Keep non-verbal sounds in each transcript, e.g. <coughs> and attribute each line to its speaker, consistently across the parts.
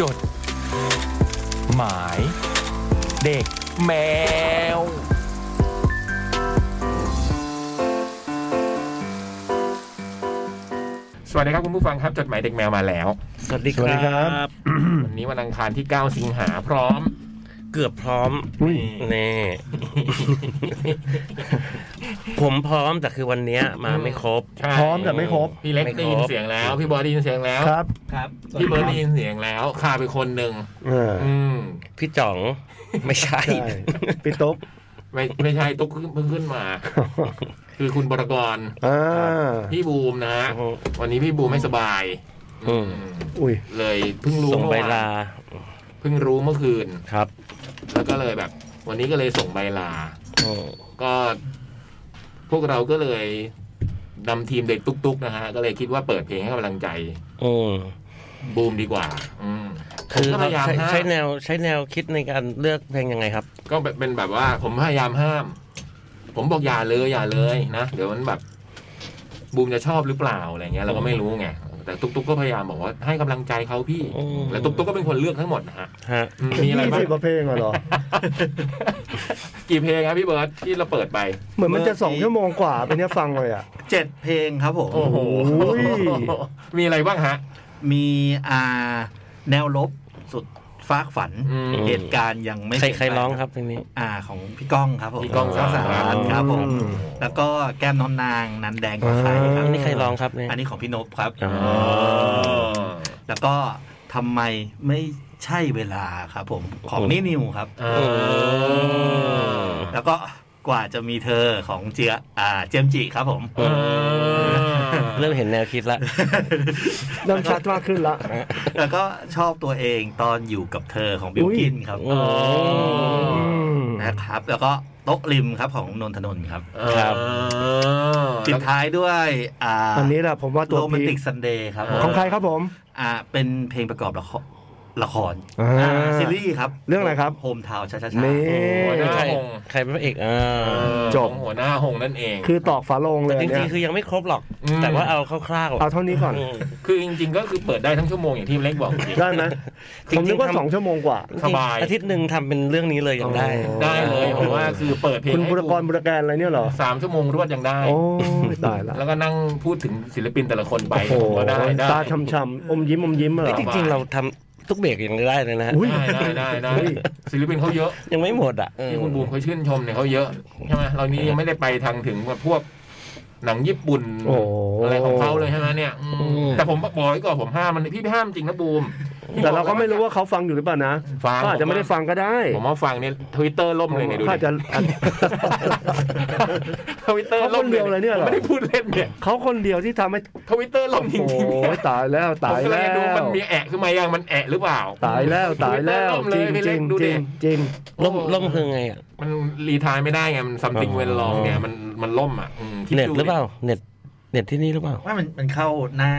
Speaker 1: จด หมาย เด็กแมว สวัสดีครับคุณผู้ฟังครับ จดหมายเด็กแมวมาแล้ว
Speaker 2: สวัสดี
Speaker 3: สวัสดี
Speaker 2: ค
Speaker 3: ครั
Speaker 2: รับ
Speaker 3: บ
Speaker 1: วันนี้วันอังคารที่ 9 สิงหาพร้อม
Speaker 2: เกือบพร้อม
Speaker 3: อุ้ย
Speaker 2: แน่ผมพร้อมแต่คือวันเนี้ยมาไม่ครบ
Speaker 1: ใช่
Speaker 3: พร้อมแต่ไม่ครบ
Speaker 1: พี่เล็ก
Speaker 2: ไม่ครบ
Speaker 1: ได้ยินเสียงแล้ว พี่บอยได้ยินเสียงแล้ว
Speaker 3: ครับ
Speaker 4: ครับ
Speaker 1: พี่เบิร์ดได้ยินเสียงแล้วขาดไปคนหนึ่ง
Speaker 3: เออ
Speaker 1: อืม
Speaker 2: พี่จ๋องไม่ใช่
Speaker 3: ใช่พี่ตุ๊ก
Speaker 1: ไม่ไม่ใช่ตุ๊กเพิ่งเพิ่งขึ้นมา คือคุณบรกร
Speaker 3: อ่า
Speaker 1: พี่บูมนะ
Speaker 2: อือฮึ
Speaker 1: วันนี้พี่บูมไม่สบาย
Speaker 2: อืม
Speaker 1: อืม
Speaker 3: อุ้ย
Speaker 1: เลยเพิ่งรู้
Speaker 2: ส่ง
Speaker 1: เมื่
Speaker 2: ใบ
Speaker 1: อวา
Speaker 2: ลาน
Speaker 1: เพิ่งรู้เมื่อคืน
Speaker 2: ครับ
Speaker 1: แล้วก็เลยแบบ วันนี้ก็เลยส่งใบลา
Speaker 2: อืม
Speaker 1: ก็ พวกเราก็เลยนำทีมเด็กตุ๊กๆนะฮะ ก็เลยคิดว่าเปิดเพลงให้กำลังใจ
Speaker 2: อืม
Speaker 1: บูมดีกว่า อืมผ
Speaker 2: คื
Speaker 1: ม
Speaker 2: อ
Speaker 1: ก็พยายาม
Speaker 2: ใช้
Speaker 1: ห้า
Speaker 2: ใช้
Speaker 1: ม
Speaker 2: แนวใช้แนวคิดในการเลือกเพลงยังไงครับ
Speaker 1: ก็แบบเป็นแบบว่า ผมพยายามห้าม ผมบอกอย่าเลยอย่าเลยนะเดี๋ยวมันแบบ บูมจะชอบหรือเปล่าอะไรเงี้ยเราก็ไม่รู้ไงแต่ตุ๊กตุ๊กก็พยายามบอกว่าให้กำลังใจเขาพี่
Speaker 2: อืม
Speaker 1: แล้วตุ๊กตุ๊กก็เป็นคนเลือกทั้งหมดนะฮะ
Speaker 2: ฮะ
Speaker 1: อืมมีอะไรบ้าง
Speaker 3: สิบกว่าเพลงเหรอ
Speaker 1: กี่เพลงครับพี่เบิร์ตที่เราเปิดไป
Speaker 3: เหมือนมันจะสองชั่วโมงกว่าเป็นเนี่ยฟังเลยอ่ะ
Speaker 4: เจ็ดเพลงครับผม
Speaker 1: โอ้โห
Speaker 3: โอ้ย
Speaker 1: มีอะไรบ้างฮะ
Speaker 4: มีอาแนวลบสุดฟ้ากฝัน
Speaker 1: อืม
Speaker 4: เหตุการณ์ยังไม่
Speaker 2: ใคร
Speaker 4: เปลี่ยน
Speaker 2: ใครร้องครับเพลงนี้
Speaker 4: อ่าของพี่ก้องครับผม
Speaker 1: พี่ก้อง
Speaker 4: สา
Speaker 1: สาร
Speaker 4: สารครับผม
Speaker 3: อืม
Speaker 4: แล้วก็แก้มน้องนางนันแดงกว่าใครครับ
Speaker 2: อันนี้ใครร้องครับเนี่ย
Speaker 4: อันนี้ของพี่นพครับ
Speaker 2: อ๋อ
Speaker 4: แล้วก็ทำไมไม่ใช่เวลาครับผมของนี่นิวครับ
Speaker 1: อ่า
Speaker 4: แล้วก็กว่าจะมีเธอของเจียอ่าเจยมส์จิครับผม
Speaker 1: อ่า
Speaker 2: เริ่มเห็นแนวคิดละ
Speaker 3: เริ่มชัดมากขึ้นละ
Speaker 4: <laughs> แล้วก็ชอบตัวเองตอนอยู่กับเธอของบิวกินครับ
Speaker 2: อุ๊ย
Speaker 3: อืม
Speaker 4: นะครับ แล้วก็โต๊ะริมครับของนนทนนท์ครับ
Speaker 2: ครับ
Speaker 4: ปิดท้ายด้วย อ่า
Speaker 3: อันนี้แหละผมว่าตัว
Speaker 4: โรแมน
Speaker 3: พี
Speaker 4: ติกซันเดย์ครับผม
Speaker 3: ของใครครับผม
Speaker 4: อ่า เป็นเพลงประกอบละครละคร
Speaker 3: อ่า
Speaker 4: อ่าซีรีส์ครับ
Speaker 3: เรื่องอะไรครับ
Speaker 4: โฮมทาวช้าช้า
Speaker 3: นี่
Speaker 1: หัวหน้า
Speaker 2: ใคร
Speaker 1: หง
Speaker 2: ใครเป็นพระเอกอ่า
Speaker 3: จบ
Speaker 1: ของหัวหน้าหงนั่นเอง
Speaker 3: คือตอกฝาโลงเล
Speaker 2: แต่
Speaker 3: ย
Speaker 2: จ
Speaker 3: อัน
Speaker 2: ริ
Speaker 3: เนี่
Speaker 2: ง
Speaker 3: ย
Speaker 2: ๆคือยังไม่ครบหรอก
Speaker 1: อืม
Speaker 2: แต่ว่าเอาคร่าวๆ
Speaker 3: เอาเท่านี้ก่อน
Speaker 2: อืม
Speaker 1: คือจริงๆ ก็คือเปิดได้ทั้งชั่วโมงอย่างที่เล็กบอกจริง
Speaker 3: ได้ไหม
Speaker 2: จริ
Speaker 3: ผ
Speaker 2: งๆ
Speaker 3: มนึกว่า
Speaker 2: ทำ
Speaker 3: สองชั่วโมงกว่า
Speaker 2: จริงๆ
Speaker 1: สบาย
Speaker 2: อาทิตย์หนึ่งทำเป็นเรื่องนี้เลยยังได้
Speaker 3: โอ้
Speaker 1: ได้เลยเพราะว่าคือเปิดเพลง
Speaker 3: คุณ
Speaker 1: ให้
Speaker 3: บุรกรบุรแกนอะไรเนี่ยเหรอ
Speaker 1: สามชั่วโมงรวดยังได้
Speaker 3: โอ้ยตายละ
Speaker 1: แล้วก็นั่งพูดถึงศิลปินแต่ละคนไป
Speaker 3: โอ้โห
Speaker 1: ก็ได้ได้
Speaker 3: ตาช้ำๆอมยิ้มอมยิ้มเหร
Speaker 2: เอ้ย
Speaker 3: อ
Speaker 2: จริงๆ เราทำทุกเบรกยังได้เลยนะฮะ
Speaker 3: อุ้ย
Speaker 1: ได้ได้ได้ได้
Speaker 3: อุ้ย
Speaker 1: ศิลปินเขาเยอะ
Speaker 2: ยังไม่หมดอ่ะเออ
Speaker 1: ที่คุณบูมเขาชื่นชมเนี่ยเขาเยอะใช่ไหมเรานี้ยังไม่ได้ไปทางถึงแบบพวก หนังญี่ปุ่น
Speaker 3: โอ้โห
Speaker 1: อะไรของเขาเลยใช่ไหมเนี่ยอืมแต่ผมบอกไว้ก่อนผมห้ามมันพี่ห้ามจริงนะบูม
Speaker 3: แต่เราก็ไม่รู้ว่าเขาฟังอยู่หรือเปล่านะ
Speaker 1: ฟัง
Speaker 3: เขาอาจจะไม่ได้ฟังก็ได้
Speaker 1: ผมว่าฟังเนี่ยทวิตเตอร์ล่มเลยเนี่ยดู
Speaker 3: เขาอาจ
Speaker 1: ดิ
Speaker 3: จะ
Speaker 1: ทวิตเตอร์ล่ม
Speaker 3: เขาคนเดียวเลยเนี่ยเหรอ
Speaker 1: ผมไม่ได้พูดเล่นเนี่ย
Speaker 3: เขาคนเดียวที่ทำให้
Speaker 1: ทวิตเตอร์ล่มจริง
Speaker 3: โอ้
Speaker 1: ๆเนี่ย
Speaker 3: ยตายแล้ว
Speaker 1: ผ
Speaker 3: ตาม ย
Speaker 1: กำลั
Speaker 3: แล้
Speaker 1: งจะดูมัน
Speaker 3: ว
Speaker 1: มีแอะขึ้นมายังมันแอะหรือเปล่า
Speaker 3: ตายแล้วตายแล้ว
Speaker 1: ล่มเลย
Speaker 3: จริง
Speaker 1: พี่
Speaker 3: จ
Speaker 1: เล็
Speaker 3: ริ
Speaker 1: ก
Speaker 3: ง
Speaker 1: ดู
Speaker 3: จ
Speaker 1: ดิ
Speaker 3: ริงจริง
Speaker 2: ล่มล่มคือไงอ่ะ
Speaker 1: มันรีไทายไม่ได้ไงมันซัมติง
Speaker 2: อ๋อ
Speaker 1: เวลลองเนี่ยมันมันล่มอ่ะอืมคิด
Speaker 2: เน็ต
Speaker 1: ดู
Speaker 2: หรือเป
Speaker 1: ดิ
Speaker 2: ล่า เน็ตเน็ตที่นี่หรือเปล่า
Speaker 4: ว่ามันมันเข้าหน้า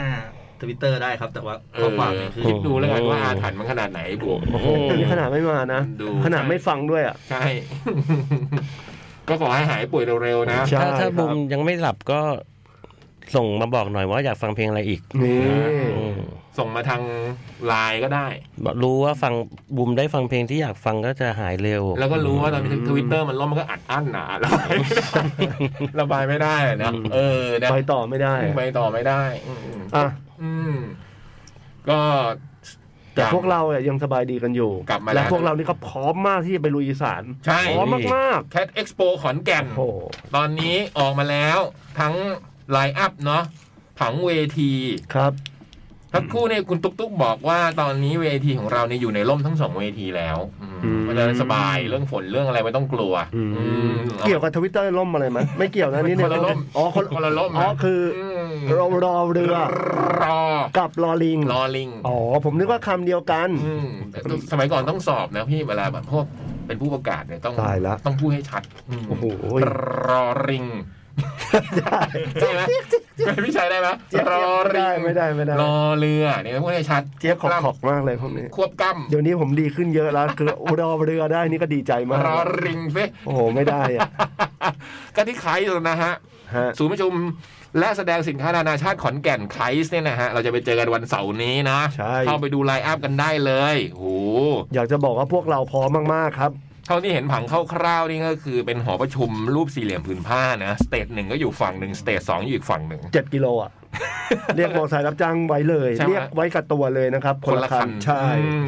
Speaker 4: ทวิตเตอร์ได้ครับ แต่ว่า
Speaker 1: เอ
Speaker 4: ข้อ
Speaker 1: อ
Speaker 4: ความเนี่ยคือ
Speaker 1: คิดดูแล้วกันว่าอาถรรพ์มันขนาดไหนบวก
Speaker 2: โอ้โห
Speaker 3: นี่ขนาดไม่มานะ
Speaker 1: ดู
Speaker 3: ขนาดไม่ฟังด้วยอ่ะ
Speaker 1: ใช่ <laughs> ก็ขอให้หายป่วยเร็วๆนะ
Speaker 3: ใช่
Speaker 2: ถ้าถ้า
Speaker 3: ครับ
Speaker 2: บูมยังไม่หลับก็ส่งมาบอกหน่อยว่าอยากฟังเพลงอะไรอีก
Speaker 3: นี่
Speaker 2: อืม
Speaker 1: ส่งมาทางไลน์ก็ได้
Speaker 2: บอกรู้ว่าฟังบูมได้ฟังเพลงที่อยากฟังก็จะหายเร็ว
Speaker 1: แล้วก็รู้ว่าตอนทวิตเตอร์มันล่มมันก็อัดอั้นหนาระ <laughs> บายไม่ได้ระบายไม่ได้นะเออนะ
Speaker 3: ไปต่อไม่ได้
Speaker 1: ไปต่อไม่ได้ อืม
Speaker 3: อ่ะ
Speaker 1: อืมก็
Speaker 3: แต่
Speaker 1: จาก
Speaker 3: พวกเราเนี่ยยังสบายดีกันอยู่
Speaker 1: กลับมา
Speaker 3: และ
Speaker 1: แล้ว
Speaker 3: พวกเรานี่ก็พร้อมมากที่จะไปลุยอีสาน
Speaker 1: ใช่
Speaker 3: พร้อมมาก
Speaker 1: แคทเอ็กซ์โปขอนแก่น
Speaker 3: ๆโอ้โห
Speaker 1: ตอนนี้ออกมาแล้ว ทั้งไลน์อัพเนาะผังเวที
Speaker 3: ครับ
Speaker 1: ทั้งคู่เนี่ยคุณตุ๊กตุ๊กบอกว่าตอนนี้เวทีของเราเนี่ยอยู่ในร่มทั้งสองเวทีแล้วอืม
Speaker 3: อืม
Speaker 1: เพราะฉะนั้นสบายเรื่องฝนเรื่องอะไรไม่ต้องกลัวอืม
Speaker 3: เกี่ยวกับทวิตเตอร์ล่มอะไรไหมไม่เกี่ยวนะนี่เนี่
Speaker 1: ค
Speaker 3: ย
Speaker 1: นละล่ม
Speaker 3: อ๋อคน
Speaker 1: คนละล่มนะ
Speaker 3: อ๋อคือ
Speaker 1: ม
Speaker 3: รอรอเรือ
Speaker 1: รอ
Speaker 3: กับรอลิง
Speaker 1: รอลิง
Speaker 3: อ๋อผมนึกว่าคำเดียวกัน
Speaker 1: มแต่สมัยก่อนต้องสอบนะพี่เวลาแบบพวกเป็นผู้ประกาศเนี่ยต้อง
Speaker 3: ตายละ
Speaker 1: ต้องพูดให้ชัดอืม
Speaker 3: โอ้โห
Speaker 1: รอริงใช่ไหมพี่ชายได้ไหม
Speaker 3: เจี๊ยบ
Speaker 1: รอริง
Speaker 3: ไม่ได้ไม่ได้
Speaker 1: ร
Speaker 3: ไม่ได้
Speaker 1: อเรือเนี่ยพูดให้ชัด
Speaker 3: <laughs> เจี๊ยบขอบขอบมากเลยพวกนี้
Speaker 1: ควบกล้ำ
Speaker 3: เดี๋ยวนี้ผมดีขึ้นเยอะแล้ว <laughs> คืออุดรเรือได้นี่ก็ดีใจมาก
Speaker 1: รอริงสิ <laughs>
Speaker 3: โอ้โหไม่ได้อ่ะ <laughs>
Speaker 1: ก็ที่ขายอยู่นะฮะ
Speaker 3: ฮะ
Speaker 1: ศูนย์ประชุม และแสดงสินค้านานาชาติขอนแก่นไคส์เนี่ยนะฮะ เราจะไปเจอกันวันเสาร์นี้นะ
Speaker 3: ใช่
Speaker 1: เข้าไปดูไลน์อัพกันได้เลยโห
Speaker 3: อยากจะบอกว่าพวกเราพร้อมมากๆครับ
Speaker 1: เท่าที่เห็นผังคร่าวๆนี่ก็คือเป็นหอประชุมรูปสี่เหลี่ยมผืนผ้านะ สเตจหนึ่งก็อยู่ฝั่งหนึ่งสเตจสองอยู่อีกฝั่งหนึ่ง
Speaker 3: 7 กิโล
Speaker 1: <laughs>
Speaker 3: อ่ะ เรียกมอเตอร์ไซค์รับจ้างไว้เลย
Speaker 1: ใช่ไหม
Speaker 3: เรียกไว้กับตัวเลยนะครับ คนละคันใช่
Speaker 1: อืม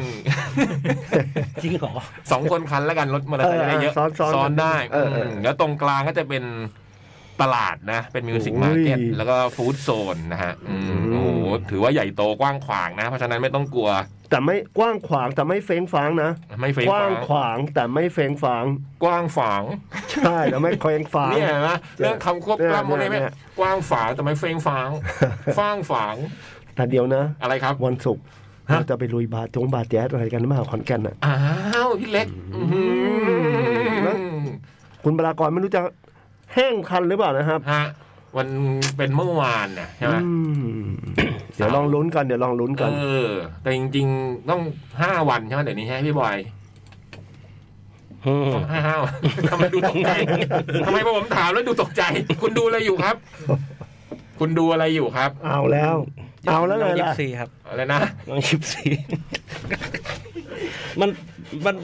Speaker 4: จริงเหรอ
Speaker 1: สองคนคันแล้วกันรถมอเตอร์ไซค์จะได้เยอะ
Speaker 3: เออเออซ้อนๆ
Speaker 1: ซ้อนได้
Speaker 3: เออเออ
Speaker 1: มแล้วตรงกลางก็จะเป็นตลาดนะ เป็นมิวสิก
Speaker 3: โอ้ย
Speaker 1: มาร์เก็ตแล้วก็ฟู้ดโซนนะฮะอืม
Speaker 3: อืม
Speaker 1: โอ้โหถือว่าใหญ่โตกว้างขวางนะ เพราะฉะนั้นไม่ต้องกลัว
Speaker 3: แต่ไม่กว้างขวางแต่ไม่เฟ้งฟางนะ
Speaker 1: ไม่เฟ้ง
Speaker 3: ก
Speaker 1: ฟ้า
Speaker 3: ว้าง
Speaker 1: ง
Speaker 3: ขวางแต่ไม่เฟ้งฟาง
Speaker 1: กว้างฝาง
Speaker 3: ใช่แล้วไม่เคว้งฟาง
Speaker 1: เนี่ยนะเรื่องคำควบกล้ำพวกนี้ไหม
Speaker 3: เนี่ย
Speaker 1: กว้างฝางแต่ไม่เฟ้งฟางฟ้างฝาง
Speaker 3: แต่เดียวนะ
Speaker 1: อะไรครับ
Speaker 3: วันศุกร์
Speaker 1: ฮะ
Speaker 3: เราจะไปลุยบาร์จงบาร์แจ๊สอะไรกันหรือเปล่าขอนแก่นอ่ะ
Speaker 1: อ้าวพี่เล็กอื้อหือ
Speaker 3: คุณบรากรไม่รู้จะแห้งคันหรือเปล่า
Speaker 1: <coughs>
Speaker 3: นะครับ
Speaker 1: ฮะวันเป็นเมื่อวานนะใช่ไหม
Speaker 3: อืมเดี๋ยวลองลุ้นกันเดี๋ยวลองลุ้นกัน
Speaker 1: เออ แต่จริงๆ ต้องห้าวันใช่ไหมเดี๋ยวนี้ใช่ไหมพี่บอย
Speaker 2: อืม
Speaker 1: ห้าห้าวัน <laughs> ทำไมดูตกใจทำไมพอผมถามแล้วดูตกใจ คุณดูอะไรอยู่ครับ คุณดูอะไรอยู่ครับ
Speaker 3: เอาแล้ว เอาแล้วไง
Speaker 2: น้องยี่
Speaker 3: ล่ะ
Speaker 2: สิบสี่ครับ
Speaker 1: อะไรนะ
Speaker 2: น้องยี่สิบ
Speaker 1: <laughs>
Speaker 2: สี่มันมัน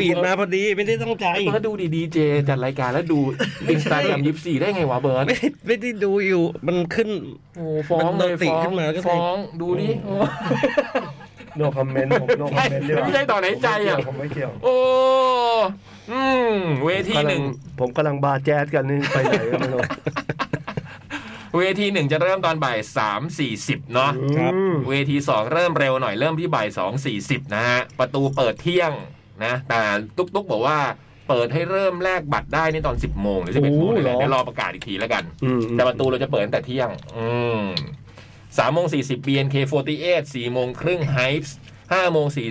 Speaker 2: ฟีดมาพอดีไม่ได้ตั้งใจ
Speaker 1: ไอ้เบิร์ดดูดีดีเจจัดรายการแล้วดู
Speaker 2: ไม่
Speaker 1: อินส
Speaker 2: ใช่
Speaker 1: ตาแกรมยิบสี่ได้ไงวะเบิร์ด
Speaker 2: ไม่ได้ไม่ได้ดูอยู่ มันขึ้น
Speaker 1: โอ้ฟ้อง
Speaker 2: มัน
Speaker 1: เล
Speaker 2: โดน
Speaker 1: ย
Speaker 2: ติ
Speaker 1: ฟ้อ
Speaker 2: ขึ้
Speaker 1: ง
Speaker 2: นมาก็เลย
Speaker 1: ฟ้องดูดิโอ้
Speaker 3: โนคอมเมนต์ผมโนคอมเมนต์ดีกว่า
Speaker 1: ไม่ใช่ต่อไหนใจอ่ะ
Speaker 3: ผมไม่เกี่ยว
Speaker 1: โอ้อืมเวทีหนึ่ง
Speaker 3: ผมกำลังบาร์แจ๊สกันนี่ไปไหนกันไม่รู้
Speaker 1: เวทีหนึ่งจะเริ่มตอนบ่ายสามสี่สิบเนาะ
Speaker 2: ครับ
Speaker 3: อืม
Speaker 1: เวที 2 เริ่มเร็วหน่อยเริ่มที่บ่ายสองสี่สิบนะฮะ ประตูเปิดเที่ยงนะ แต่ตุ๊กตุ๊กบอกว่าเปิดให้เริ่มแลกบัตรได้นี่ตอน 10 โมงหรือ 11โมงนี่แหละเดี๋ยวรอประกาศอีกทีแล้วกัน
Speaker 3: อืม
Speaker 1: แต่ประตูเราจะเปิดตั้งแต่เที่ยง อืมสามโมงสี่สิบ BNK 48สี่โมงครึ่ง Hypes ห้าโมงสี่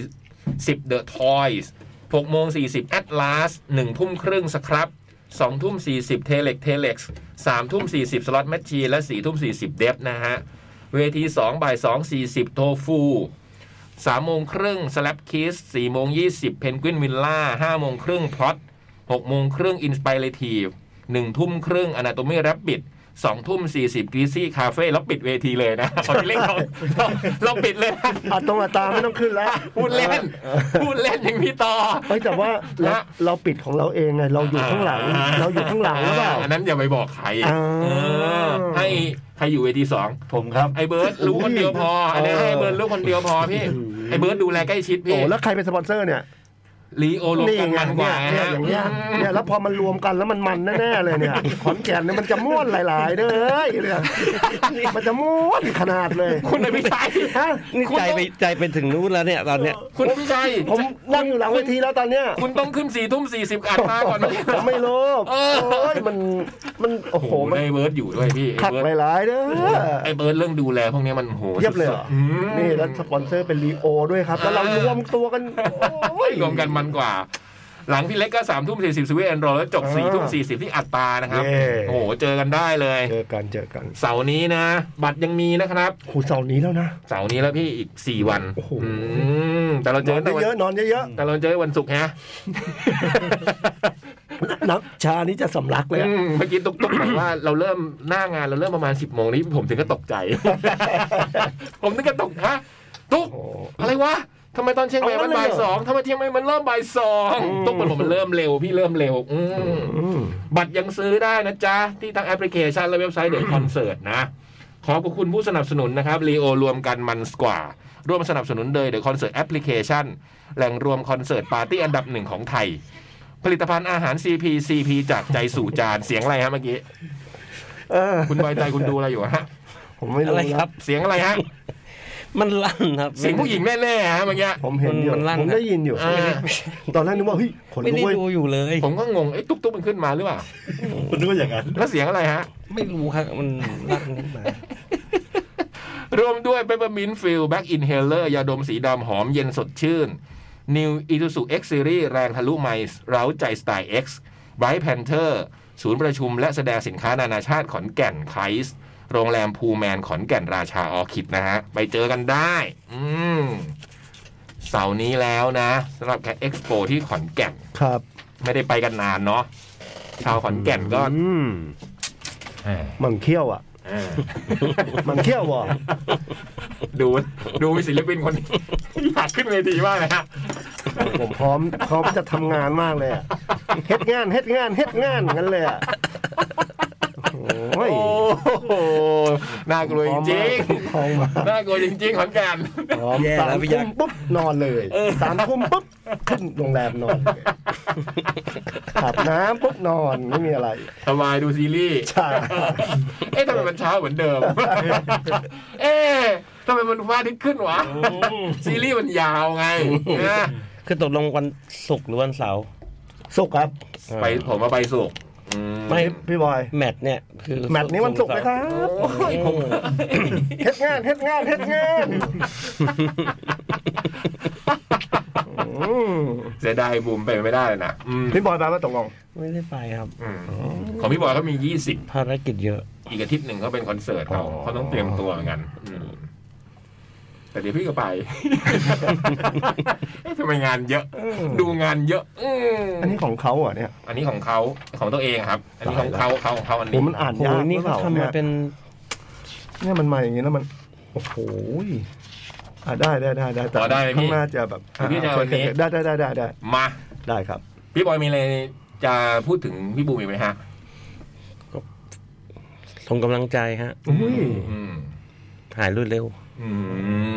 Speaker 1: สิบ The Toys หกโมงสี่สิบ Atlas หนึ่งทุ่มครึ่งสครับสองทุ่มสี่สิบ Telex Telex สามทุ่มสี่สิบ Slot Machine และสี่ทุ่มสี่สิบ d e ฟนะฮะ เวทีสองบ่ายสองสี่สิบ Tofu สามโมงครึ่ง Slap Kiss สี่โมงยี่สิบ Penguin Villa ห้าโมงครึ่ง Plot หกโมงครึ่ง Inspirative หนึ่งทุ่มครึ่ง Anatomy Rabbit สองทุ่มสี่สิบกรีซี่คาเฟ่แล้วปิดเวทีเลยนะ <laughs> ขอเล่นเราเราเราปิดเลยนะ <laughs>
Speaker 3: อัดตรงอัดตาไม่ต้องขึ้นแล้ว
Speaker 1: พูดเล่น พูดเล่นอย่างพี่ต่อ
Speaker 3: เอ้ยแต่ว่าเรา
Speaker 1: ฮะ
Speaker 3: เราปิดของเราเองไงเราอยู่ข้างหลั
Speaker 1: <laughs>
Speaker 3: ง เราอยู่ข้างหลังหรือเปล่า
Speaker 1: อันนั้นอย่าไปบอกใคร
Speaker 3: อ่า
Speaker 1: เออให้ใครอยู่เวทีสอง
Speaker 4: ผมครับ
Speaker 1: ไอ้เบิร์ดรู้คนเดียวพออันนี้ให้ไอ้เบิร์ดรู้คนเดียวพอพี่ไอ้เบิร์ดดูแลใกล้ชิด
Speaker 3: โอ้
Speaker 1: พี่
Speaker 3: แล้วใครเป็นสปอนเซอร์เนี่ย
Speaker 1: ลีโอลง
Speaker 3: นี่
Speaker 1: กัน
Speaker 3: ไง
Speaker 1: มันก
Speaker 3: เนี่
Speaker 1: ว่าย
Speaker 3: เนี่ย
Speaker 1: ฮะ
Speaker 3: อย่างเงี้ยเนี่ยแล้วพอมันรวมกันแล้วมันมันแน่ๆเลยเนี่ย
Speaker 1: <laughs>
Speaker 3: ขอนแก่นเนี่ยมันจะม้วนหลายๆเด้อเอ้ยเนี่ยมันจะม้วนขนาดเลย
Speaker 1: คุณอภิชัย
Speaker 3: ฮะ
Speaker 2: นี่ใจไปใจไปถึงนู้นแล้วเนี่ยตอนเนี้ย
Speaker 1: คุณอภิชัย
Speaker 3: ผมนั่งอยู่หลังเวทีแล้วตอนเนี้ย
Speaker 1: คุณต้องขึ้นสี่ทุ่มสี่สิบอัดมาก่อนไหม
Speaker 3: ผมไม่รู้
Speaker 1: เออ
Speaker 3: โอ้ยมันมันโอ้โห
Speaker 1: โอ้โห
Speaker 3: มัน
Speaker 1: ได้เบิร์ดอยู่ด้วยพี่ไอ้
Speaker 3: ขัด
Speaker 1: เบิร์ด
Speaker 3: หลายๆเด้อ
Speaker 1: ไอ้เบิร์ดเรื่องดูแลพวกนี้มันโห
Speaker 3: เยี่ยมเลยเหรอ
Speaker 1: สุดๆอืม
Speaker 3: นี่แล้วสปอนเซอร์เป็นรีโอด้วยครับ แล้วเรา
Speaker 1: อ่าร ร
Speaker 3: วมตัวกัน โอ้ย
Speaker 1: รวมกันมันกว่า หลังพี่เล็กก็สามทุ่มสี่สิบสวีแอนโรแล้วจบ
Speaker 3: อ่า
Speaker 1: สี่ทุ่มสี่สิบที่อัตตานะครับ
Speaker 3: เย้
Speaker 1: โอ้โห เจอกันได้เลย
Speaker 3: เจอกันเจอกัน
Speaker 1: เสาร์นี้นะ บัตรยังมีนะครับ
Speaker 3: โอ้โหเสาร์นี้แล้วนะ
Speaker 1: เสาร์นี้แล้วพี่อีกสี่วัน
Speaker 3: โอ้โห
Speaker 1: อืมแต่เราเจอ
Speaker 3: นอ
Speaker 1: กันนแต่วัน
Speaker 3: เยอะๆนอนเยอะ
Speaker 1: แต่เราเจอวันศุกร์ฮะ
Speaker 3: ๆนักชานี่จะสำลักเลยอะ
Speaker 1: อืมเมื่อกี้ตุ๊กตุ๊กบอกว่าเราเริ่มหน้างานเราเริ่มประมาณสิบโมงนี้ผมถึงก็ตกใจ <laughs> ผมถึงก็ตกฮะตุ๊ก
Speaker 3: โอ้
Speaker 1: อะไรวะทำไมตอนเชียงใหม่
Speaker 3: เอางั้
Speaker 1: มันน
Speaker 3: เลย
Speaker 1: บ่าย
Speaker 3: เห
Speaker 1: ส
Speaker 3: รอ
Speaker 1: องทำไมเชียงใหม่มันเริ่มบ่ายสอง
Speaker 3: อืม
Speaker 1: ต้องบอกมันเริ่มเร็ว พี่เริ่มเร็ว อืม
Speaker 3: อืม
Speaker 1: บัตรยังซื้อได้นะจ๊ะ ที่ทางแอปพลิเคชันและเว็บไซต์เด e คอนเสิร์ตนะ ขอบคุณผู้สนับสนุนนะครับรีโอรวมกันมันสกว่า ร่วมสนับสนุนโดยเด e คอนเสิร์ตแอปพลิเคชันแหล่งรวมคอนเสิร์ตปาร์ตี้อันดับหนึ่งของไทย ผลิตภัณฑ์อาหาร CP CP จากใจสู่จานเสียงอะไรฮะเมื่อกี้
Speaker 3: เออ
Speaker 1: คุณบอยใจคุณดูอะไรอยู่ฮะ
Speaker 3: ผมไม่รู้
Speaker 2: อะไรค
Speaker 3: ค
Speaker 2: รั
Speaker 3: รับ บ
Speaker 1: เสียงอะไรฮะ
Speaker 2: มันลั่นครับ
Speaker 1: เสียงผู้หญิงแน่ๆฮะเมื่อกี้
Speaker 3: ผมเห็นอยู่
Speaker 2: มันลั่น
Speaker 3: ผมได้ยินอยู่
Speaker 1: อ่า
Speaker 3: <laughs> ตอนแรกนึกว่าเฮ้ยขน
Speaker 2: ไม่
Speaker 3: ลุก
Speaker 2: ได้
Speaker 3: เว้ย
Speaker 2: ดูอยู่เลย
Speaker 1: ผมก็งงไอ้ตุ๊กตุ๊กมันขึ้นมาหรือเปล่า
Speaker 4: คุณด้วยอย่างนั้น
Speaker 1: แล้วเสียงอะไรฮะ
Speaker 2: ไม่รู้ครับมันลั่นขึ้นมา
Speaker 1: ร่วมด้วยเป p ปอร์มินฟิลแบ็กอินเฮเลอร์ยาดมสีดำหอมเย็นสดชื่น New i t u s u X Series แรงทะลุไมล์เร้าใจสไตล์ X Bright Panther ศูนย์ประชุมและแสดงสินค้านานาชาติขอนแก่นไคส์โรงแรมพูแมนขอนแก่นราชาออคิดนะฮะ ไปเจอกันได้ อืมเสาร์นี้แล้วนะสำหรับแคเอ็กซ์โปที่ขอนแก่น
Speaker 3: ครับ
Speaker 1: ไม่ได้ไปกันนานเนาะชาวขอนแก่นก็
Speaker 3: อืมมันเขี้ยวอ่ะ
Speaker 1: อ่า
Speaker 3: มันเที่ยวบ่
Speaker 1: ดูดูศิลปินคนนี้ อยากขึ้นเวทีมากนะฮะ
Speaker 3: ผมพร้อมพร้อมจะทำงานมากเลยอะเฮ็ดงานเฮ็ดงานเฮ็ดงานงั้นเลยอะโอ้
Speaker 1: โอ้
Speaker 3: ย
Speaker 1: โหน่ากลัวจริง
Speaker 3: พร้อมมาก
Speaker 1: ๆน่ากลัวจริงๆขอนแก่น
Speaker 3: พร้อม
Speaker 4: แย่
Speaker 3: สาม
Speaker 4: แล้วพี่ยั
Speaker 3: ทุ่
Speaker 4: ก
Speaker 3: ม
Speaker 4: ษ์
Speaker 3: ปุ๊บนอนเลยสามทุ่มปุ๊บขึ้นโรงแรมนอนเลยอาบน้ำปุ๊บนอนไม่มีอะไร
Speaker 1: สบายดูซีรีส์
Speaker 3: ใช่
Speaker 1: เอ๊ะทำไมมันเช้าเหมือนเดิม เอ๊ะทำไมมันว่าทิศขึ้นวะ ซีรีส์มันยาวไงนะ
Speaker 2: คือตกลงวันศุกร์หรือวันเสาร์
Speaker 3: สุขครับ
Speaker 1: ไปผมมาไปสุกร์อื
Speaker 2: ไม่
Speaker 3: พี่บอย
Speaker 2: แมตช์เนี่ย คือ
Speaker 3: แมตช์นี้วันศุกร์ไหมครับ
Speaker 1: โอ้ยผม
Speaker 3: เฮ็ดงานเฮ็ดงานเฮ็ดงานอืม
Speaker 1: เสียดายบูมไปไม่ได้เลยนะอืม
Speaker 3: พี่บอยไปว่าตกลง
Speaker 2: ไม่ได้ไปครับ
Speaker 1: อืมของพี่บอยเขามี 20
Speaker 2: ภารกิจเยอะ
Speaker 1: อีกอาทิตย์หนึ่งเขาเป็นคอนเสิร์ตเขา
Speaker 3: อ๋อ
Speaker 1: เขาต้องเตรียมตัวเหมือนกันอืมแต่เดี๋ยวพี่
Speaker 3: <laughs>
Speaker 1: ก็ไป เอ๊ะทำไมงานเยอะ ดูงานเยอะ อืม
Speaker 3: อันนี้ของเขาเหรอ่ะเนี่ย
Speaker 1: อันนี้ของเขาของตัวเองครับ อันนี้ของเขาเขาของเขาอัน
Speaker 3: โห
Speaker 1: นี้
Speaker 3: มันอ่าน
Speaker 2: โห
Speaker 3: ยาก
Speaker 2: นี่
Speaker 3: หรือ
Speaker 2: เขา
Speaker 3: ปล่
Speaker 2: ทำมาเป็น
Speaker 3: เนี่ยมันมาอย่างงี้แล้วมัน โอ้โหยอ่ะได้ได้ได้ได้แต่
Speaker 1: อ๋อได้ไหมพี่
Speaker 3: ข้างหน้าจะแบบ
Speaker 1: พี่จะเอา
Speaker 3: โอ
Speaker 1: อัน
Speaker 3: เค
Speaker 1: นี้
Speaker 3: โอเคได้ได้ได้ได้ได้
Speaker 1: มา
Speaker 3: ได้ครับ
Speaker 1: พี่บอยมีอะไรจะพูดถึงพี่บูมอีกไหมฮะ
Speaker 2: ส่งกำลังใจฮะ
Speaker 3: อุ้ย
Speaker 1: อืม
Speaker 2: หายรวดเร็ว
Speaker 1: อื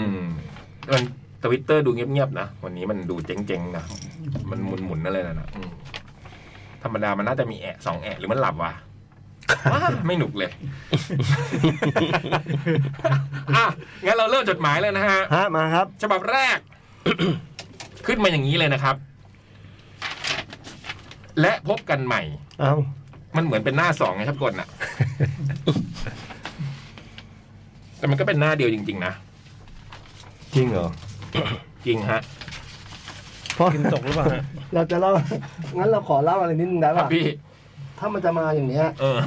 Speaker 1: มมันทวิตเตอร์ดูเงียบๆนะ วันนี้มันดูเจ๊งๆนะ มันหมุนๆนั่นเลยนะอืมธรรมดามันน่าจะมีแอะสองแอะหรือมันหลับวะ <laughs> ว้าไม่หนุกเลย <laughs> อ่ะ งั้นเราเริ่มจดหมายเลยนะฮะ
Speaker 3: ฮะมาครับ
Speaker 1: ฉบับแรก <coughs> ขึ้นมาอย่างนี้เลยนะครับ และพบกันใหม่
Speaker 3: เอา
Speaker 1: มันเหมือนเป็นหน้าสองไงครับกดน่ะ แต่มันก็เป็นหน้าเดียวจริง ๆ นะ
Speaker 3: จริงเหรอ
Speaker 1: <coughs> จริงฮะ
Speaker 3: เพราะ
Speaker 2: กินตกหรือเปล่าฮะ
Speaker 3: เราจะเล่า <laughs> งั้นเราขอเล่าอะไรนิดนึงได้ป่ะ
Speaker 1: พี่
Speaker 3: ถ้ามันจะมาอย่างเนี้ย
Speaker 1: เออ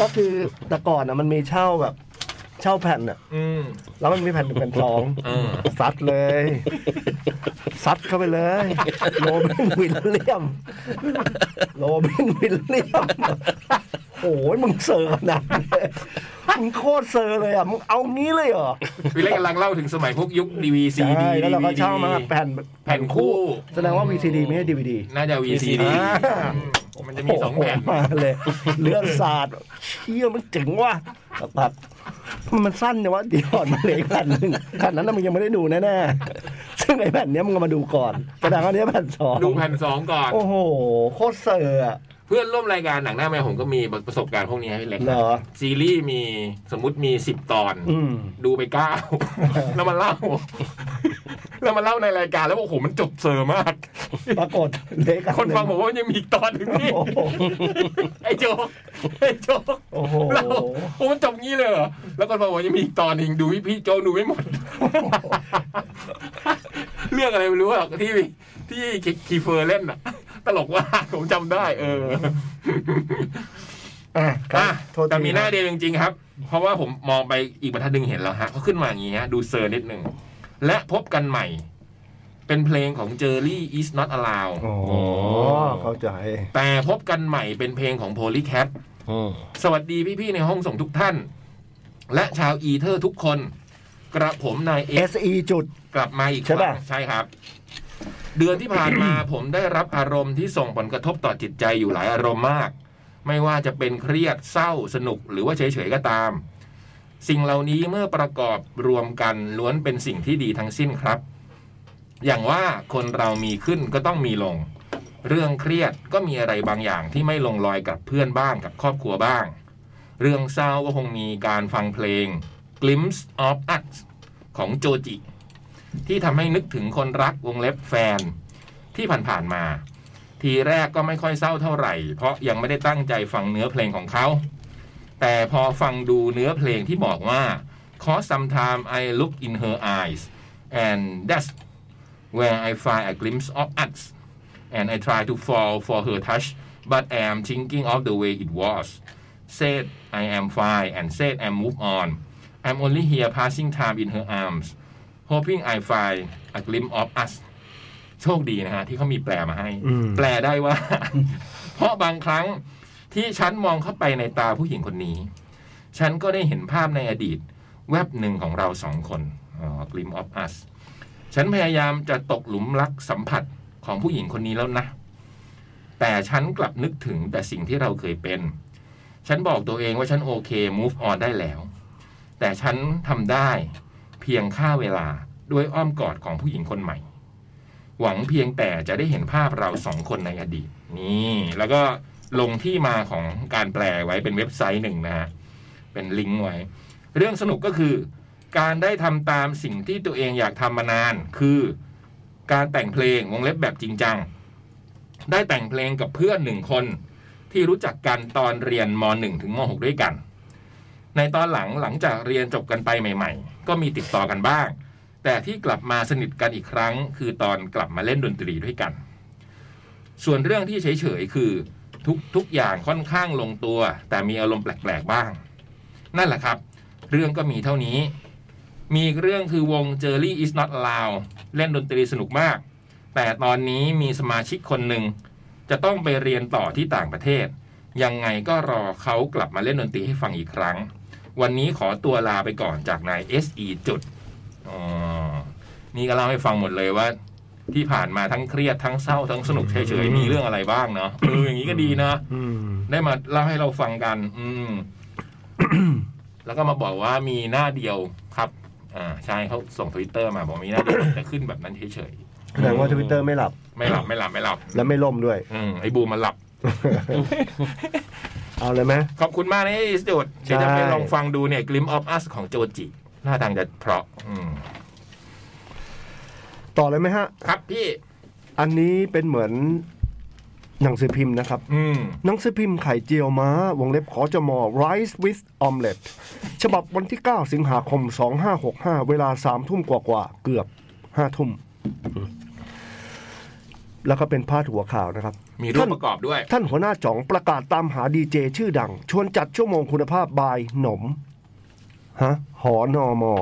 Speaker 3: ก็คือแต่ก่อนอ่ะ มันมีเช่าแบบ เช่าแผ่นอ่ะ
Speaker 1: อืม
Speaker 3: แล้วมันมีแผ่นหนึ่งแผ่นสอง
Speaker 1: เออ
Speaker 3: ซัดเลย ซัดเข้าไปเลยโรบินวิลเลียมโรบินวิลเลียมโอ้ยมึงเซอร์ขนาดนี้มึงโคตรเซอร์เลยอ่ะมึงเอางี้เลยเหรอ
Speaker 1: พี่เล็กกำลังเล่าถึงสมัยพวกยุคดีวีซี
Speaker 3: ใช่
Speaker 1: ดี
Speaker 3: แล้วเราก็เช่ามาแผ่น
Speaker 1: แผ่นคู่
Speaker 3: แสดงว่า VCD ไม่ใช่ DVD
Speaker 1: น่าจะวีซีดี มันจะมีสองแผ่น
Speaker 3: โโหมาเลย เลือดสาดเชี่ยมันเจ๋งว่ะสักพักมันสั้นเนี่ยว่าดีอ่อนมาเหลยแผ่นหนึ่งแผ่นนั้นนะมึงยังไม่ได้ดูแน่ๆซึ่งไอ้แผ่นเนี้ยมึงก็มาดูก่อนแสดงว่าเนี้ยแผ่นสอง
Speaker 1: ดูแผ่นสองก่อน
Speaker 3: โอ้โหโคตรเซอร์อะ
Speaker 1: เพื่อนร่วมรายการหนังหน้าแมวผมก็มีประสบการณ์พวกนี้ให้พี่เล็ก
Speaker 3: เหรอ
Speaker 1: ซีรีส์มีสมมติมีสิบตอน
Speaker 3: อืม
Speaker 1: ดูไปเก้า <laughs> แล้วมาเล่า <laughs> แล้วมาเล่าในรายการแล้วบอกโอ้โหมันจบเซอร์มาก
Speaker 3: ปรากฏเล็กอั
Speaker 1: คนฟัง
Speaker 3: ห
Speaker 1: บอง กว่ายังมีอีกตอนหนึ่งพี่
Speaker 3: โอ้โห
Speaker 1: ไอ้โจ๊กไอ้โจ๊ก
Speaker 3: โอ้โห
Speaker 1: เราโอ้มันจบงี้เลยเหรอ แล้วคนบอกว่ายังมีอีกตอนหนึ่งดูพี่พี่โจกดูไม่หมด <laughs> เรื่องอะไรไม่รู้หรอกที่ที่คีเฟอร์เล่นน่ะ ตลกว่ากผมจำได้ เออ
Speaker 3: อ่ะครับ
Speaker 1: อ่ะ
Speaker 3: โทษที
Speaker 1: แต่มีหน้าเดียวจริงๆครับ เพราะว่าผมมองไปอีกบรรทัดหนึ่งเห็นแล้วฮะเขาขึ้นมาอย่างงี้ฮะ ดูเซอร์นิดหนึ่ง และพบกันใหม่ เป็นเพลงของเจอรี่ is not allowed
Speaker 3: โอ้โหเข้าใจ
Speaker 1: แต่พบกันใหม่เป็นเพลงของ Polycat
Speaker 2: อืม
Speaker 1: สวัสดีพี่ๆในห้องส่งทุกท่าน และชาวอีเทอร์ทุกคน กระผมนายเอส
Speaker 3: SE จุด
Speaker 1: กลับมาอีกค
Speaker 3: ใช่
Speaker 1: รั้
Speaker 3: ปะ
Speaker 1: งใช่ครับ เดือนที่ผ่านมา
Speaker 3: <coughs>
Speaker 1: ผมได้รับอารมณ์ที่ส่งผลกระทบต่อจิตใจอยู่หลายอารมณ์มาก ไม่ว่าจะเป็นเครียดเศร้าสนุกหรือว่าเฉยๆก็ตาม สิ่งเหล่านี้เมื่อประกอบรวมกันล้วนเป็นสิ่งที่ดีทั้งสิ้นครับ อย่างว่าคนเรามีขึ้นก็ต้องมีลง เรื่องเครียดก็มีอะไรบางอย่างที่ไม่ลงรอยกับเพื่อนบ้างกับครอบครัวบ้าง เรื่องเศร้าก็คงมีการฟังเพลง Glimpse of Us ของโจจิ ที่ทำให้นึกถึงคนรักวงเล็บแฟน ที่ผ่านๆมา ทีแรกก็ไม่ค่อยเศร้าเท่าไหร่ เพราะยังไม่ได้ตั้งใจฟังเนื้อเพลงของเขา แต่พอฟังดูเนื้อเพลงที่บอกว่า Cause sometime I look in her eyes and that's where I find a glimpse of us and I try to fall for her touch but I am thinking of the way it was said I am fine and said I move on I'm only here passing time in her arms hoping I find a glimpse of us โชคดีนะฮะ ที่เขามีแปลมาให้
Speaker 3: อืม
Speaker 1: แปลได้ว่า <laughs> เพราะบางครั้งที่ฉันมองเข้าไปในตาผู้หญิงคนนี้ ฉันก็ได้เห็นภาพในอดีต แวบหนึ่งของเราสองคนกลิมออฟอัสฉันพยายามจะตกหลุมรักสัมผัสของผู้หญิงคนนี้แล้วนะ แต่ฉันกลับนึกถึงแต่สิ่งที่เราเคยเป็น ฉันบอกตัวเองว่าฉันโอเค move on ได้แล้ว แต่ฉันทำได้เพียงค่าเวลาด้วยอ้อมกอดของผู้หญิงคนใหม่ หวังเพียงแต่จะได้เห็นภาพเราสองคนในอดีต นี่ แล้วก็ลงที่มาของการแปลไว้เป็นเว็บไซต์หนึ่งนะฮะ เป็นลิงก์ไว้ เรื่องสนุกก็คือ การได้ทำตามสิ่งที่ตัวเองอยากทำมานาน คือการแต่งเพลงวงเล็บแบบจริงจัง ได้แต่งเพลงกับเพื่อนหนึ่งคน ที่รู้จักกันตอนเรียนม .1 ถึงม .6 ด้วยกัน ในตอนหลังหลังจากเรียนจบกันไปใหม่ ๆ ก็มีติดต่อกันบ้าง แต่ที่กลับมาสนิทกันอีกครั้ง คือตอนกลับมาเล่นดนตรีด้วยกัน ส่วนเรื่องที่เฉยๆคือทุกทุกอย่างค่อนข้างลงตัว แต่มีอารมณ์แปลกๆบ้าง นั่นแหละครับ เรื่องก็มีเท่านี้ มีอีกเรื่องคือวง Jerry is not allowed เล่นดนตรีสนุกมาก แต่ตอนนี้มีสมาชิกคนหนึ่ง จะต้องไปเรียนต่อที่ต่างประเทศ ยังไงก็รอเขากลับมาเล่นดนตรีให้ฟังอีกครั้ง วันนี้ขอตัวลาไปก่อนจากนาย SE จุดอ๋อนี่ก็เล่าให้ฟังหมดเลยว่า ที่ผ่านมาทั้งเครียดทั้งเศร้าทั้งสนุกเฉยๆมีเรื่องอะไรบ้างเนาะเออ <coughs> อย่างนี้ก็ดีนะ
Speaker 3: อืม
Speaker 1: ได้มาเล่าให้เราฟังกัน อืม <coughs> แล้วก็มาบอกว่ามีหน้าเดียวครับ อ่า ใช่เขาส่งทวิตเตอร์มาบอกมีหน้าเดียว แต่ขึ้นแบบนั้นเฉย
Speaker 3: แสดงว่าทวิตเตอร์ไม่หลับ
Speaker 1: ๆ ไม่หลับไม่หลับไม่หลับ
Speaker 3: และไม่ล่มด้วย
Speaker 1: อืมไอ้บูมมันหลับ
Speaker 3: เอาเลยไหม
Speaker 1: ขอบคุณมากนะไอ้อิสติวดเดี๋ยวจะไป
Speaker 3: ได้
Speaker 1: ลองฟังดูเนี่ย กลิมออฟอัสของโจจิหน้าทางจะเพราะ อืม
Speaker 3: ต่อเลยไหมฮะ
Speaker 1: ครับพี่
Speaker 3: อันนี้เป็นเหมือนหนังสือพิมพ์นะครับ
Speaker 1: อืม
Speaker 3: หนังสือพิมพ์ไข่เจียวม้า วงเล็บขอจมอ Rice with Omelette ฉบับวันที่ 9 สิงหาคม 2565 เวลา 3 ทุ่มกว่าๆ เกือบ 5 ทุ่ม แล้วก็เป็นพาดหัวข่าวนะครับ
Speaker 1: มีรูปประกอบด้วย
Speaker 3: ท่านหัวหน้าจ่องประกาศตามหาดีเจชื่อดัง ชวนจัดชั่วโมงคุณภาพบายหนม ฮะ หอนอมอ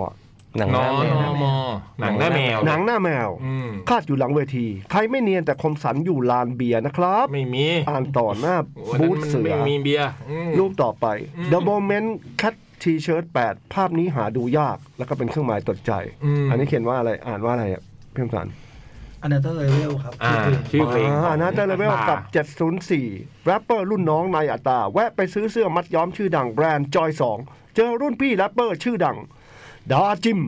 Speaker 2: หนัง
Speaker 1: น
Speaker 2: ห
Speaker 1: อ
Speaker 2: น้าน
Speaker 1: น
Speaker 2: แม
Speaker 1: อ
Speaker 2: ว
Speaker 1: มอหนังหน้าแมว
Speaker 3: หนังหน้าแมว
Speaker 1: อืม
Speaker 3: คาดอยู่หลังเวที ใครไม่เนียนแต่คมสันอยู่ลานเบียร์นะครับ
Speaker 1: ไม่มี
Speaker 3: อ่านต่อหน้า
Speaker 1: โอ้อัน
Speaker 3: บู
Speaker 1: นั้น
Speaker 3: ธ
Speaker 1: มัน
Speaker 3: เสือ
Speaker 1: ไม่มีเบียร์อืม
Speaker 3: รูปต่อไป
Speaker 1: อืม
Speaker 3: The Moment Cat T-shirt 8 ภาพนี้หาดูยาก แล้วก็เป็นเครื่องหมายตกใจ
Speaker 1: อืม
Speaker 3: อันนี้เขียนว่าอะไร อ่านว่าอะไรอ่ะพี่คมสัน
Speaker 4: อันเดอร์เลเวลครับ
Speaker 1: อ่าชื่อเพลง
Speaker 3: อ่านาเตอร์เลเวลกับ 704 แรปเปอร์รุ่นน้องนายอัตตา แวะไปซื้อเสื้อมัดย้อมชื่อดังแบรนด์จอย2 เจอรุ่นพี่แรปเปอร์ชื่อดัง ดาจิม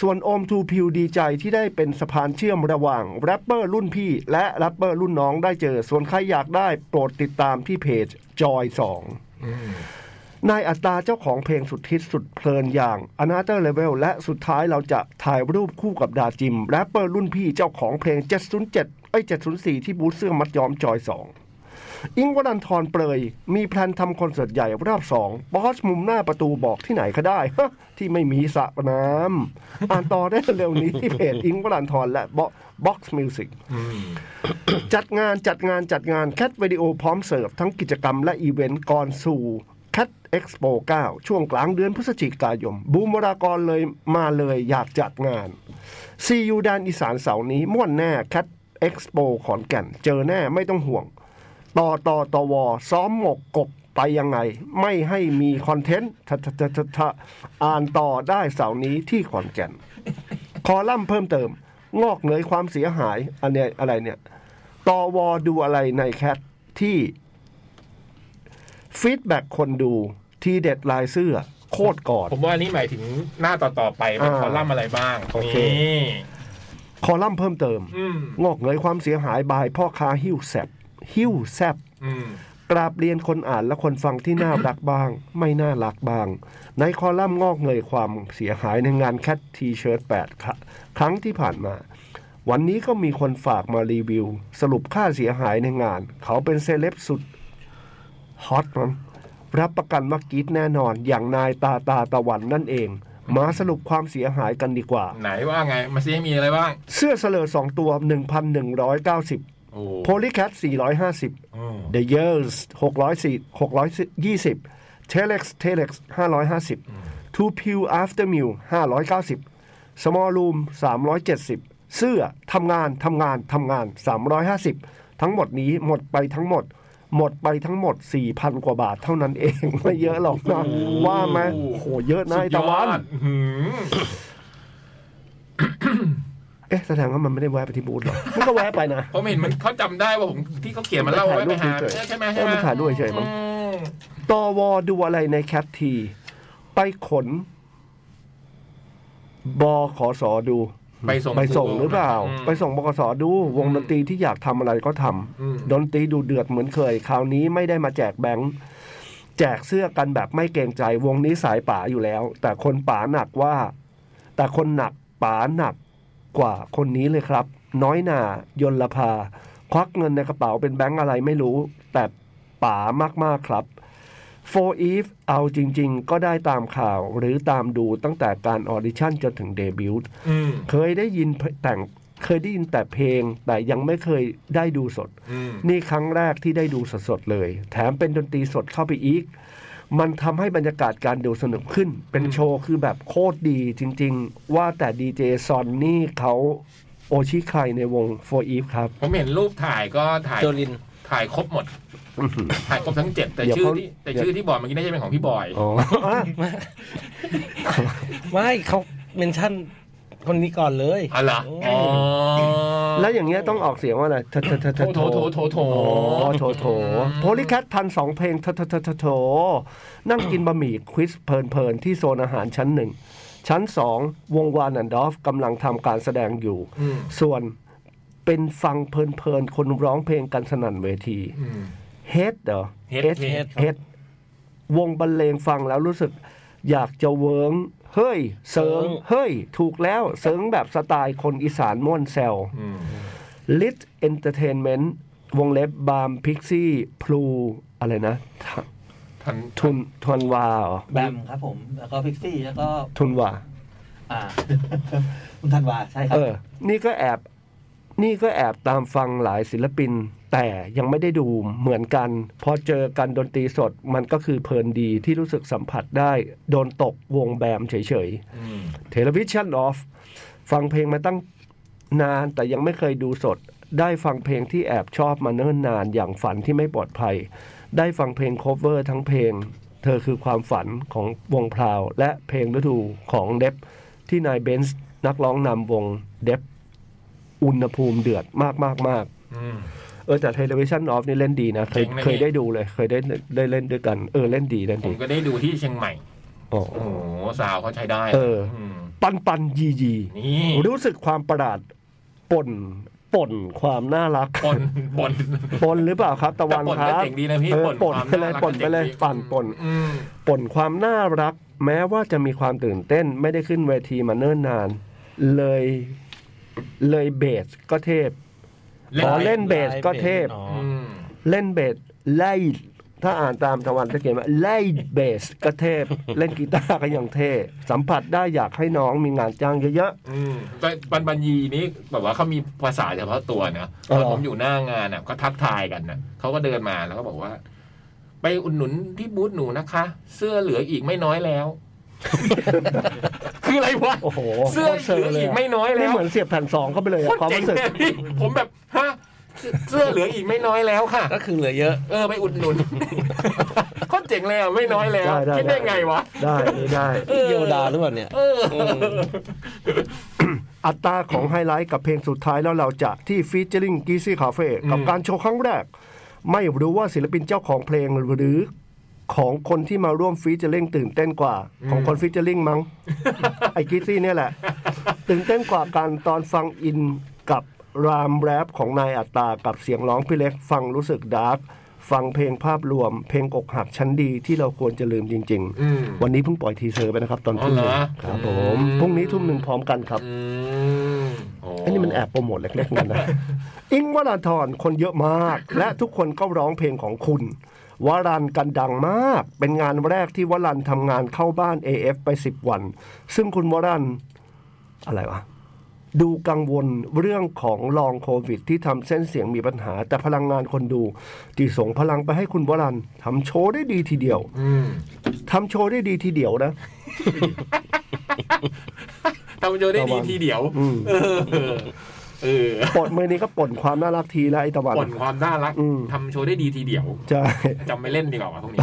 Speaker 3: ส่วนโอมทูพิวดีใจที่ได้เป็นสะพานเชื่อมระหว่างแรปเปอร์รุ่นพี่ และแรปเปอร์รุ่นน้องได้เจอ ส่วนใครอยากได้โปรดติดตามที่เพจจอย2
Speaker 1: อืม
Speaker 3: นายอัตราเจ้าของเพลงสุดฮิตสุดเพลินอย่าง Another Level และสุดท้ายเราจะถ่ายรูปคู่กับดาจิมแรปเปอร์รุ่นพี่เจ้าของเพลง 707ไอ้ย704 ที่บูธเสื้อมัดย้อมจอย 2 อิงค์วรันทรเปรย มีแพลนทำคอนเสิร์ตใหญ่รอบสองบอสมุมหน้าประตูบอกที่ไหนก็ได้ <laughs> ที่ไม่มีสระน้ำอ่านต่อได้เร็วนี้ที่เพจอิงค์วรันทรและบ็อกซ์มิวสิก
Speaker 1: อืม
Speaker 3: จัดงานจัดงานจัดงานแคทวิดีโอพร้อมเสิร์ฟ ทั้งกิจกรรมและอีเวนต์ก่อนสู่แคทเอ็กซ์โป9ช่วงกลางเดือนพฤศจิกายนบูมวรากรเลยมาเลยอยากจัดงาน ซียูดานอีสานเสาร์นี้ม่วนแน่แคทเอ็กซ์โปขอนแก่น เจอแน่ไม่ต้องห่วง ต่อต่อตอวอซ้อมหมกกบไปยังไง ไม่ให้มีคอนเทนต์ทะทะทะทะทะอ่านต่อได้เสาร์นี้ที่ขอนแก่น คอลัมน์เพิ่มเติม งอกเงยความเสียหายอันเนี้ยอะไรเนี่ย ตอวอดูอะไรในแคทที่ฟีดแบ็กคนดูทีเด็ดลายเสื้อ โคตรกอด
Speaker 1: ผมว่าอันนี้หมายถึงหน้าต่อ ๆ ไปเป็น
Speaker 3: อ่า
Speaker 1: คอลัมน์อะไรบ้าง
Speaker 3: โอเค
Speaker 1: นี่
Speaker 3: คอลัมน์เพิ่มเติม
Speaker 1: อืม
Speaker 3: งอกเงยความเสียหายบายพ่อค้าหิ้วแซบหิ้วแซบ
Speaker 1: อืม
Speaker 3: กราบเรียนคนอ่านและคนฟังที่น่ารักบ้าง ไม่น่ารักบ้าง ในคอลัมน์งอกเงยความเสียหายในงานแคททีเชิร์ต8ครัครั้งที่ผ่านมา วันนี้ก็มีคนฝากมารีวิว สรุปค่าเสียหายในงาน เขาเป็นเซเลบสุดฮอตมั้งรับประกันว่ากรีดแน่นอนอย่างนายตาตาตะวันนั่นเอง มาสรุปความเสียหายกันดีกว่า
Speaker 1: ไหนว่าไง มาซิมีอะไรบ้าง
Speaker 3: เสื้อเสลอสองตัว 1,190
Speaker 1: โอ้
Speaker 3: โพลีแคท450
Speaker 1: อืม
Speaker 3: The Years 604 620 Telex Telex 550 Two Pew After Meal 590 Small Room 370 เสื้อทำงานทำงานทำงาน 350 ทั้งหมดนี้หมดไปทั้งหมด หมดไปทั้งหมด 4,000 กว่าบาทเท่านั้นเอง <laughs> ไม่เยอะหรอกนะว่าไหมโอ้โหเยอะนะไอ้ตะวั
Speaker 1: สุด
Speaker 3: น
Speaker 1: ยอดหืม
Speaker 3: เอ๊ะแสดงว่ามันไม่ได้แวะไปที่บูธหรอ มันก็แวะไปนะ
Speaker 1: ผมเห็นมันเขาจำได้ว่าผมที่เขาเขียนมาเล่าไว้ไปหาใช่ไหม
Speaker 3: เอ
Speaker 1: ใช่
Speaker 3: อ
Speaker 1: ไหม
Speaker 3: มันถ่ายรูปเฉยๆมั้ง
Speaker 1: อืม
Speaker 3: ตอวอดูอะไรในแคทที ไปขน บอขอสอดู
Speaker 1: ไปส่ง
Speaker 3: ไปส่งหรือเปล่า
Speaker 1: ม
Speaker 3: ไปส่งบกสดู วงดนตรีที่อยากทำอะไรก็ทำ
Speaker 1: อืม
Speaker 3: ดนตรีดูเดือดเหมือนเคย คราวนี้ไม่ได้มาแจกแบงค์แจกเสื้อกันแบบไม่เกรงใจวงนี้สายป๋าอยู่แล้ว แต่คนป๋าหนักว่า แต่คนหนักป๋าหนักกว่าคนนี้เลยครับ น้อยหน่ายนลภา ควักเงินในกระเป๋าเป็นแบงค์อะไรไม่รู้ แต่ป๋ามากๆครับ For Eve เอาจริง ๆ ก็ได้ตามข่าวหรือตามดูตั้งแต่การออดิชั่นจนถึงเดบิวต์
Speaker 1: อืม
Speaker 3: เคยได้ยินเพแต่งเคยได้ยินแต่เพลง แต่ยังไม่เคยได้ดูสด
Speaker 1: อืม
Speaker 3: นี่ครั้งแรกที่ได้ดูสดๆเลย แถมเป็นดนตรีสดเข้าไปอีก มันทำให้บรรยากาศการดูสนุกขึ้น เป็นโชว์คือแบบโคตรดีจริงๆ ว่าแต่ดีเจซอนนี่เขาโอชิใครในวง For Eve ครับ
Speaker 1: ผมเห็นรูปถ่ายก็ถ่าย
Speaker 2: โจลิน
Speaker 1: ถ่ายครบหมด
Speaker 3: อื้อหือ
Speaker 1: ถ่ายครบทั้งเจ็ดแต่
Speaker 3: เดี๋ยว
Speaker 1: ชื่อ
Speaker 3: เขา
Speaker 1: ที่แต่ชื่อที่บอกเมื่อกี้น่าจะเป็นของพี่บอย
Speaker 3: อ๋ออ่ะ
Speaker 2: ไม่เขาเมนชั่นคนนี้ก่อนเลย
Speaker 1: อ๋อเหรออ๋อ
Speaker 3: แล้วอย่างเงี้ยต้องออกเสียงว่าอะไรโทโทโท
Speaker 1: โถ
Speaker 3: โท
Speaker 1: โถโถโถโถ
Speaker 3: โอ้โทโทโพลิแคททันสองเพลงโทโทโทโทโทนั่งกินบะหมี่ควิสเพลินๆที่โซนอาหารชั้นหนึ่ง ชั้นสองวงวานันดอฟกำลังทำการแสดงอยู่
Speaker 1: อืม
Speaker 3: ส่วนเป็นฟังเพลินๆ คนร้องเพลงกันสนั่นเวที
Speaker 1: อืม
Speaker 3: เฮดเหรอ
Speaker 1: Head
Speaker 3: Head
Speaker 1: Head
Speaker 3: Head วงบรรเลงฟังแล้วรู้สึก อยากจะเวิงเฮ้ย เสริง
Speaker 2: เสริง
Speaker 3: เฮ้ย ถูกแล้ว เสริงแบบสไตล์คนอีสานม่วนแซว
Speaker 1: อืม
Speaker 3: Lit Entertainment วงเล็บบามพิกซี่พลูอะไรนะ
Speaker 1: ทัน
Speaker 3: ทุนทวนวาเหรอ
Speaker 4: แบมครับผม แล้วก็พิกซี่ แล้วก็
Speaker 3: ทุนวา
Speaker 4: อ่า <laughs> คุณธันวาใช่ครั
Speaker 3: เอบ อ นี่ก็แอบ นี่ก็แอบตามฟังหลายศิลปิน แต่ยังไม่ได้ดูเหมือนกัน พอเจอกันดนตรีสดมันก็คือเพลินดีที่รู้สึกสัมผัสได้ โดนตกวงแบมเฉย
Speaker 1: อืม
Speaker 3: ๆเทเลวิชันออฟฟังเพลงมาตั้งนานแต่ยังไม่เคยดูสด ได้ฟังเพลงที่แอบชอบมาเนิ่นนานอย่างฝันที่ไม่ปลอดภัย ได้ฟังเพลงโคเวอร์ทั้งเพลง เธอคือความฝันของวงพราว และเพลงฤดูของเดฟที่นายเบนซ์นักร้องนำวงเดฟอุณหภูมิเดือดมากมากมาก
Speaker 1: อืม
Speaker 3: เออแต่เทเลวิชันออฟนี่เล่นดีนะ เคย
Speaker 1: เจ๋งเลยนี่
Speaker 3: เคยได้ดูเลย เคยได้ได้เล่นด้วยกัน เออเล่นดีเล่น
Speaker 1: ผ
Speaker 3: ดี
Speaker 1: มก็ได้ดูที่เชียงใหม่
Speaker 3: อ๋อ
Speaker 1: โอ้โหสาวเขาใช้ได้
Speaker 3: เออ
Speaker 1: ม
Speaker 3: ปันปันยียี
Speaker 1: นี่
Speaker 3: รู้สึกความประหลาดปนปนความน่า
Speaker 1: <laughs>
Speaker 3: รัก
Speaker 1: ปนปน
Speaker 3: ปนหรือเปล่าครับตะวัน
Speaker 1: แต่ปน
Speaker 3: ค
Speaker 1: ก็
Speaker 3: รับ
Speaker 1: เจ๋งดีนะพี่
Speaker 3: เออป
Speaker 1: ป
Speaker 3: น
Speaker 1: น
Speaker 3: ไปเลยปนไปเลยปั่นปน
Speaker 1: อืม
Speaker 3: ป่นความน่ารัก แม้ว่าจะมีความตื่นเต้นไม่ได้ขึ้นเวทีมาเนิ่นนาน เลยเลยเบสก็เทพ อ๋อเล่น บสก็เทพ
Speaker 2: อ๋อ
Speaker 1: อืม
Speaker 3: เล่นเบสไล่ถ้าอ่านตามตะวันจะเขียนว่าไล่เบสก็เท
Speaker 1: <laughs>
Speaker 3: พ เล่นกีตาร์ก็ยังเทพสัมผัสได้อยากให้น้องมีงานจ้างเยอะ
Speaker 1: อืมแต่บันบัญญีนี่แบบว่าเขามีภาษาเฉพาะตัวนะต
Speaker 3: อ๋อ
Speaker 1: อน
Speaker 3: เหรอ
Speaker 1: ผมอยู่หน้างานอ่ะ ก็ทักทายกันนะเขาก็เดินมาแล้วก็บอกว่า ไปอุดหนุนที่บูธหนูนะคะ เสื้อเหลืออีกไม่น้อยแล้ว คืออะไรวะ
Speaker 3: ๆ โอ้โห
Speaker 1: เสื้อ
Speaker 3: โคตร
Speaker 1: เหลือ
Speaker 3: เลย
Speaker 1: อีกไม่น้อย
Speaker 3: นี่
Speaker 1: แล้ว
Speaker 3: เหมือนเสียบแผ่นสองเข้าไปเลย
Speaker 1: โค
Speaker 3: อะ
Speaker 1: ต
Speaker 3: ความ
Speaker 1: รเจ๋ง
Speaker 3: รู้สึก
Speaker 1: เลยพี่ผมแบบฮะเสื้อเสื้อเหลืออีกไม่น้อยแล้วค่ะ
Speaker 2: ก็คือเหลือเยอะ
Speaker 1: เออไปอุดหนุน <laughs> โคตรเจ๋งเลยอ่ะไม่น้อยแล้ว
Speaker 3: ได้ได้
Speaker 1: คิดได้ไงวะ
Speaker 3: ได้ได้ได้
Speaker 1: เออ
Speaker 2: โยดาหรือเปล่าเนี่ย
Speaker 1: เออ
Speaker 3: อัตราของไฮไลท์กับเพลงสุดท้ายแล้วเราจะที่ฟีเจอริงกีซี่คาเฟ่กับการโชว์ครั้งแรก ไม่รู้ว่าศิลปินเจ้าของเพลงหรือของคนที่มาร่วมฟีเจอริงตื่นเต้นกว่า ของคนฟีเจอริง
Speaker 1: <laughs>
Speaker 3: มั้ง ไอ้กีซี่เนี่ยแหละ ตื่นเต้นกว่าการตอนฟังอินกับรามแรปของนายอัตตากับเสียงร้องพี่เล็กฟังรู้สึกดาร์กฟังเพลงภาพรวม เพลงอกหักชั้นดีที่เราควรจะลืมจริง
Speaker 1: อืม
Speaker 3: ๆ วันนี้เพิ่งปล่อยทีเซอร์ไปนะครับตอนทุ่มหนึ่ง
Speaker 1: อ๋อเหรอ
Speaker 3: ครับผม
Speaker 1: อืม
Speaker 3: พรุ่งนี้ทุ่มหนึ่งพร้อมกันครับ
Speaker 1: อืมโ
Speaker 3: อันนี้มันแอบโปรโมทเล็กๆเหมือนกันนะ <laughs> อิงค์วรันทรคนเยอะม <laughs> าก และทุกคนก็ร้องเพลงของคุณ วรันกันดังมาก เป็นงานแรกที่วรันทำงานเข้าบ้าน AF ไป 10 วัน ซึ่งคุณวรันอะไรวะ ดูกังวลเรื่องของลองโควิด ที่ทำเส้นเสียงมีปัญหา แต่พลังงานคนดู ที่ส่งพลังไปให้คุณวรันทำโชว์ได้ดีทีเดียว
Speaker 1: อืม
Speaker 3: ทำโชว์ได้ดีทีเดียวนะ
Speaker 1: ทำโจได้ดีทีเดียว
Speaker 3: อืม
Speaker 1: เออ เออ
Speaker 3: ปลดมือนี้ก็ปลดความน่ารักทีแล้วไอ้ตะวัน
Speaker 1: ป่นความน่ารัก
Speaker 3: อืม
Speaker 1: ทำโชว์ได้ดีทีเดียว
Speaker 3: ใช่ <laughs>
Speaker 1: จำไม่เล่นดีกว่าวะพวกนี้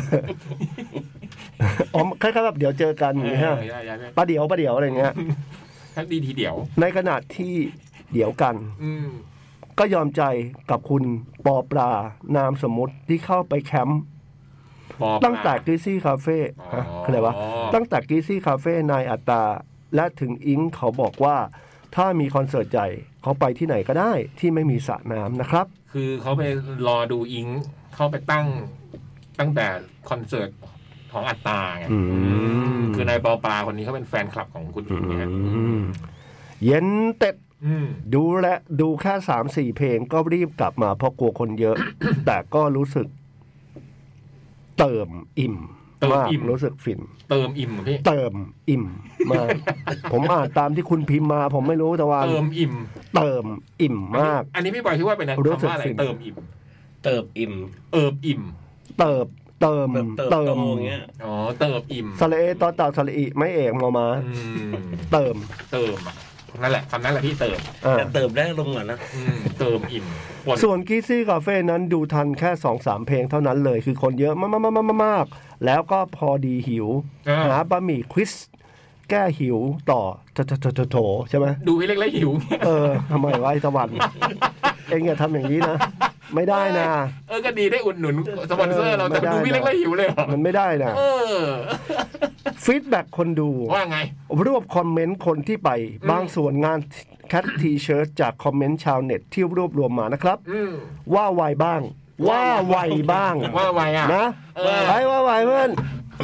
Speaker 3: อ๋อคล้ายๆแบบเดี๋ยวเจอกันอย่างเงี้ยฮะ
Speaker 1: เออใช่ใช่ใช่
Speaker 3: ปะเดี๋ยวปะเดี๋ยวอะไรอย่างเงี้ย
Speaker 1: <laughs> ถ้าดีทีเดียว
Speaker 3: ในขณะที่เดี๋ยวกัน
Speaker 1: อืม
Speaker 3: ก็ยอมใจกับคุณปอปลานามสมมติที่เข้าไปแคมป์
Speaker 1: ปอบ
Speaker 3: ตั้งแต่กรีซี่คาเฟ่ฮะ
Speaker 1: อ๋อ
Speaker 3: คืออะไรวะตั้งแต่กรีซี่คาเฟ่นายอัตตา และถึงอิงเขาบอกว่า ถ้ามีคอนเสิร์ตใหญ่เขาไปที่ไหนก็ได้ที่ไม่มีสระน้ำนะครับ
Speaker 1: คือเขาไปรอดูอิงเข้าไปตั้งตั้งแต่คอนเสิร์ตของอัตตาไง
Speaker 3: อืม
Speaker 1: คือนายปอปลาคนนี้เขาเป็นแฟนคลับของคุณอิงนะฮะ
Speaker 3: เย็นเต็ด
Speaker 1: อืม
Speaker 3: ดูและดูแค่สามสี่เพลงก็รีบกลับมาเพราะกลัวคนเยอะ <coughs> แต่ก็รู้สึกเติมอิ่ม
Speaker 1: เติม
Speaker 3: มาก
Speaker 1: อิ่ม
Speaker 3: รู้สึกฟิน
Speaker 1: เติมอิ่มเหรอพี่
Speaker 3: เติมอิ่มมาก ผมอ่านตามที่คุณพิมพ์มา ผมไม่รู้แต่ว่า
Speaker 1: เติมอิ่ม
Speaker 3: เติมอิ่มมาก
Speaker 1: อันนี้พี่บอยคิดว่าเป็น
Speaker 3: รู้สึ
Speaker 1: คำ
Speaker 3: ก
Speaker 1: ว่าอะไร
Speaker 3: ฟิน
Speaker 1: เติมอิ่ม
Speaker 2: เติบอิ่ม
Speaker 1: เอิบอิ่ม
Speaker 3: เติบเติม
Speaker 2: แบบเติบ
Speaker 3: เติ
Speaker 2: โต
Speaker 3: ม
Speaker 2: อย่างเงี้ย
Speaker 1: อ๋อ เติบอิ่ม
Speaker 3: สระเอตอเต่าสระอิไม่เอกมอมา
Speaker 1: อืม
Speaker 3: เติม
Speaker 1: เติมอ่ะนั่นแหละคำนั้นแหละพี่เติม
Speaker 3: อ่า
Speaker 2: แต่เติบได้ลงก่อนนะ
Speaker 1: อืมเติมอิ่มปน
Speaker 3: ส่วนกีซี่กาเฟ่นั้นดูทันแค่สองสามเพลงเท่านั้นเลย คือคนเยอะมากๆๆๆๆแล้วก็พอดีหิว
Speaker 1: อ่า
Speaker 3: หาบะหมี่ควิสแก้หิวต่อโถโถโถโถโถใช่ไหม
Speaker 1: ดูให้เล็กแล้วหิว
Speaker 3: เออทำไมวะไอ้ตะวัน เองอย่าทำอย่างนี้นะ ไม่ได้นะ
Speaker 1: เออก็ดีได้อุดหนุนสปอนเซอร์เราแต่
Speaker 3: เออไม่
Speaker 1: ดูให้
Speaker 3: ได้
Speaker 1: เล็กแล้วหิวเลยเหรอ
Speaker 3: มันไม่ได้นะ
Speaker 1: เออ
Speaker 3: ฟีดแบ็คนดู
Speaker 1: ว่าไง
Speaker 3: รวบคอมเมนต์คนที่ไป บางส่วนงานแคททีเชิร์ตจากคอมเมนต์ชาวเน็ตที่รวบรวมมานะครับ
Speaker 1: อืม
Speaker 3: ว่าไวบ้าง ว่าไวบ้าง
Speaker 1: ว่าไวอ่ะ
Speaker 3: นะ
Speaker 1: เออ
Speaker 3: ไอ้ว่าไวเพื่อน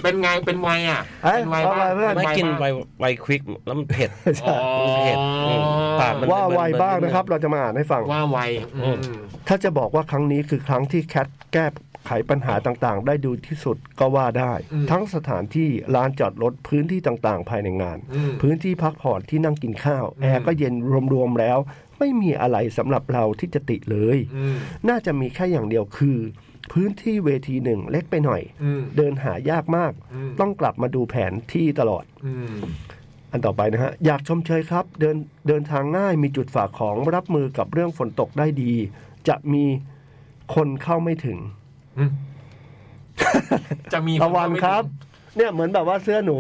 Speaker 1: เป็นไงเป็นไวอ่ะ
Speaker 3: เอ้ย
Speaker 1: เป็นไว
Speaker 3: ว่า
Speaker 1: บ้า
Speaker 3: ไว
Speaker 1: ง
Speaker 3: เพื่อน
Speaker 2: ไม่กินไว
Speaker 1: บ้าง
Speaker 2: ไวควิกแล้วมันเผ็ด
Speaker 1: อ๋อ
Speaker 2: มันเผ็ดอืมปากมัน
Speaker 3: ว่าไวบ้างนะครับ เราจะมาอ่านให้ฟัง
Speaker 1: ว่าไวอืม
Speaker 3: ถ้าจะบอกว่าครั้งนี้คือครั้งที่แคทแก้ไขปัญหาต่างๆ ได้ดูที่สุดก็ว่าได้ ทั้งสถานที่ลานจอดรถพื้นที่ต่างๆ ภายในงาน
Speaker 1: อืม
Speaker 3: พื้นที่พักผ่อนที่นั่งกินข้าว แอร์ก็เย็นรวมๆแล้ว ไม่มีอะไรสำหรับเราที่จะติเลย
Speaker 1: อืม
Speaker 3: น่าจะมีแค่อย่างเดียวคือ พื้นที่เวทีหนึ่งเล็กไปหน่อย
Speaker 1: อืม
Speaker 3: เดินหายากมาก
Speaker 1: อืม
Speaker 3: ต้องกลับมาดูแผนที่ตลอด
Speaker 1: อืม
Speaker 3: อันต่อไปนะฮะ อยากชมเชยครับ เดินเดินทางง่ายมีจุดฝากของรับมือกับเรื่องฝนตกได้ดี จะมีคนเข้าไม่ถึง
Speaker 1: จะมี
Speaker 3: ตะวันครับ เนี่ยเหมือนแบบว่าเสื้อหนู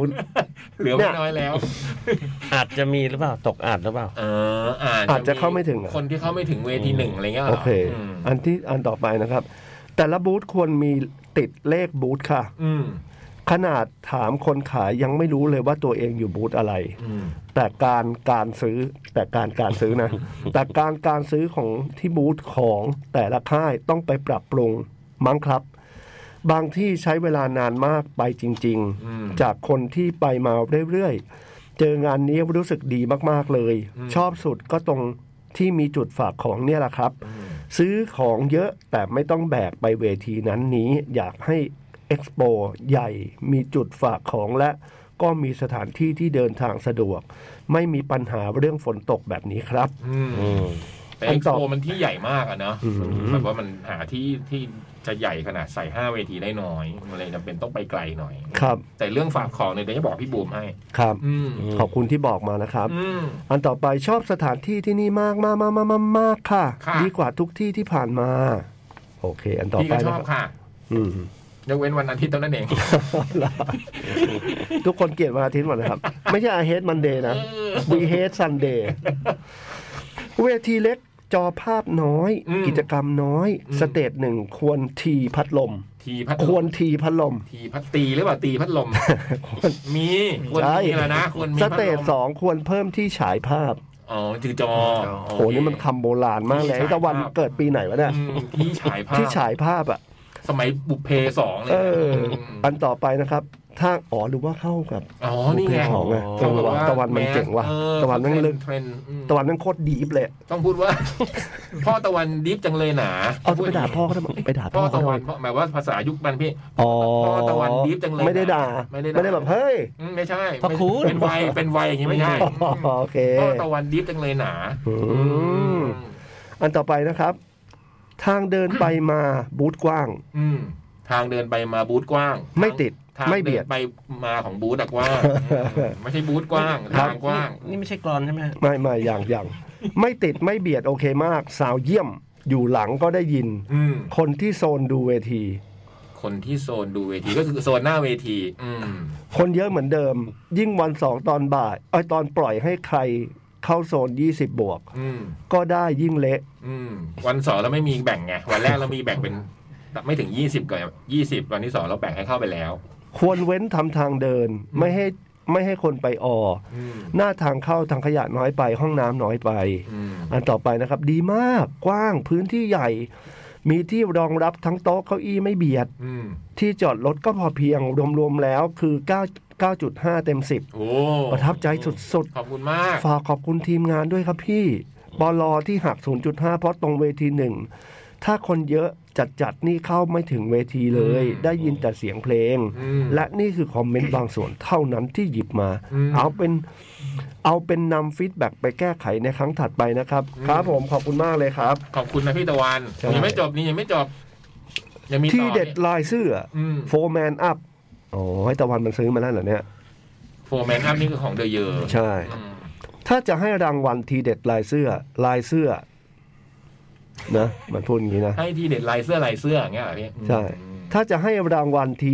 Speaker 1: เหลือ
Speaker 3: เนี่
Speaker 1: ไม่
Speaker 3: ย
Speaker 1: น้อยแล้ว
Speaker 2: อาจจะมีหรือเปล่า ตกอาจหรือเปล่า
Speaker 1: เอออา
Speaker 3: อาจจะเข้าไม่ถึงเหรอ
Speaker 1: คนที่เข้าไม่ถึงเวทีหนึ่งอะไรเงี้ยหร
Speaker 3: โอเค
Speaker 1: ม
Speaker 3: อันที่อันต่อไปนะครับ แต่ละบูธควรมีติดเลขบูธค่ะ
Speaker 1: อืม
Speaker 3: ขนาดถามคนขายยังไม่รู้เลยว่าตัวเองอยู่บูธอะไร
Speaker 1: อืม
Speaker 3: แต่การการซื้อแต่การการซื้อ
Speaker 1: <laughs>
Speaker 3: นะ แต่การการซื้อของที่บูธของแต่ละค่ายต้องไปปรับปรุงมั้งครับ บางที่ใช้เวลานานมากไปจริง
Speaker 1: อืม
Speaker 3: ๆ จากคนที่ไปมาเรื่อยๆ เจองานนี้รู้สึกดีมากๆเลย
Speaker 1: อืม
Speaker 3: ชอบสุดก็ตรงที่มีจุดฝากของเนี่ยแหละครับ
Speaker 1: อืม
Speaker 3: ซื้อของเยอะแต่ไม่ต้องแบกไปเวทีนั้นนี้ อยากให้เอ็กซ์โปใหญ่มีจุดฝากของและก็มีสถานที่ที่เดินทางสะดวก ไม่มีปัญหาเรื่องฝนตกแบบนี้ครับ
Speaker 1: อืม
Speaker 2: อืม
Speaker 1: แต่
Speaker 3: อั
Speaker 1: เอ็
Speaker 3: น
Speaker 1: ก
Speaker 3: ต่อ
Speaker 1: โปมันที่ใหญ่มากอะเนาะ
Speaker 3: อืม
Speaker 1: แบบว่ามันหาที่ที่จะใหญ่ขนาดใส่ห้าเวทีได้น้อยมันเลยจำเป็นต้องไปไกลหน่อย
Speaker 3: ครับ
Speaker 1: แต่เรื่องฝากของเนี่ยเดี๋ยวจะบอกพี่บูมให้
Speaker 3: ครับ
Speaker 1: อืม
Speaker 2: ม
Speaker 3: ขอบคุณที่บอกมานะครับ
Speaker 1: อืม
Speaker 3: อันต่อไปชอบสถานที่ที่นี่มากมากมากมากมากมากค่ะ
Speaker 1: ค่ะ
Speaker 3: ดีกว่าทุกที่ที่ผ่านมา โอเค อันต่อ
Speaker 1: พี่
Speaker 3: ไป
Speaker 1: ก็ช
Speaker 3: นะ
Speaker 1: อบ
Speaker 3: ครับ
Speaker 1: ค่ะ
Speaker 3: อืม
Speaker 1: ยกเว้นวันอาทิตย์เท่านั้นเอง
Speaker 3: ทุกคนเกลียดวันอาทิตย์หมดนะครับ ไม่ใช่ I hate Monday นะ We hate Sunday เวทีเล็กจอภาพน้อย
Speaker 1: อืม
Speaker 3: กิจกรรมน้อย
Speaker 1: อืม
Speaker 3: สเตจหนึ่งควรทีพัดลม
Speaker 1: ทีพัด
Speaker 3: ควรทีพัดลม
Speaker 1: ทีพัดตีหรือเปล่าตีพัดลม มีควร
Speaker 3: ใช่
Speaker 1: มีแล้วนะควรมี
Speaker 3: ส
Speaker 1: พัดลม
Speaker 3: เตจสองควรเพิ่มที่ฉายภาพ
Speaker 1: อ๋อจือจอ
Speaker 3: โอ้
Speaker 1: โอ
Speaker 3: โห
Speaker 1: เค
Speaker 3: นี่มันคำโบราณมากเลย
Speaker 1: ที่
Speaker 3: ไอ้
Speaker 1: ฉายภาพ
Speaker 3: ตะวันเกิดปีไหนวะเนี่ย
Speaker 1: อืมที่ฉายภาพ
Speaker 3: ที่ฉายภาพอ่ะ
Speaker 1: สมัยบุพเพสองเลย
Speaker 3: เอ
Speaker 1: นะ
Speaker 3: อ อันต่อไปนะครับ ถ้าอ๋อหรือว่าเข้ากับ
Speaker 1: อ๋อนี่ไง
Speaker 3: บุพเพสองไง
Speaker 1: เขาแบบ
Speaker 3: เออว่ะตะวันมันเจ๋งว่ะ
Speaker 1: ออ
Speaker 3: ตะวันแม่งลึก
Speaker 1: เทรนด์อืม
Speaker 3: ตะวันนั่งโคตรดีฟเลย
Speaker 1: ต้องพูดว่า <laughs> พ่อตะวันดิฟจังเลยหนา
Speaker 3: เอาจะไปด่าพ่อเขาทำไมไปด่า
Speaker 1: พ่
Speaker 3: พ่
Speaker 1: อ
Speaker 3: อเขา
Speaker 1: ตะ
Speaker 3: ทำไม
Speaker 1: วันเพราะหมายว่าภาษายุคมันพี่
Speaker 3: อ๋อ
Speaker 1: พ่อตะวันดีฟจังเลยนะ
Speaker 3: ไม่ได้ด่า
Speaker 1: ไม่ได้ด่า
Speaker 3: แบบเฮ้ย
Speaker 1: อืมไม่ใช่
Speaker 2: พระคุณ
Speaker 1: เป็นวัยเป็นวัยอย่างนี้ไม่ใช่
Speaker 3: อ๋อโอเค
Speaker 1: พ่อตะวันดิฟจังเลยหนา
Speaker 3: อืม
Speaker 1: อืม
Speaker 3: อันต่อไปนะครับ ทางเดินไปมาบูธกว้าง
Speaker 1: อืมทางเดินไปมาบูธกว้าง
Speaker 3: ไม่ติด
Speaker 1: ทาง
Speaker 3: ไม่
Speaker 1: เดิ
Speaker 3: เบีย
Speaker 1: น
Speaker 3: ด
Speaker 1: ไปมาของ
Speaker 3: <laughs>
Speaker 1: บูธอะกว้าง ไม่ใช่บูธกว้าง
Speaker 3: ครับ
Speaker 1: ทางกว้าง
Speaker 2: นี่ไม่ใช่กรอนใช่ไหมฮะ
Speaker 3: ไม่ไม่อย่างอย่าง ไม่ติดไม่เบียดโอเคมาก สาวเยี่ยมอยู่หลังก็ได้ยิน
Speaker 1: อืม
Speaker 3: คนที่โซนดูเวที
Speaker 1: คนที่โซนดูเวทีก็คือโซนหน้าเวที อืม
Speaker 3: คนเยอะเหมือนเดิม ยิ่งวันสองตอนบ่ายเอยตอนปล่อยให้ใครเข้าโซน 20 บวก
Speaker 1: อืม
Speaker 3: ก็ได้ยิ่งเละ
Speaker 1: อืม วันเสาร์เราไม่มีแบ่งไง วันแรกเรามีแบ่งเป็น ไม่ถึงยี่สิบก่อนยี่สิบวันที่สองเราแบ่งให้เข้าไปแล้ว
Speaker 3: ควรเว้นทำทางเดิน ไม่ให้ไม่ให้คนไปออ
Speaker 1: อืม
Speaker 3: หน้าทางเข้าทางขยะน้อยไป ห้องน้ำน้อยไป
Speaker 1: อืม
Speaker 3: อันต่อไปนะครับ ดีมากกว้างพื้นที่ใหญ่ มีที่รองรับทั้งโต๊ะเก้าอี้ไม่เบียด
Speaker 1: อืม
Speaker 3: ที่จอดรถก็พอเพียงรวมๆแล้วคือ 9 9.5 เต็ม 10
Speaker 1: โอ้
Speaker 3: ประทับใจสุด
Speaker 1: ขอบคุณมาก
Speaker 3: ๆ ฝากขอบคุณทีมงานด้วยครับพี่ปอลอที่หัก 0.5 เพราะตรงเวทีหนึ่ง ถ้าคนเยอะจัดๆ นี่เข้าไม่ถึงเวทีเลย
Speaker 1: อืม
Speaker 3: ได้ยินแต่เสียงเพลง
Speaker 1: อืม
Speaker 3: และนี่คือคอมเมนต์บางส่วนเท่านั้นที่หยิบมา
Speaker 1: อืม
Speaker 3: เอาเป็นเอาเป็นนำฟีดแบ็กไปแก้ไขในครั้งถัดไปนะครับ ครับผมขอบคุณมากเลยครับ
Speaker 1: ขอบคุณนะพี่ตะวัน
Speaker 3: ใช่
Speaker 1: ยังไม่จบนี่ยังไม่จบ ยังมีต่อ
Speaker 3: ที่เด็ด
Speaker 1: นี่ย
Speaker 3: ลายเสื้อ
Speaker 1: อืม
Speaker 3: โฟร์แมนอัพโอ้ให้ตะวันมันซื้อมาแล้วเหรอเนี่ย
Speaker 1: โฟร์แมนอัพนี่คือของเดอะเยอร์
Speaker 3: ใช่ ถ้าจะให้รางวัลทีเด็ดลายเสื้อลายเสื้อ นะมันพูดอย่างนี้นะ
Speaker 1: ให้ที่เด็ดลายเสื้อลายเสื้ออย่างเงี้ยเหรอพี่
Speaker 3: ใช่ ถ้าจะให้รางวัลที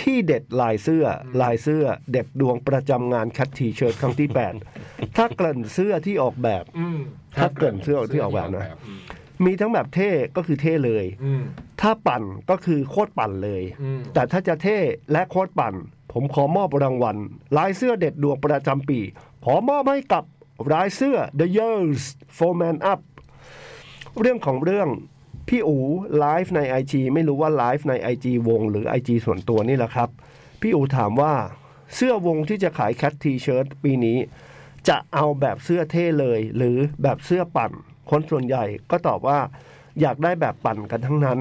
Speaker 3: ที่เด็ดลายเสื้อ ลายเสื้อ เด็ดดวงประจำงานแคททีเชิร์ตครั้งที่ 8 ถ้าเกริ่นเสื้อที่ออกแบบ
Speaker 1: อืม
Speaker 3: ถ้าเกิดเสื้อที่ออกแบบนะ
Speaker 1: อืม
Speaker 3: มีทั้งแบบเท่ก็คือเท่เลย
Speaker 1: อืม
Speaker 3: ถ้าปั่นก็คือโคตรปั่นเลย
Speaker 1: อืม
Speaker 3: แต่ถ้าจะเท่และโคตรปั่น ผมขอมอบรางวัลลายเสื้อเด็ดดวงประจำปี ขอมอบให้กับลายเสื้อ The Years for Man Up เรื่องของเรื่องพี่อูไลฟ์ใน IG ไม่รู้ว่าไลฟ์ใน IG วงหรือ IG ส่วนตัวนี่แหละครับ พี่อูถามว่าเสื้อวงที่จะขายแคททีเชิร์ตปีนี้ จะเอาแบบเสื้อเท่เลย หรือแบบเสื้อปั่น คนส่วนใหญ่ก็ตอบว่าอยากได้แบบปั่นกันทั้งนั้น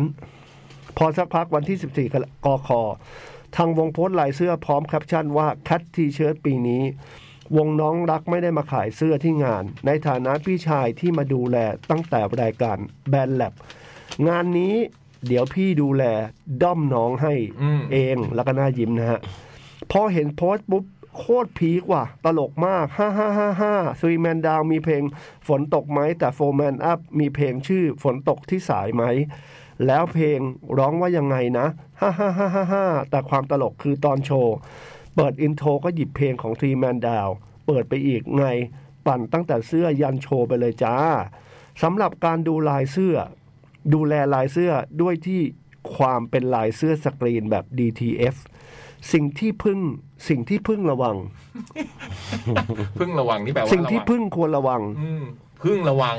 Speaker 3: พอสักพักวันที่ 14กรกคทางวงโพสต์ลายเสื้อพร้อมแคปชั่นว่าแคททีเชิร์ตปีนี้ วงน้องรักไม่ได้มาขายเสื้อที่งาน ในฐานะพี่ชายที่มาดูแลตั้งแต่รายการแบนแลบงานนี้เดี๋ยวพี่ดูแลด้อมน้องให้
Speaker 1: อืม
Speaker 3: เองแล้วก็น่ายิ้มนะฮะ พอเห็นโพสต์ปุ๊บ โคตรพีกว่ะ ตลกมาก 5 5 5 5 3 Man Down มีเพลงฝนตกไหม แต่ 4 Man Up มีเพลงชื่อฝนตกที่สายไหม แล้วเพลงร้องว่ายังไงนะ 5 5 5 5 5 แต่ความตลกคือตอนโชว์ เปิดอินโทรก็หยิบเพลงของ 3 Man Down เปิดไปอีกไง ปั่นตั้งแต่เสื้อยันโชว์ไปเลยจ้าสำหรับการดูลายเสื้อ ดูแลลายเสื้อด้วยที่ความเป็นลายเสื้อสกรีนแบบ DTF สิ่งที่พึ่งสิ่งที่พึ่งระวัง
Speaker 1: พึ่งระวังนี่แปลว่า
Speaker 3: สิ่งที่
Speaker 1: ระวั
Speaker 3: พึ่งควรระวัง
Speaker 1: อืมพึ่งระวัง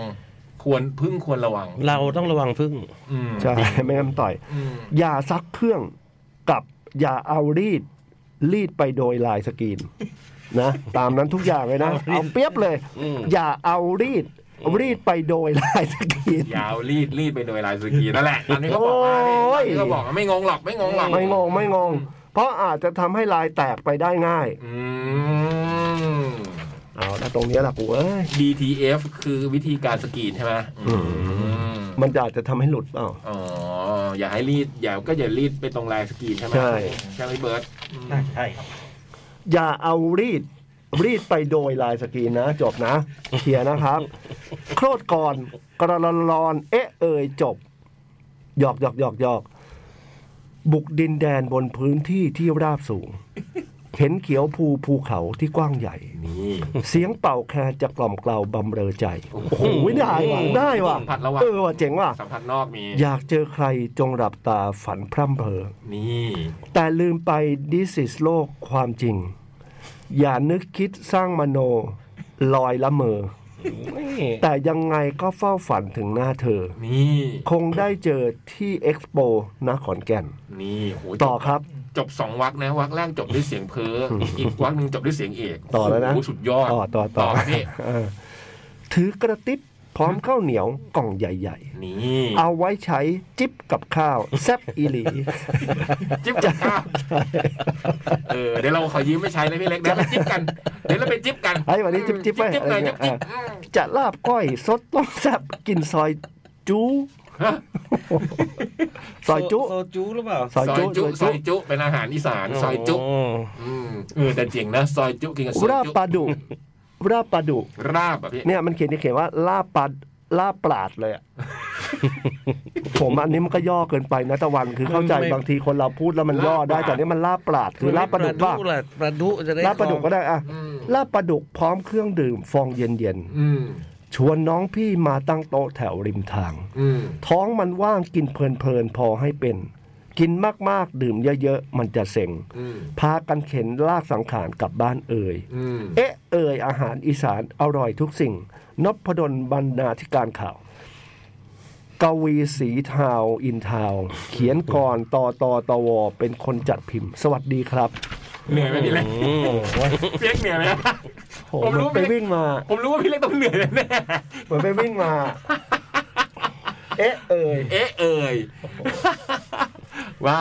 Speaker 1: ควรพึ่งควรระวัง
Speaker 2: เราต้องระวังพึ่ง
Speaker 1: อืม
Speaker 3: ใช่ ไม่งั้นต่อย
Speaker 1: อืม
Speaker 3: อย่าซักเครื่องกับอย่าเอารีด รีดไปโดยลายสกรีน <laughs> นะ ตามนั้นทุกอย่างเลยนะ เอาเปรียบเลย
Speaker 2: อืม
Speaker 3: อย่าเอารีด รีดไปโดยลายสกรีน
Speaker 1: ยาวรีดรีดไปโดยลายสกรีนนั่นแหละตอนนี้เขาบอกว่า
Speaker 3: โอ้ย
Speaker 1: ตอนนี้เขาบอกว่าไม่งงหรอกไม่งงหรอก
Speaker 3: ไม่งงไม่งง เพราะอาจจะทำให้ลายแตกไปได้ง่าย
Speaker 1: อืม
Speaker 3: เอาแล้วตรงเนี้ยล่ะกูเอ้ย
Speaker 1: DTF คือวิธีการสกรีนใช่ไหมอืม
Speaker 3: มันอาจจะทำให้หลุดเปล่า
Speaker 1: อ๋ออย่าให้รีดอย่าก็อย่ารีดไปตรงลายสกรีนใช่ไหม
Speaker 3: ใช่
Speaker 1: ใช่ไหมเบิร์ต
Speaker 4: ใช่ครับ
Speaker 3: อย่าเอารีด รีดไปโดยลายสกรีนนะ จบนะเคลียร์นะครับ โครดก่อนกระลอนลอน เอ๊ะเอ่ยจบหยอกหยอกหยอกหยอกบุกดินแดนบนพื้นที่ที่ราบสูง เห็นเขียวภูภูเขาที่กว้างใหญ่
Speaker 1: นี่
Speaker 3: เสียงเป่าแคนจะกล่อมเกลาบำเรอใจ โอ้โหได้ว่ะได้ว่ะ
Speaker 1: สัมผัสระหว่าง
Speaker 3: เออว่ะเจ๋งว่ะ
Speaker 1: สัมผัสนอกมี
Speaker 3: อยากเจอใครจงหลับตาฝันพร่ำเพอ
Speaker 1: นี่
Speaker 3: แต่ลืมไป this is โลกความจริง อย่านึกคิดสร้างมโน ลอยละเมอ แต่ยังไงก็เฝ้าฝันถึงหน้าเธอ
Speaker 1: นี่
Speaker 3: คงได้เจอที่เอ็กซ์โปนะขอนแก่น
Speaker 1: นี่โห
Speaker 3: ต่อครับ
Speaker 1: จบสองวักนะวักแรกจบด้วยเสียงเพ้ออีกวักหนึ่งจบด้วยเสียงเอก
Speaker 3: ต่อแล้วนะ
Speaker 1: โโหสุดยอด
Speaker 3: ต่อต่อต่อ
Speaker 1: ครับพี่
Speaker 3: เออถือกระติบพร้อมข้าวเหนียวกล่องใหญ่
Speaker 1: นี่
Speaker 3: ๆ เอาไว้ใช้จิบกับข้าว แซบอีหลี
Speaker 1: จิ๊บจับข้าวเออเดี๋ยวเราขอยืมไม่ใช้เลยพี่เล็กเดี๋ยวเราจิ๊บกันเดี๋ยวเราไปจิ๊บกัน
Speaker 3: เฮ้ยวันนี้จิ๊บจิ๊บ
Speaker 1: ไป
Speaker 3: ไป
Speaker 1: จิ๊บหน่อย
Speaker 3: อะไรเนี่
Speaker 1: จิ๊บ
Speaker 3: ย
Speaker 1: จิ๊บอืม
Speaker 3: จะลาบก้อยสดต้มแซบกินซอยจู
Speaker 1: ฮะ
Speaker 3: ซอยจู
Speaker 2: โซจูหรือเปล่า
Speaker 3: ซอย
Speaker 1: ซอย
Speaker 3: จู
Speaker 1: จุ
Speaker 3: ซอ
Speaker 1: ซอ
Speaker 3: ยจุ
Speaker 1: ยจุเป็นอาหารอีสานซอยจุ
Speaker 2: อ๋อ
Speaker 1: อืมเออแต่เจ๋งนะซอยจุกินกับซอย
Speaker 3: ราบ
Speaker 1: จุ
Speaker 3: ปลาดุ ลาบปลาดุ
Speaker 1: ราบอ่ะพี่
Speaker 3: เนี่ยมันเขียนเขียนว่าลาบปลาลาบปลาด <laughs> เลยอะ ผมอันนี้มันก็ย่อเกินไปนะตะวันคือเข้าใจ
Speaker 2: ไม่
Speaker 3: บางทีคนเราพูดแล้วมันย่อได้แต่นี่มันลาบปลาดคือลาบปลาดุกบ้า
Speaker 2: ล่ะปลาดุจะได้
Speaker 3: ลาบปลาดุกก็ได้อะ
Speaker 1: อืม
Speaker 3: ลาบปลาดุกพร้อมเครื่องดื่มฟองเย็น
Speaker 1: อืม
Speaker 3: ๆชวนน้องพี่มาตั้งโต๊ะแถวริมทาง
Speaker 1: อืม
Speaker 3: ท้องมันว่างกินเพลินๆพอให้เป็น กินมากๆดื่มเยอะๆมันจะเซ็ง
Speaker 1: อืม
Speaker 3: พากันเข็นลากสังขารกลับบ้านเอ่ย
Speaker 1: อืม
Speaker 3: เอ๊ะเอ่ยอาหารอีสานอร่อยทุกสิ่งนพดลบรรณาธิการข่าว กวีสีทาวอินทาว เขียนก่อนตอตอตอวอเป็นคนจัดพิมพ์ สวัสดีครับ
Speaker 1: เหนื่อยไหมพี่เล็ก
Speaker 2: อืม
Speaker 1: พี่เล็กเหนื่อยไหม
Speaker 3: โห
Speaker 1: ผมรู้
Speaker 3: เหอนไปวิ่งมา
Speaker 1: ผมรู้ว่าพี่เล็กต้องเหนื่อยแน่
Speaker 3: เหมือนไปวิ่งมา เอ๊ะเอ่ย
Speaker 1: ๆเอ๊ะเอ่ยว่า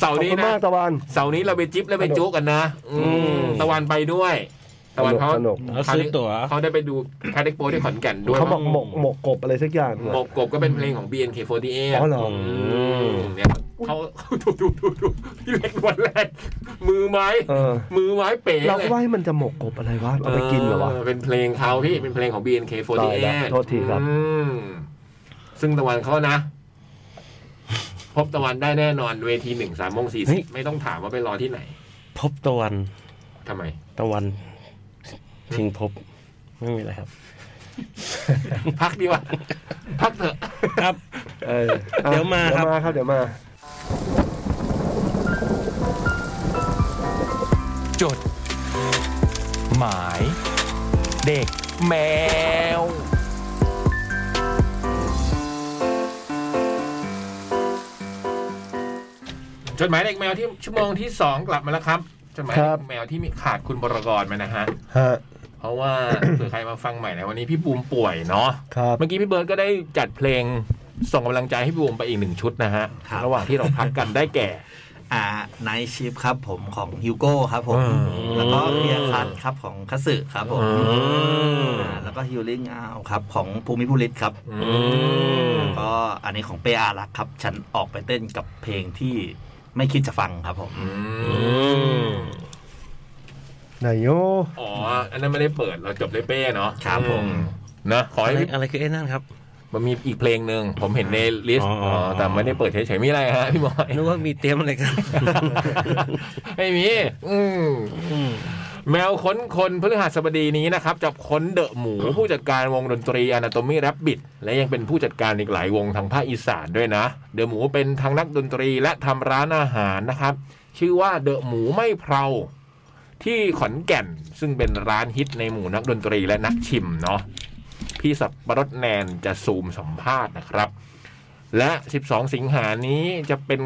Speaker 1: เสาร์
Speaker 3: ขอบ
Speaker 1: นี้
Speaker 3: คุณ
Speaker 1: นะ
Speaker 3: มากตะวัน
Speaker 1: เสาร์นี้เราไปจิ๊บแล้วไปจุกันนะ อืมตะวันไปด้วย ตะวันเขา
Speaker 3: สนุก
Speaker 2: เขาซื้อตั๋ว
Speaker 1: เขาได้ไปดูคาเด็กโปที่ขอนแก่นด้วย
Speaker 3: เขาบอก
Speaker 2: มั้ง
Speaker 3: หมกหมกกบอะไรสักอย่างเนี่ย
Speaker 1: หมกกบก็เป็นเพลงของ BNK48
Speaker 3: อ๋อเหรอ
Speaker 1: อืมเนี่ยเขาดูดูดูดูพี่เล็กวันแรกมือไม้
Speaker 3: เออ
Speaker 1: มือไม้เป๋
Speaker 3: เรา
Speaker 1: เล
Speaker 3: ก็
Speaker 1: ย
Speaker 3: ว่าให้มันจะหมกกบอะไรวะเอาไปกินเหรอวะ
Speaker 1: เป็นเพลงเขาพี่ เป็นเพลงของ
Speaker 3: ตายละ
Speaker 1: BNK48
Speaker 3: โทษทีครับ
Speaker 1: อืมซึ่งตะวันเขานะ พบตะวันได้แน่นอนเวทีหนึ่งสามโมงสี่
Speaker 2: เฮ้
Speaker 1: สิ
Speaker 2: ย
Speaker 1: บไม่ต้องถามว่าไปรอที่ไหน
Speaker 2: พบตะวัน
Speaker 1: ทำไม
Speaker 2: ตะวันชิงพบ ไม่มีอะไรครับ
Speaker 1: พักดีกว่า พักเถอะ
Speaker 2: ครับ
Speaker 3: เอออ่ะ
Speaker 2: เดี๋ยวมาครับ
Speaker 3: เดี๋ยวมาครับเดี๋ยวมา
Speaker 5: จด หมาย เด็กแมว
Speaker 1: จดหมายเด็กแมวที่ชั่วโมงที่สองกลับมาแล้วครับ จดหมาย
Speaker 3: ครั
Speaker 1: เด็
Speaker 3: บ
Speaker 1: กแมวที่มีขาดคุณบรกรมานะฮะ
Speaker 3: ฮะ
Speaker 1: เพราะว่า เผื่อใครมาฟังใหม่นะวันนี้พี่บูมป่วยเนาะ
Speaker 3: ครับ
Speaker 1: เมื่อกี้พี่เบิร์ดก็ได้จัดเพลงส่งกำลังใจให้พี่บูมไปอีกหนึ่งชุดนะฮะ
Speaker 4: ครับ
Speaker 1: ระหว่างที่เราพักกันได้แก่
Speaker 4: อ่าไนชิปครับผมของฮิวโก้ครับผม
Speaker 1: อืม
Speaker 4: แล้วก็เคลียร์คัทครับของคัตสึครับผม
Speaker 1: อืม
Speaker 4: อ่าแล้วก็ฮิลลิ่งอาครับของภูมิภูริศครับ
Speaker 1: อืม
Speaker 4: แล้วก็อันนี้ของเปอารักษ์ครับ ฉันออกไปเต้นกับเพลงที่ไม่คิดจะฟังครับผม
Speaker 1: อืม
Speaker 3: นายโย
Speaker 1: อ๋อ อันนั้นไม่ได้เปิดเราจบด้วยเป้เนาะ
Speaker 4: ครับผม
Speaker 1: อืนะขอ
Speaker 2: อะไร
Speaker 1: ให้พี่
Speaker 2: อะไรคือไอ้นั่นครับ
Speaker 1: มันมีอีกเพลงหนึ่งผมเห็นในลิสต์
Speaker 2: อ๋ออ๋ออ๋ออ๋อ
Speaker 1: แต่ไม่ได้เปิดเฉยๆมีอะไรฮะพี่บอย
Speaker 2: นึกว่ามีเตรียมอะไรกัน
Speaker 1: <laughs> ไม่มีอืมแมวค้นคนพฤหัสบดีนี้นะครับ จะค้นเดอะหมู ผู้จัดการวงดนตรี Anatomy Rabbit และยังเป็นผู้จัดการอีกหลายวงทางภาคอีสานด้วยนะ เดอะหมูเป็นทั้งนักดนตรีและทำร้านอาหารนะครับ ชื่อว่าเดอะหมูไม่เพราที่ขอนแก่น ซึ่งเป็นร้านฮิตในหมู่นักดนตรีและนักชิมเนาะพี่สับปะรดแนนจะซูมสัมภาษณ์นะครับ และ 12 สิงหานี้จะเป็น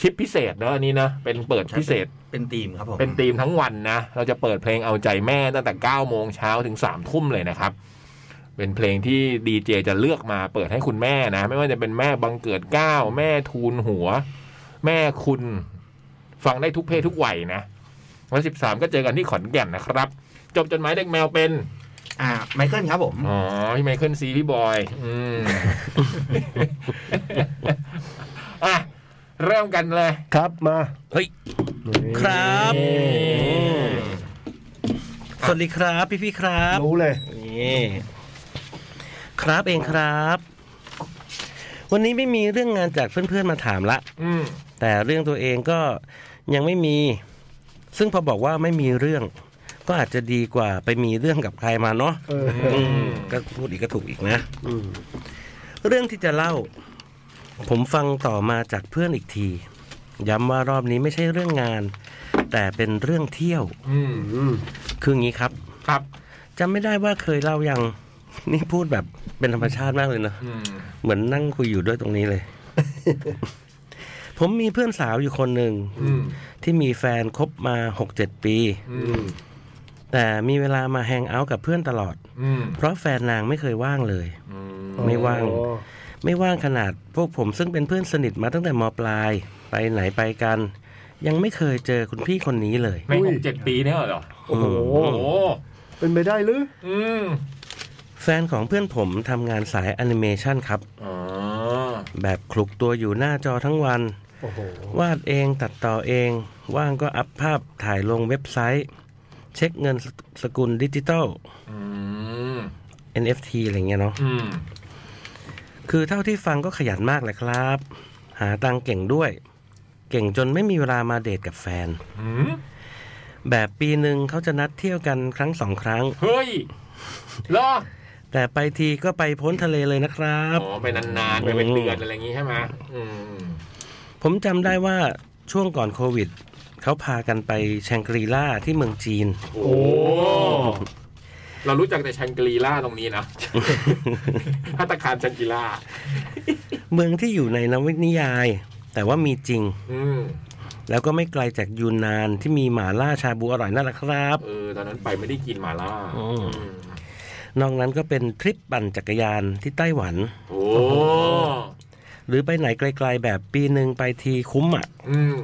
Speaker 1: ชิปพิเศษเนอะอันนี้นะ เป็นเปิดพิเศษ
Speaker 4: เป็นทีมครับผม
Speaker 1: เป็นธีมทั้งวันนะ เราจะเปิดเพลงเอาใจแม่ตั้งแต่ 9 โมงเช้าถึง 3 ทุ่มเลยนะครับ เป็นเพลงที่ดีเจจะเลือกมาเปิดให้คุณแม่นะ ไม่ว่าจะเป็นแม่บังเกิดเกล้าแม่ทูลหัว แม่คุณ ฟังได้ทุกเพศทุกวัยนะ วันสิบสามก็เจอกันที่ขอนแก่นนะครับ จบจดหมายเด็กแมวเป็น
Speaker 4: อ่าไมเคิลครับผม
Speaker 1: อ๋อ พี่ไมเคิลซีพี่บอย อืม อ่ะ เริ่มกันเลย
Speaker 3: ครับมา
Speaker 2: เฮ้ย
Speaker 3: นี่
Speaker 2: ครับ สวัสดีครับ พี่พี่ๆครับ
Speaker 3: รู้เลย
Speaker 2: นี่ครับเองครับ วันนี้ไม่มีเรื่องงานจากเพื่อนๆมาถามละ
Speaker 1: อืม
Speaker 2: แต่เรื่องตัวเองก็ยังไม่มี ซึ่งพอบอกว่าไม่มีเรื่อง ก็อาจจะดีกว่าไปมีเรื่องกับใครมาเนาะ
Speaker 3: เออ
Speaker 2: มก็พูดอีกก็ถูกอีกนะเรื่องที่จะเล่า ผมฟังต่อมาจากเพื่อนอีกที ย้ำว่ารอบนี้ไม่ใช่เรื่องงาน แต่เป็นเรื่องเที่ยว
Speaker 1: อืม
Speaker 2: คืองี้ครับ
Speaker 1: ครับ
Speaker 2: จำไม่ได้ว่าเคยเล่ายัง นี่พูดแบบเป็นธรรมชาติมากเลยเนอะ
Speaker 1: อืม
Speaker 2: เหมือนนั่งคุยอยู่ด้วยตรงนี้เลย <laughs> ผมมีเพื่อนสาวอยู่คนหนึ่ง
Speaker 1: อืม
Speaker 2: ที่มีแฟนคบมาหกเจ็ดปี
Speaker 1: อืม
Speaker 2: แต่มีเวลามาแฮงเอาท์กับเพื่อนตลอด
Speaker 1: อืม
Speaker 2: เพราะแฟนนางไม่เคยว่างเลย
Speaker 1: อืม
Speaker 2: ไม่ว่าง ไม่ว่างขนาดพวกผมซึ่งเป็นเพื่อนสนิทมาตั้งแต่มปลาย ไปไหนไปกัน ยังไม่เคยเจอคุณพี่คนนี้เลย
Speaker 1: ใน
Speaker 3: อุ้
Speaker 1: ห
Speaker 3: ย
Speaker 1: กเจ็ดปีเนี่ยเหรอ
Speaker 3: โอ้โห
Speaker 1: โอ้โห
Speaker 3: เป็นไปได้หรือ
Speaker 1: อืม
Speaker 2: แฟนของเพื่อนผมทำงานสายแอนิเมชันครับ
Speaker 1: อ๋อ
Speaker 2: แบบคลุกตัวอยู่หน้าจอทั้งวัน
Speaker 3: โอ้โห
Speaker 2: วาดเองตัดต่อเอง ว่างก็อัพภาพถ่ายลงเว็บไซต์ เช็คเงินสกุลดิจิตอล
Speaker 1: อืม
Speaker 2: NFT อะไรเงี้ยเนาะ
Speaker 1: อืม
Speaker 2: คือเท่าที่ฟังก็ขยันมากแหละครับ หาตังค์เก่งด้วย เก่งจนไม่มีเวลามาเดทกับแฟน
Speaker 1: หืม
Speaker 2: แบบปีหนึ่งเขาจะนัดเที่ยวกันครั้งสองครั้ง
Speaker 1: เฮ้ยเหรอ
Speaker 2: แต่ไปทีก็ไปพ้นทะเลเลยนะครับ
Speaker 1: อ๋อไปนานๆ ไปเป็นเดือนอะไรอย่างงี้ใช่ไหมอืม
Speaker 2: ผมจำได้ว่าช่วงก่อนโควิด เขาพากันไปแชงกรีล่าที่เมืองจีน
Speaker 1: โอ้ เรารู้จักแต่ชังกรีล่าตรงนี้
Speaker 2: <laughs>
Speaker 1: นะ พัตตาคารชังกรีล่า
Speaker 2: เมืองที่อยู่ในนวนิยาย แต่ว่ามีจริง
Speaker 1: อืม
Speaker 2: แล้วก็ไม่ไกลจากยูนนานที่มีหมาล่าชาบูอร่อยนั่นแหละครับ
Speaker 1: เออ ตอนนั้นไปไม่ได้กินหมาล่า
Speaker 2: อืม
Speaker 1: อืม
Speaker 2: นอกนั้นก็เป็นทริปปั่นจักรยานที่ไต้หวัน
Speaker 1: โอ้
Speaker 2: หรือไปไหนไกลๆแบบปีหนึ่งไปทีคุ้มอ่ะ
Speaker 1: อืม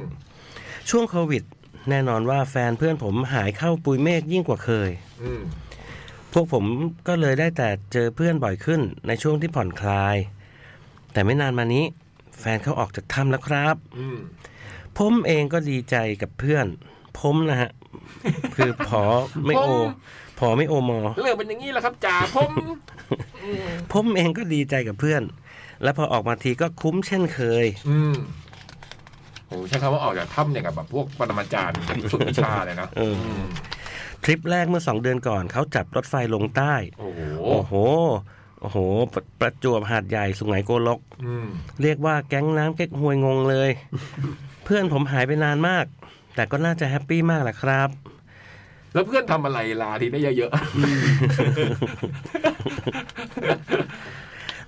Speaker 2: ช่วงโควิด แน่นอนว่าแฟนเพื่อนผมหายเข้าปุยเมฆยิ่งกว่าเคย
Speaker 1: อืม
Speaker 2: พวกผมก็เลยได้แต่เจอเพื่อนบ่อยขึ้นในช่วงที่ผ่อนคลาย แต่ไม่นานมานี้ แฟนเขาออกจากถ้ำแล้วครับ
Speaker 1: อืม
Speaker 2: ผมเองก็ดีใจกับเพื่อน ผมนะฮะ คือ <laughs> ผอไม่โอ
Speaker 1: ผม
Speaker 2: ผอไม่โอมอ
Speaker 1: เรื่องเป็นอย่างนี้แหละครับจ่าผม
Speaker 2: <laughs> ผมเองก็ดีใจกับเพื่อน และพอออกมาทีก็คุ้มเช่นเคย
Speaker 1: อืมโอ้ใช้คำว่าออกจากถ้ำเนี่ยกับแบบพวกปรมาจารย์ฝึกวิชาเลยนะ
Speaker 2: เอออื
Speaker 1: ม
Speaker 2: ทริปแรกเมื่อสองเดือนก่อนเขาจับรถไฟลงใต้
Speaker 1: โอ้โห
Speaker 2: โอ้โห โอ้โห ประประจวบหาดใหญ่สุไหงโกลก
Speaker 1: อืม
Speaker 2: เรียกว่าแก๊งน้ำเก๊กฮวยงงเลย <laughs> เพื่อนผมหายไปนานมาก แต่ก็น่าจะแฮปปี้มากแหละครับ
Speaker 1: แล้วเพื่อนทำอะไรลาทีได้เยอะ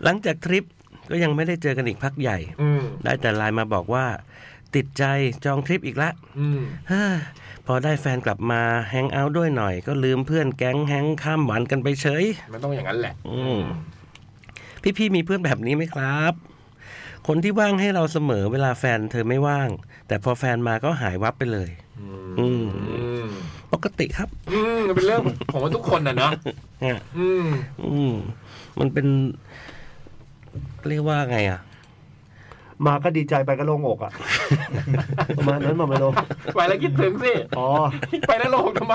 Speaker 2: หลังจากทริปก็ยังไม่ได้เจอกันอีกพักใหญ่
Speaker 1: ๆ อืม
Speaker 2: ได้แต่ไลน์มาบอกว่า ติดใจจองทริปอีกละ <sighs>
Speaker 1: อืม
Speaker 2: เฮ้อพอได้แฟนกลับมาแฮงเอาท์ด้วยหน่อย ก็ลืมเพื่อนแก๊งแฮงข้ามวันกันไปเฉย
Speaker 1: มันต้องอย่างนั้นแหละ
Speaker 2: อืม พี่ๆมีเพื่อนแบบนี้ไหมครับ คนที่ว่างให้เราเสมอเวลาแฟนเธอไม่ว่าง แต่พอแฟนมาก็หายวับไปเลย
Speaker 1: อืม
Speaker 2: ปกติครับ
Speaker 1: อืมมันเป็นเรื่องของว่าทุกคนนะเนาะ
Speaker 2: ฮะ
Speaker 1: อืม
Speaker 2: อืมมันเป็น เรียกว่าไงอ่ะ
Speaker 3: มาก็ดีใจไปก็โล่งอกอ่ะ ประมาณนั้นมาไม่ลง
Speaker 1: ไปแล้วคิดถึงสิ
Speaker 3: อ๋อ
Speaker 1: ไปแล้วลงทำไม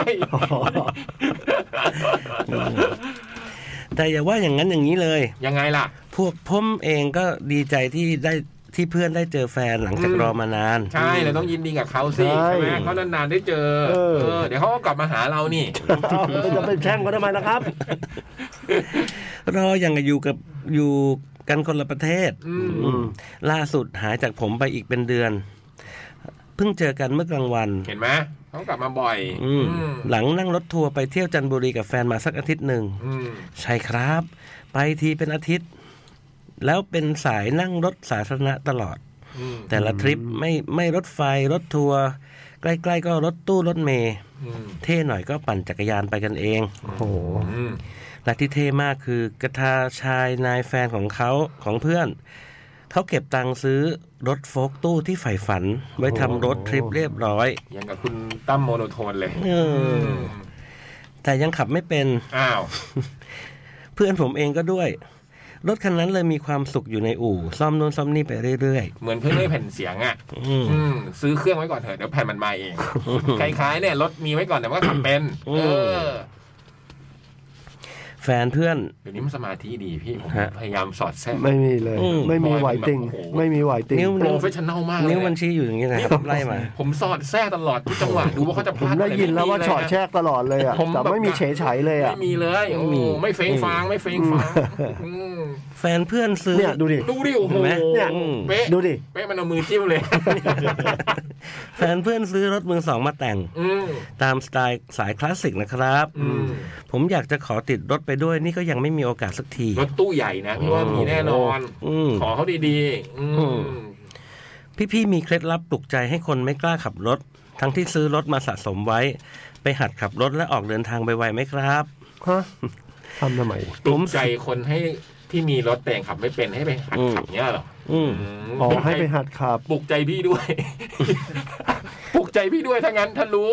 Speaker 2: แต่อย่าว่าอย่างนั้นอย่างนี้เลย
Speaker 1: ยังไงล่ะ
Speaker 2: พวกผมเองก็ดีใจที่ได้ที่เพื่อนได้เจอแฟนหลังจาก
Speaker 1: อืม
Speaker 2: รอมานาน
Speaker 1: ใช่เราต้องยินดีกับเขาสิ
Speaker 3: ใช่
Speaker 1: ใช่ไหมเขานานๆได้เจอ
Speaker 3: เออ
Speaker 1: เออ เดี๋ยวเขาก็กลับมาหาเรานี่
Speaker 3: เอาจะเป็นแช่งก็ทำไมนะครับ
Speaker 2: รออย่างกับอยู่กับอยู่กันคนละประเทศ
Speaker 1: อืม
Speaker 2: อืมล่าสุดหายจากผมไปอีกเป็นเดือน เพิ่งเจอกันเมื่อกลางวัน
Speaker 1: เห็นไหมเขากลับมาบ่อย
Speaker 2: อืมหลังนั่งรถทัวร์ไปเที่ยวจันทบุรีกับแฟนมาสักอาทิตย์หนึ่ง
Speaker 1: อืม
Speaker 2: ใช่ครับ ไปทีเป็นอาทิตย์ แล้วเป็นสายนั่งรถสาธารณะตลอด
Speaker 1: อืม
Speaker 2: แต่ละทริปไม่ไม่รถไฟรถทัวร์ใกล้ๆก็รถตู้รถเมย์
Speaker 1: อืม
Speaker 2: เท่หน่อยก็ปั่นจักรยานไปกันเอง
Speaker 3: โอ้โห
Speaker 1: อืม
Speaker 2: และที่เท่มากคือกระทาชายนายแฟนของเขาของเพื่อน เขาเก็บตังค์ซื้อรถโฟล์กตู้ที่ใฝ่ฝัน ไว้ทำรถทริปเรียบร้อย
Speaker 1: ยังกับคุณตั้มโมโนโทนเลย
Speaker 2: เออ
Speaker 1: ม
Speaker 2: แต่ยังขับไม่เป็น
Speaker 1: อ้าว
Speaker 2: เพื่อนผมเองก็ด้วย รถคันนั้นเลยมีความสุขอยู่ในอู่ ซ่อมโน่นซ่อมนี่ไปเรื่อย
Speaker 1: เหมือนเพิ่งได้แผ่นเสียงอ่ะ
Speaker 2: ๆอืม
Speaker 1: อืมซื้อเครื่องไว้ก่อนเถอะเดี๋ยวแผ่นมันมาเอง คล้ายๆเนี่ยรถมีไว้ก่อนแต่ว่าขับเป็น
Speaker 2: อื
Speaker 1: เอ
Speaker 2: ม
Speaker 1: อ
Speaker 2: แฟนเพื่อน
Speaker 1: เดี๋ยวนี้มันสมาธิดีพี่ผม
Speaker 2: ฮะ
Speaker 1: พยายามสอดแทรก
Speaker 3: ไม่มีเลย
Speaker 2: อืม
Speaker 3: ไม่มีไหวติง
Speaker 1: โอ้โห
Speaker 3: ไม่มีไหวติง
Speaker 2: นิ้ว
Speaker 1: โปร
Speaker 2: นิ้ว
Speaker 1: เฟชชั่นแนลมากเลย
Speaker 2: นิ้วมันชี้อยู่อย่างนี้นะ
Speaker 1: นี่
Speaker 2: ครับไล่มา
Speaker 1: ผมสอดแทรกตลอดทุกจังหวะดูว่าเขาจะพ
Speaker 3: ผ
Speaker 1: ลามด
Speaker 3: ได้ยินแล้วว่า
Speaker 1: ะไร
Speaker 3: ช็อตแช
Speaker 1: ม่มี
Speaker 3: กตลอดเลยอ่ะ
Speaker 1: ผมแบบ
Speaker 3: แต่ไม่มีเฉยเฉยๆเลย
Speaker 1: เลยนะ
Speaker 3: อ่ะ
Speaker 1: ไม่มีเลย
Speaker 2: ไม่
Speaker 1: โอ้
Speaker 2: มี
Speaker 1: ไม่เฟ้งฟางไม่เฟ้งฟางอืม
Speaker 2: แฟนเพื่อนซื้อ
Speaker 3: เนี่ยดูดิ
Speaker 1: ดูดิโอ้โห
Speaker 2: เห็นไหมเนี่ย
Speaker 1: เป๊ะ
Speaker 3: ดูดิ
Speaker 1: เป๊ะมันเอามือจิ้มเลย
Speaker 2: แฟนเพื่อนซื้อรถมือสองมาแต่ง
Speaker 1: อืม
Speaker 2: ตามสไตล์สายคลาสสิกนะครับ
Speaker 1: อืม
Speaker 2: ผมอยากจะขอติดรถไปด้วย นี่ก็ยังไม่มีโอกาสสักที
Speaker 1: รถตู้ใหญ่นะพี่ว่ามีแน่นอน
Speaker 2: อืม
Speaker 1: ขอเขาดีๆอืม
Speaker 2: อืม พี่ๆมีเคล็ดลับปลุกใจให้คนไม่กล้าขับรถ ทั้งที่ซื้อรถมาสะสมไว้ ไปหัดขับรถและออกเดินทางไวๆไหมครับ
Speaker 3: ฮะทำทำไม
Speaker 1: ปลุกใจคนให้ที่มีรถแต่งขับไม่เป็นให้ไปหัดขับเนี้ยเหรอ
Speaker 2: อืม
Speaker 1: อืม
Speaker 3: อ๋อ ให้ไปหัดขับ
Speaker 1: ปลุกใจพี่ด้วย <laughs> ปลุกใจพี่ด้วยถ้างั้นถ้ารู้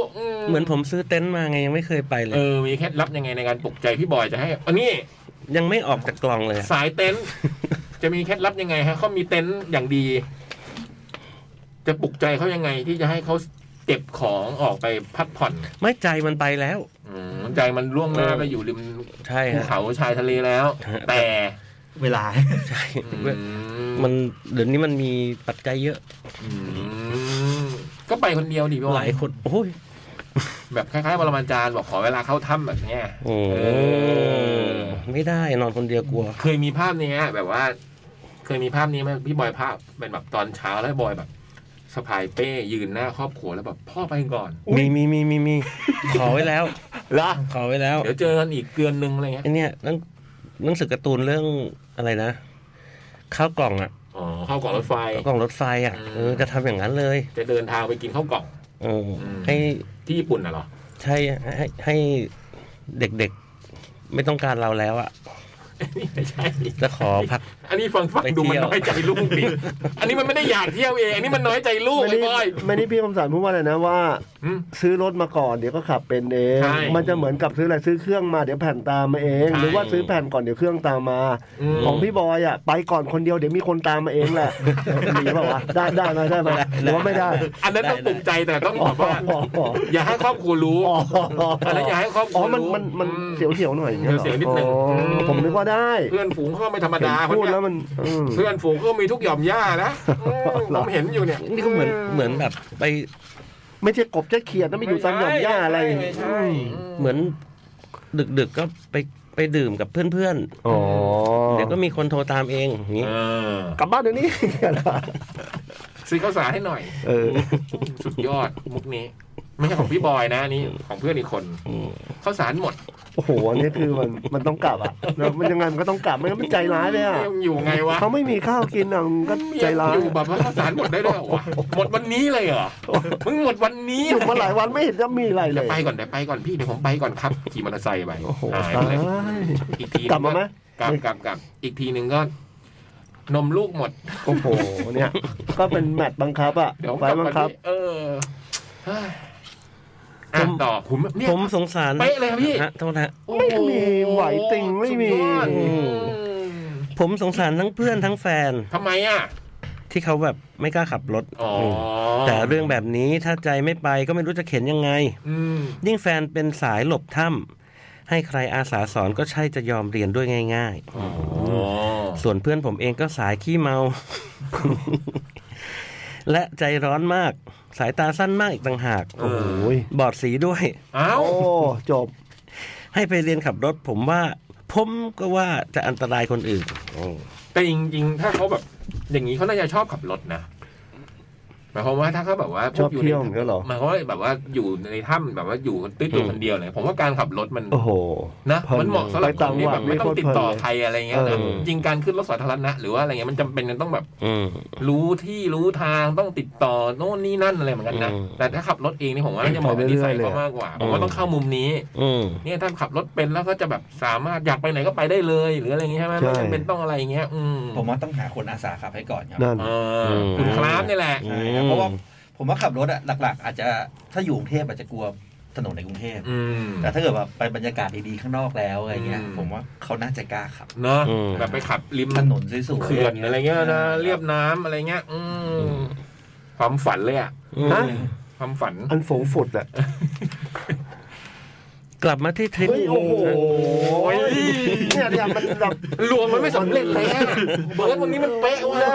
Speaker 2: เหมือนผมซื้อเต็นท์มาไงยังไม่เคยไปเล
Speaker 1: เอย อมีเคล็ดลับยังไงในการปลุกใจพี่บอยจะให้อันนี้
Speaker 2: ยังไม่ออกจากกล่องเลยอะ
Speaker 1: สายเต็นท์ จะมีเคล็ดลับยังไงฮะเขามีเต็นท์อย่างดี จะปลุกใจเขายังไงที่จะให้เขา เก็บของออกไปพักผ่อน
Speaker 2: ไม่ใจมันไปแล้ว
Speaker 1: อืมใจมันล่วงหน้าไปอยู่ริม
Speaker 2: ใช่
Speaker 1: ภู
Speaker 2: ฮะ
Speaker 1: เขาชายทะเลแล้ว
Speaker 2: ฮะ
Speaker 1: แต่
Speaker 4: เวลา
Speaker 2: ใช่
Speaker 1: อื
Speaker 2: มันเดี๋ยวนี้มันมีปัจจัยเยอะ
Speaker 1: อืมก็ไปคนเดียวดิพี่บ
Speaker 2: ห
Speaker 1: อ
Speaker 2: ลาย
Speaker 1: ย
Speaker 2: คนโอ้ย
Speaker 1: แบบคล้ายๆปรมาจารย์บอกขอเวลาเข้าถ้ำแบบเนี้ย
Speaker 2: โอ้
Speaker 1: เออ
Speaker 2: ไม่ได้นอนคนเดียวกลัว
Speaker 1: เคยมีภาพเนี้ยแบบว่า เคยมีภาพนี้ไหมพี่บอยภาพเป็นแบบตอนเช้าแล้วบอยแบบสะพายเป้ยืนหน้าครอบครัวแล้วแบบพ่อไปก่อน
Speaker 2: มีมีมีมีมีขอไว้แล้ว
Speaker 3: เหรอ
Speaker 2: ขอไว้แล้ว
Speaker 1: เดี๋ยวเจอกันอีกเดือนนึงอะไรเงี้ย
Speaker 2: ไอเนี่ยหนังหนังสือการ์ตูนเรื่องอะไรนะ ข้าวกล่องอ่ะ
Speaker 1: อ๋อเข้าวกล่องรถไฟ
Speaker 2: ข้าวกล่องรถไฟอ่ะ
Speaker 1: อืม
Speaker 2: เออจะทำอย่างนั้นเลย
Speaker 1: จะเดินทางไปกินข้าวกล่อง
Speaker 2: เอออ
Speaker 1: ม
Speaker 2: ให้
Speaker 1: ที่ญี่ปุ่นน่ะเหรอ <laughs>
Speaker 2: ใช่ให้ให้เด็กๆ ไม่ต้องการเราแล้วอ่ะ
Speaker 1: ไม่ใช่
Speaker 2: จะขอพัก
Speaker 1: อันนี้ฟังฟัง
Speaker 2: ไป
Speaker 1: ดู
Speaker 2: เที่ย
Speaker 1: มั
Speaker 2: ว
Speaker 1: นน้อยใจลูก
Speaker 3: <laughs>
Speaker 1: ดิอันนี้มันไม่ได้อยากเที่ยวเองอันนี้มันน้อยใจลูก
Speaker 3: ไม่
Speaker 1: ไอ้
Speaker 3: ได้
Speaker 1: บอย
Speaker 3: ไม่ได้พี่คำสารพูดว่าอะไรนะว่า
Speaker 1: อืม
Speaker 3: ซื้อรถมาก่อนเดี๋ยวก็ขับเป็นเอง
Speaker 1: ใช่
Speaker 3: มันจะเหมือนกับซื้ออะไรซื้อเครื่องมาเดี๋ยวแผ่นตามมาเอง
Speaker 1: ใช่
Speaker 3: หรือว่าซื้อแผ่นก่อนเดี๋ยวเครื่องตามมา
Speaker 1: ม
Speaker 3: ของพี่บอยอ่ะไปก่อนคนเดียวเดี๋ยวมีคนตามมาเองแหละหนีเปล่าวะได้ได้ไหมได้ไหมหรือว่าไม่ได้
Speaker 1: อันนั้นต้องปลุกใจแต่ต้อง
Speaker 3: อ๋อ
Speaker 1: แบบว่า อย่าให้ครอบครัวรู้
Speaker 3: อ๋อ
Speaker 1: อันนั้นอย่าให้ครอบครั
Speaker 3: อ๋
Speaker 1: ว
Speaker 3: อ
Speaker 1: รู้
Speaker 3: มันมันมัน
Speaker 1: อื
Speaker 3: เสียวเสียวๆหน่อยางงี้หรอ
Speaker 1: เสียวๆนิดนึง
Speaker 3: อ๋ออ
Speaker 1: ม
Speaker 3: ผมนึกว่าได้
Speaker 1: เพื่อนฝูงเขาไม่ธรรม
Speaker 3: เห็น
Speaker 1: ดาค
Speaker 3: พูด
Speaker 1: นเนี้ย
Speaker 3: แล้วมันอืม
Speaker 1: เพื่อนฝูงก็มีทุกหย่อมย่านะอืม
Speaker 3: เห
Speaker 1: ผ
Speaker 3: รอ
Speaker 1: มเห็นอยู่เนี่ย
Speaker 2: นี่ก็เหมือนเหมือนแบบไป
Speaker 3: ไม่ใช่กบจะเขียดนะไม่อยู่ตามหย่อมหญ้าอะไร
Speaker 1: ม่ใช่
Speaker 2: เหมือน ดึกๆก็ไปไปดื่มกับเพื่อน
Speaker 3: อ๋อ
Speaker 2: ๆเดี๋ยวก็มีคนโทรตามเองอย่างนี้
Speaker 1: เออก
Speaker 3: ลับบ้านเดี๋ยวนี้
Speaker 1: ซื้อข้าวสารให้หน่อย
Speaker 3: เออ
Speaker 1: สุดยอดมุกนี้ ไม่ใช่ของพี่บอยนะอันนี่ของเพื่อนอีกคนข้าวสารหมด
Speaker 3: โอ้โหอันนี้คือมันมันต้องกลับอ่ะแล้วมันยังไงมันก็ต้องกลับไม่งั้นมันใจร้ายเลยอ่ะ
Speaker 1: ยังอยู่ไงวะ
Speaker 3: เขาไม่มีข้าวกินอ่ะมันก็ใจร้าย
Speaker 1: อยู่แบบว่าข้าวสารหมดได้ด้วยเหรอวะหมดวันนี้เลยเหรอมึงหมดวันนี้
Speaker 3: อยู่มาหลายวันไม่เห็นจะมีอะไรเล
Speaker 1: เดี๋ยวย ไปก่อนเดี๋ยวไปก่อนพี่เดี๋ยวผมไปก่อนครับขี่มอเตอร์ไซค์ไป
Speaker 3: โอ้โห
Speaker 1: หาย
Speaker 3: ตา
Speaker 1: ไป
Speaker 3: ย
Speaker 1: เลยอีกที
Speaker 3: กลับมาไหม
Speaker 1: กลับกลับกลับอีกทีหนึ่งก็ นมลูกหมด
Speaker 3: โอ้โหเนี่ย ก็เป็นแมตช์บังคับอ่ะ
Speaker 1: เดี๋ยว
Speaker 3: ไฟล์บังคับ
Speaker 1: เออเฮ้ยอ่ะต่อผมเนี่ย
Speaker 2: ผมสงสาร
Speaker 1: เป๊ะเลยครับพี่
Speaker 2: ฮะโทษนะฮะ
Speaker 1: โอ้
Speaker 3: ไม่
Speaker 1: โห
Speaker 3: มีไหวติ่งไม่มี
Speaker 1: สุดยอด
Speaker 2: อืม ผมสงสารทั้งเพื่อนทั้งแฟน
Speaker 1: ทำไมอ่ะ
Speaker 2: ที่เขาแบบไม่กล้าขับรถ
Speaker 1: อ๋อ
Speaker 2: มแต่เรื่องแบบนี้ถ้าใจไม่ไปก็ไม่รู้จะเข็นยังไง
Speaker 1: อืม
Speaker 2: ยิ่งแฟนเป็นสายหลบถ้ำให้ใครอาสาสอนก็ใช่จะยอมเรียนด้วยง่าย
Speaker 1: โอ้
Speaker 2: ๆ ส่วนเพื่อนผมเองก็สายขี้เมา <laughs> และใจร้อนมาก สายตาสั้นมากอีกต่างหาก
Speaker 3: โอ้โหย
Speaker 2: บอดสีด้วย
Speaker 1: เอ้า
Speaker 3: โอ้จบ
Speaker 2: ให้ไปเรียนขับรถ ผมว่า ผมก็ว่าจะอันตรายคนอื่น
Speaker 1: แต่จริงๆ ถ้าเขาแบบ อย่างนี้เขาน่าจะชอบขับรถนะหมายความว่าถ้าเขาแบบว่า
Speaker 3: ชอบ
Speaker 1: ยู่ใน
Speaker 3: เที่ยวเหมือนกันเหรอ
Speaker 1: หมายความว่าแบบว่าอยู่ในถ้ำแบบว่าอยู่ติดตัวคนเดียวเลยผมว่าการขับรถมัน
Speaker 3: โอ้โห
Speaker 1: นะ
Speaker 3: เพลิน
Speaker 1: มันเหมาะสำหรับ
Speaker 3: ไป
Speaker 1: ค
Speaker 3: ต่าง
Speaker 1: นที่
Speaker 3: จังหวั
Speaker 1: แบ
Speaker 3: ด
Speaker 1: บไม่ต้องติดต่อ
Speaker 3: ไม่โคตรเพลินเลย
Speaker 1: ใครอะไรเงี้ยนะ
Speaker 3: เออ
Speaker 1: จริงการขึ้นรถสาธารณะหรือว่าอะไรเงี้ยมันจำเป็นจะต้องแบบ
Speaker 2: อืม
Speaker 1: รู้ที่รู้ทางต้องติดต่อโน่นนี่นั่นอะไรเหมือนกันนะ
Speaker 2: อืม
Speaker 1: แต่ถ้าขับรถเองนี่ผมว่าน่าจะเหมาะกับนิสัยเขามากกว่าผมว่าต้องเข้ามุมนี้
Speaker 2: อืม
Speaker 1: เนี่ยถ้าขับรถเป็นแล้วก็จะแบบสามารถอยากไปไหนก็ไปได้เลยหรืออะไรอย่างงี้ใช่ไหม
Speaker 3: ใช่
Speaker 1: ไม่จำเป็นต้องอะไรอย่างเงี้ย อืม
Speaker 4: ผมว่าต้องหาคนอาสาขับให้ก่อนครับ
Speaker 3: นั่น
Speaker 1: เออคุณคลาฟนี่แหละ
Speaker 4: ใช่ครับเพราะว่าผมว่าขับรถอะหลัก ๆ อาจจะถ้าอยู่กรุงเทพอาจจะกลัวถนนในกรุงเทพ
Speaker 1: อืม
Speaker 4: แต่ถ้าเกิดแบบไปบรรยากาศดีๆข้างนอกแล้วอะไรเงี้ย
Speaker 1: อืม
Speaker 4: ผมว่าเขาน่าจะกล้าขับ
Speaker 1: เนาะ
Speaker 2: อืม
Speaker 1: แบบไปขับริม
Speaker 4: ถนนสวยๆ
Speaker 1: เขื่อนอะไรเงี้ยนะเรียบน้ำอะไรเงี้ย อืมความฝันเลยอะ
Speaker 3: ฮะ
Speaker 1: ความฝัน
Speaker 3: อันฝูงฝุดอ่ะ
Speaker 2: กลับมาที่ทริป
Speaker 3: เฮ้ยโอ้โห
Speaker 1: โอ้ย
Speaker 3: เนี่ยเนี่ยมันแบบ
Speaker 1: ลวงมันไม่สำเร็จเลยอะเบิร์ดวันนี้มันเป๊ะเว่ะ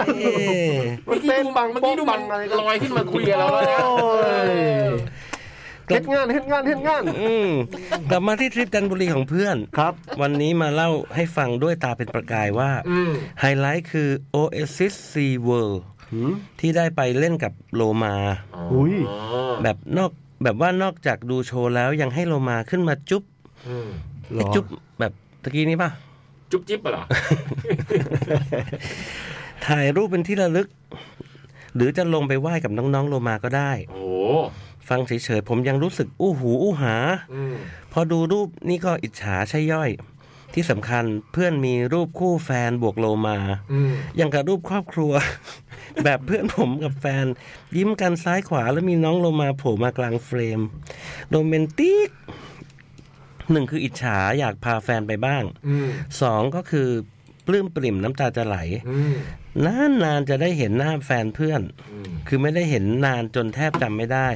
Speaker 1: เมื่อกี้ดูบังเมื่อกี้ดูบังลอยขึ้นมาคุยกับเราแล้วนะ
Speaker 3: โอ้ย
Speaker 1: เออ
Speaker 3: เฮ็ดงานเฮ็ดงานเฮ็ดงาน
Speaker 2: อืมกลับมาที่ทริปจันทบุรีของเพื่อน
Speaker 3: ครับ
Speaker 2: วันนี้มาเล่าให้ฟังด้วยตาเป็นประกายว่า
Speaker 1: อืม
Speaker 2: ไฮไลท์คือ Oasis Sea World
Speaker 3: หืม
Speaker 2: ที่ได้ไปเล่นกับโลมา
Speaker 3: อุ๊ย
Speaker 1: แบ
Speaker 2: แบบ บนอกแบบว่านอกจากดูโชว์แล้วยังให้โลมาขึ้นมาจุ๊บ
Speaker 3: เหรอ
Speaker 2: ไอ้จุ๊บแบบตะกี้นี้ป่ะ
Speaker 1: จุ๊บจิ๊บเหรอ
Speaker 2: ถ่ายรูปเป็นที่ระลึก หรือจะลงไปไหว้กับน้องๆโลมาก็ได้
Speaker 1: โอ้โห
Speaker 2: ฟังเฉยๆผมยังรู้สึกอู้หูอู้หา
Speaker 1: อืม
Speaker 2: พอดูรูปนี่ก็อิจฉาใช่ย่อย ที่สำคัญเพื่อนมีรูปคู่แฟนบวกโลมา
Speaker 1: อืม
Speaker 2: อย่างกับรูปครอบครัว <laughs> แบบเพื่อนผมกับแฟน ยิ้มกันซ้ายขวาแล้วมีน้องโลมาโผล่มากลางเฟรมโรแมนติกหนึ่งคืออิจฉาอยากพาแฟนไปบ้าง
Speaker 1: อืม
Speaker 2: สองก็คือปลื้มปริ่มน้ำตาจะไหล
Speaker 1: อืม
Speaker 2: นานๆจะได้เห็นหน้าแฟนเพื่อน
Speaker 1: อืม
Speaker 2: คือไม่ได้เห็นนานจนแทบจำไม่ได้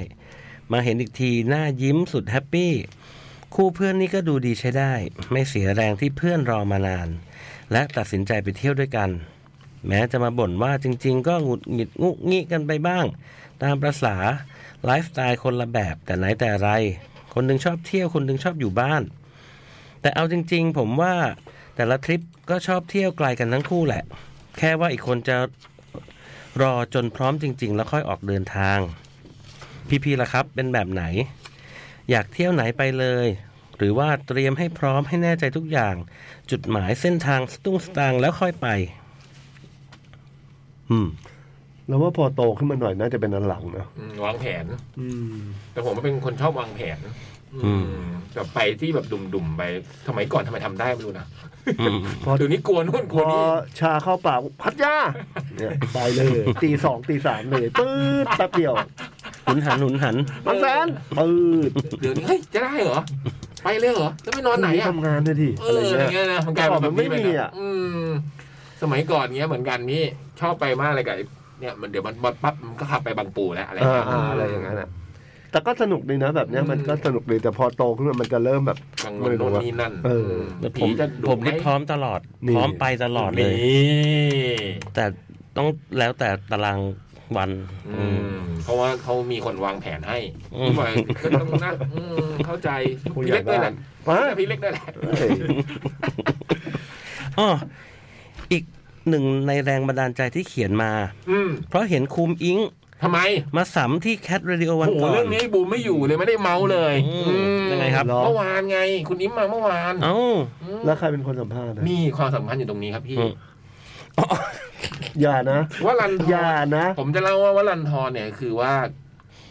Speaker 2: มาเห็นอีกทีหน้ายิ้มสุดแฮปปี้ คู่เพื่อนนี่ก็ดูดีใช้ได้ ไม่เสียแรงที่เพื่อนรอมานาน และตัดสินใจไปเที่ยวด้วยกัน แม้จะมาบ่นว่าจริง ๆ ก็หงุดหงิดงุกงิกกันไปบ้าง ตามประษาไลฟ์สไตล์คนละแบบแต่ไหนแต่ไร คนหนึ่งชอบเที่ยวคนหนึ่งชอบอยู่บ้าน แต่เอาจริง ๆ ผมว่าแต่ละทริปก็ชอบเที่ยวไกลกันทั้งคู่แหละ แค่ว่าอีกคนจะรอจนพร้อมจริง ๆ แล้วค่อยออกเดินทาง พี่ๆล่ะครับ เป็นแบบไหน อยากเที่ยวไหนไปเลย หรือว่าเตรียมให้พร้อมให้แน่ใจทุกอย่าง จุดหมายเส้นทางสตุ้งสตางค์แล้วค่อยไป อืม
Speaker 3: แล้วว่าพอโตขึ้นมาหน่อยน่าจะเป็นอันหลังนะ
Speaker 1: อืมวางแผน
Speaker 3: อืม
Speaker 1: แต่ผมเป็นคนชอบวางแผน
Speaker 2: อื
Speaker 1: อื
Speaker 2: ม
Speaker 1: มแบบไปที่แบบดุ่มๆไปสมัยก่อนทำไมทำได้ไม่รู้นะ
Speaker 2: อืม
Speaker 3: พอ
Speaker 1: เดี๋ยวนี้กลัวนู่นก
Speaker 3: พ
Speaker 1: ลัว
Speaker 3: อ
Speaker 1: นี่
Speaker 3: ชาเข้าปากพัดยาเนี่ยไปเลย ตีสองตีสามเลยปื๊ดแป๊บเดียว
Speaker 2: หนุนหันหนุนหัน
Speaker 3: บางแสนปื๊ด
Speaker 1: เดี๋ยวนี้เฮ้ยจะได้เหรอ ไปเลยเหรอแล้วไปนอนไหนอ่ะ
Speaker 3: ทำงานเลยดิ
Speaker 1: เอ
Speaker 3: อะไร
Speaker 1: ออะไร
Speaker 3: เงี้ย
Speaker 1: เงี้ยนะมันกลายเป็นแบบนี้ไป
Speaker 3: ไม่มี
Speaker 1: นะ
Speaker 3: อะ
Speaker 1: อืม สมัยก่อนเงี้ยเหมือนกันนี่ชอบไปมากเลยกับไอ้เนี่ยมันเดี๋ยวมันปั๊บมันก็ขับไปบางปูแล้วอะไร
Speaker 3: อ่า
Speaker 1: เงี้ย
Speaker 3: อ่าอะไรอย่างนั้นอ่ะแต่ก็สนุกดีนะแบบเนี้ยมันก็สนุกดีแต่พอโตขึ้นมามันจะเริ่มแบบ
Speaker 1: บางโน่นนี่นั่น
Speaker 3: เออ
Speaker 1: ม
Speaker 2: ผม
Speaker 1: ผีจะดุ
Speaker 2: ผม
Speaker 1: ไห
Speaker 2: นี่พร้อมตลอด
Speaker 3: นี่
Speaker 2: พร้อมไปตลอดเลย
Speaker 1: นี่
Speaker 2: แต่ต้องแล้วแต่ตารางวัน
Speaker 1: อืมเพราะว่าเขามีคนวางแผนให้
Speaker 2: อืม
Speaker 1: ทุกวันก็ต้องนะอืมเข้าใจ
Speaker 3: ผู้
Speaker 1: พี่
Speaker 3: ใหญ่
Speaker 1: เล็กด้วยแหละ
Speaker 3: บ้าน
Speaker 1: พี่เล็กด้วยแหละ
Speaker 3: เอ้ย
Speaker 2: อ๋ออีกหนึ่งในแรงบันดาลใจที่เขียนมา
Speaker 1: อืม
Speaker 2: เพราะเห็นคุมอิง
Speaker 1: ทำไม
Speaker 2: มาสัมที่แคทเรดิโอวัน
Speaker 1: โอ้โห
Speaker 2: ก่อน
Speaker 1: เรื่องนี้บูมไม่อยู่เลยไม่ได้เมาส์เลย
Speaker 2: อืม
Speaker 1: อืม
Speaker 2: ยังไงครับ
Speaker 1: เมื่อวานไง คุณอิมมาเมื่อวาน
Speaker 2: เอ้า
Speaker 3: แล้วใครเป็นคนสัมภาษณ์นะ
Speaker 1: นี่ความสำคัญอยู่ตรงนี้ครับพี่
Speaker 2: อืม
Speaker 3: อย่านะ
Speaker 1: วลันท
Speaker 3: อย่า
Speaker 1: ร์
Speaker 3: นะ
Speaker 1: ผมจะเล่าว่าวลันทรเนี่ยคือว่า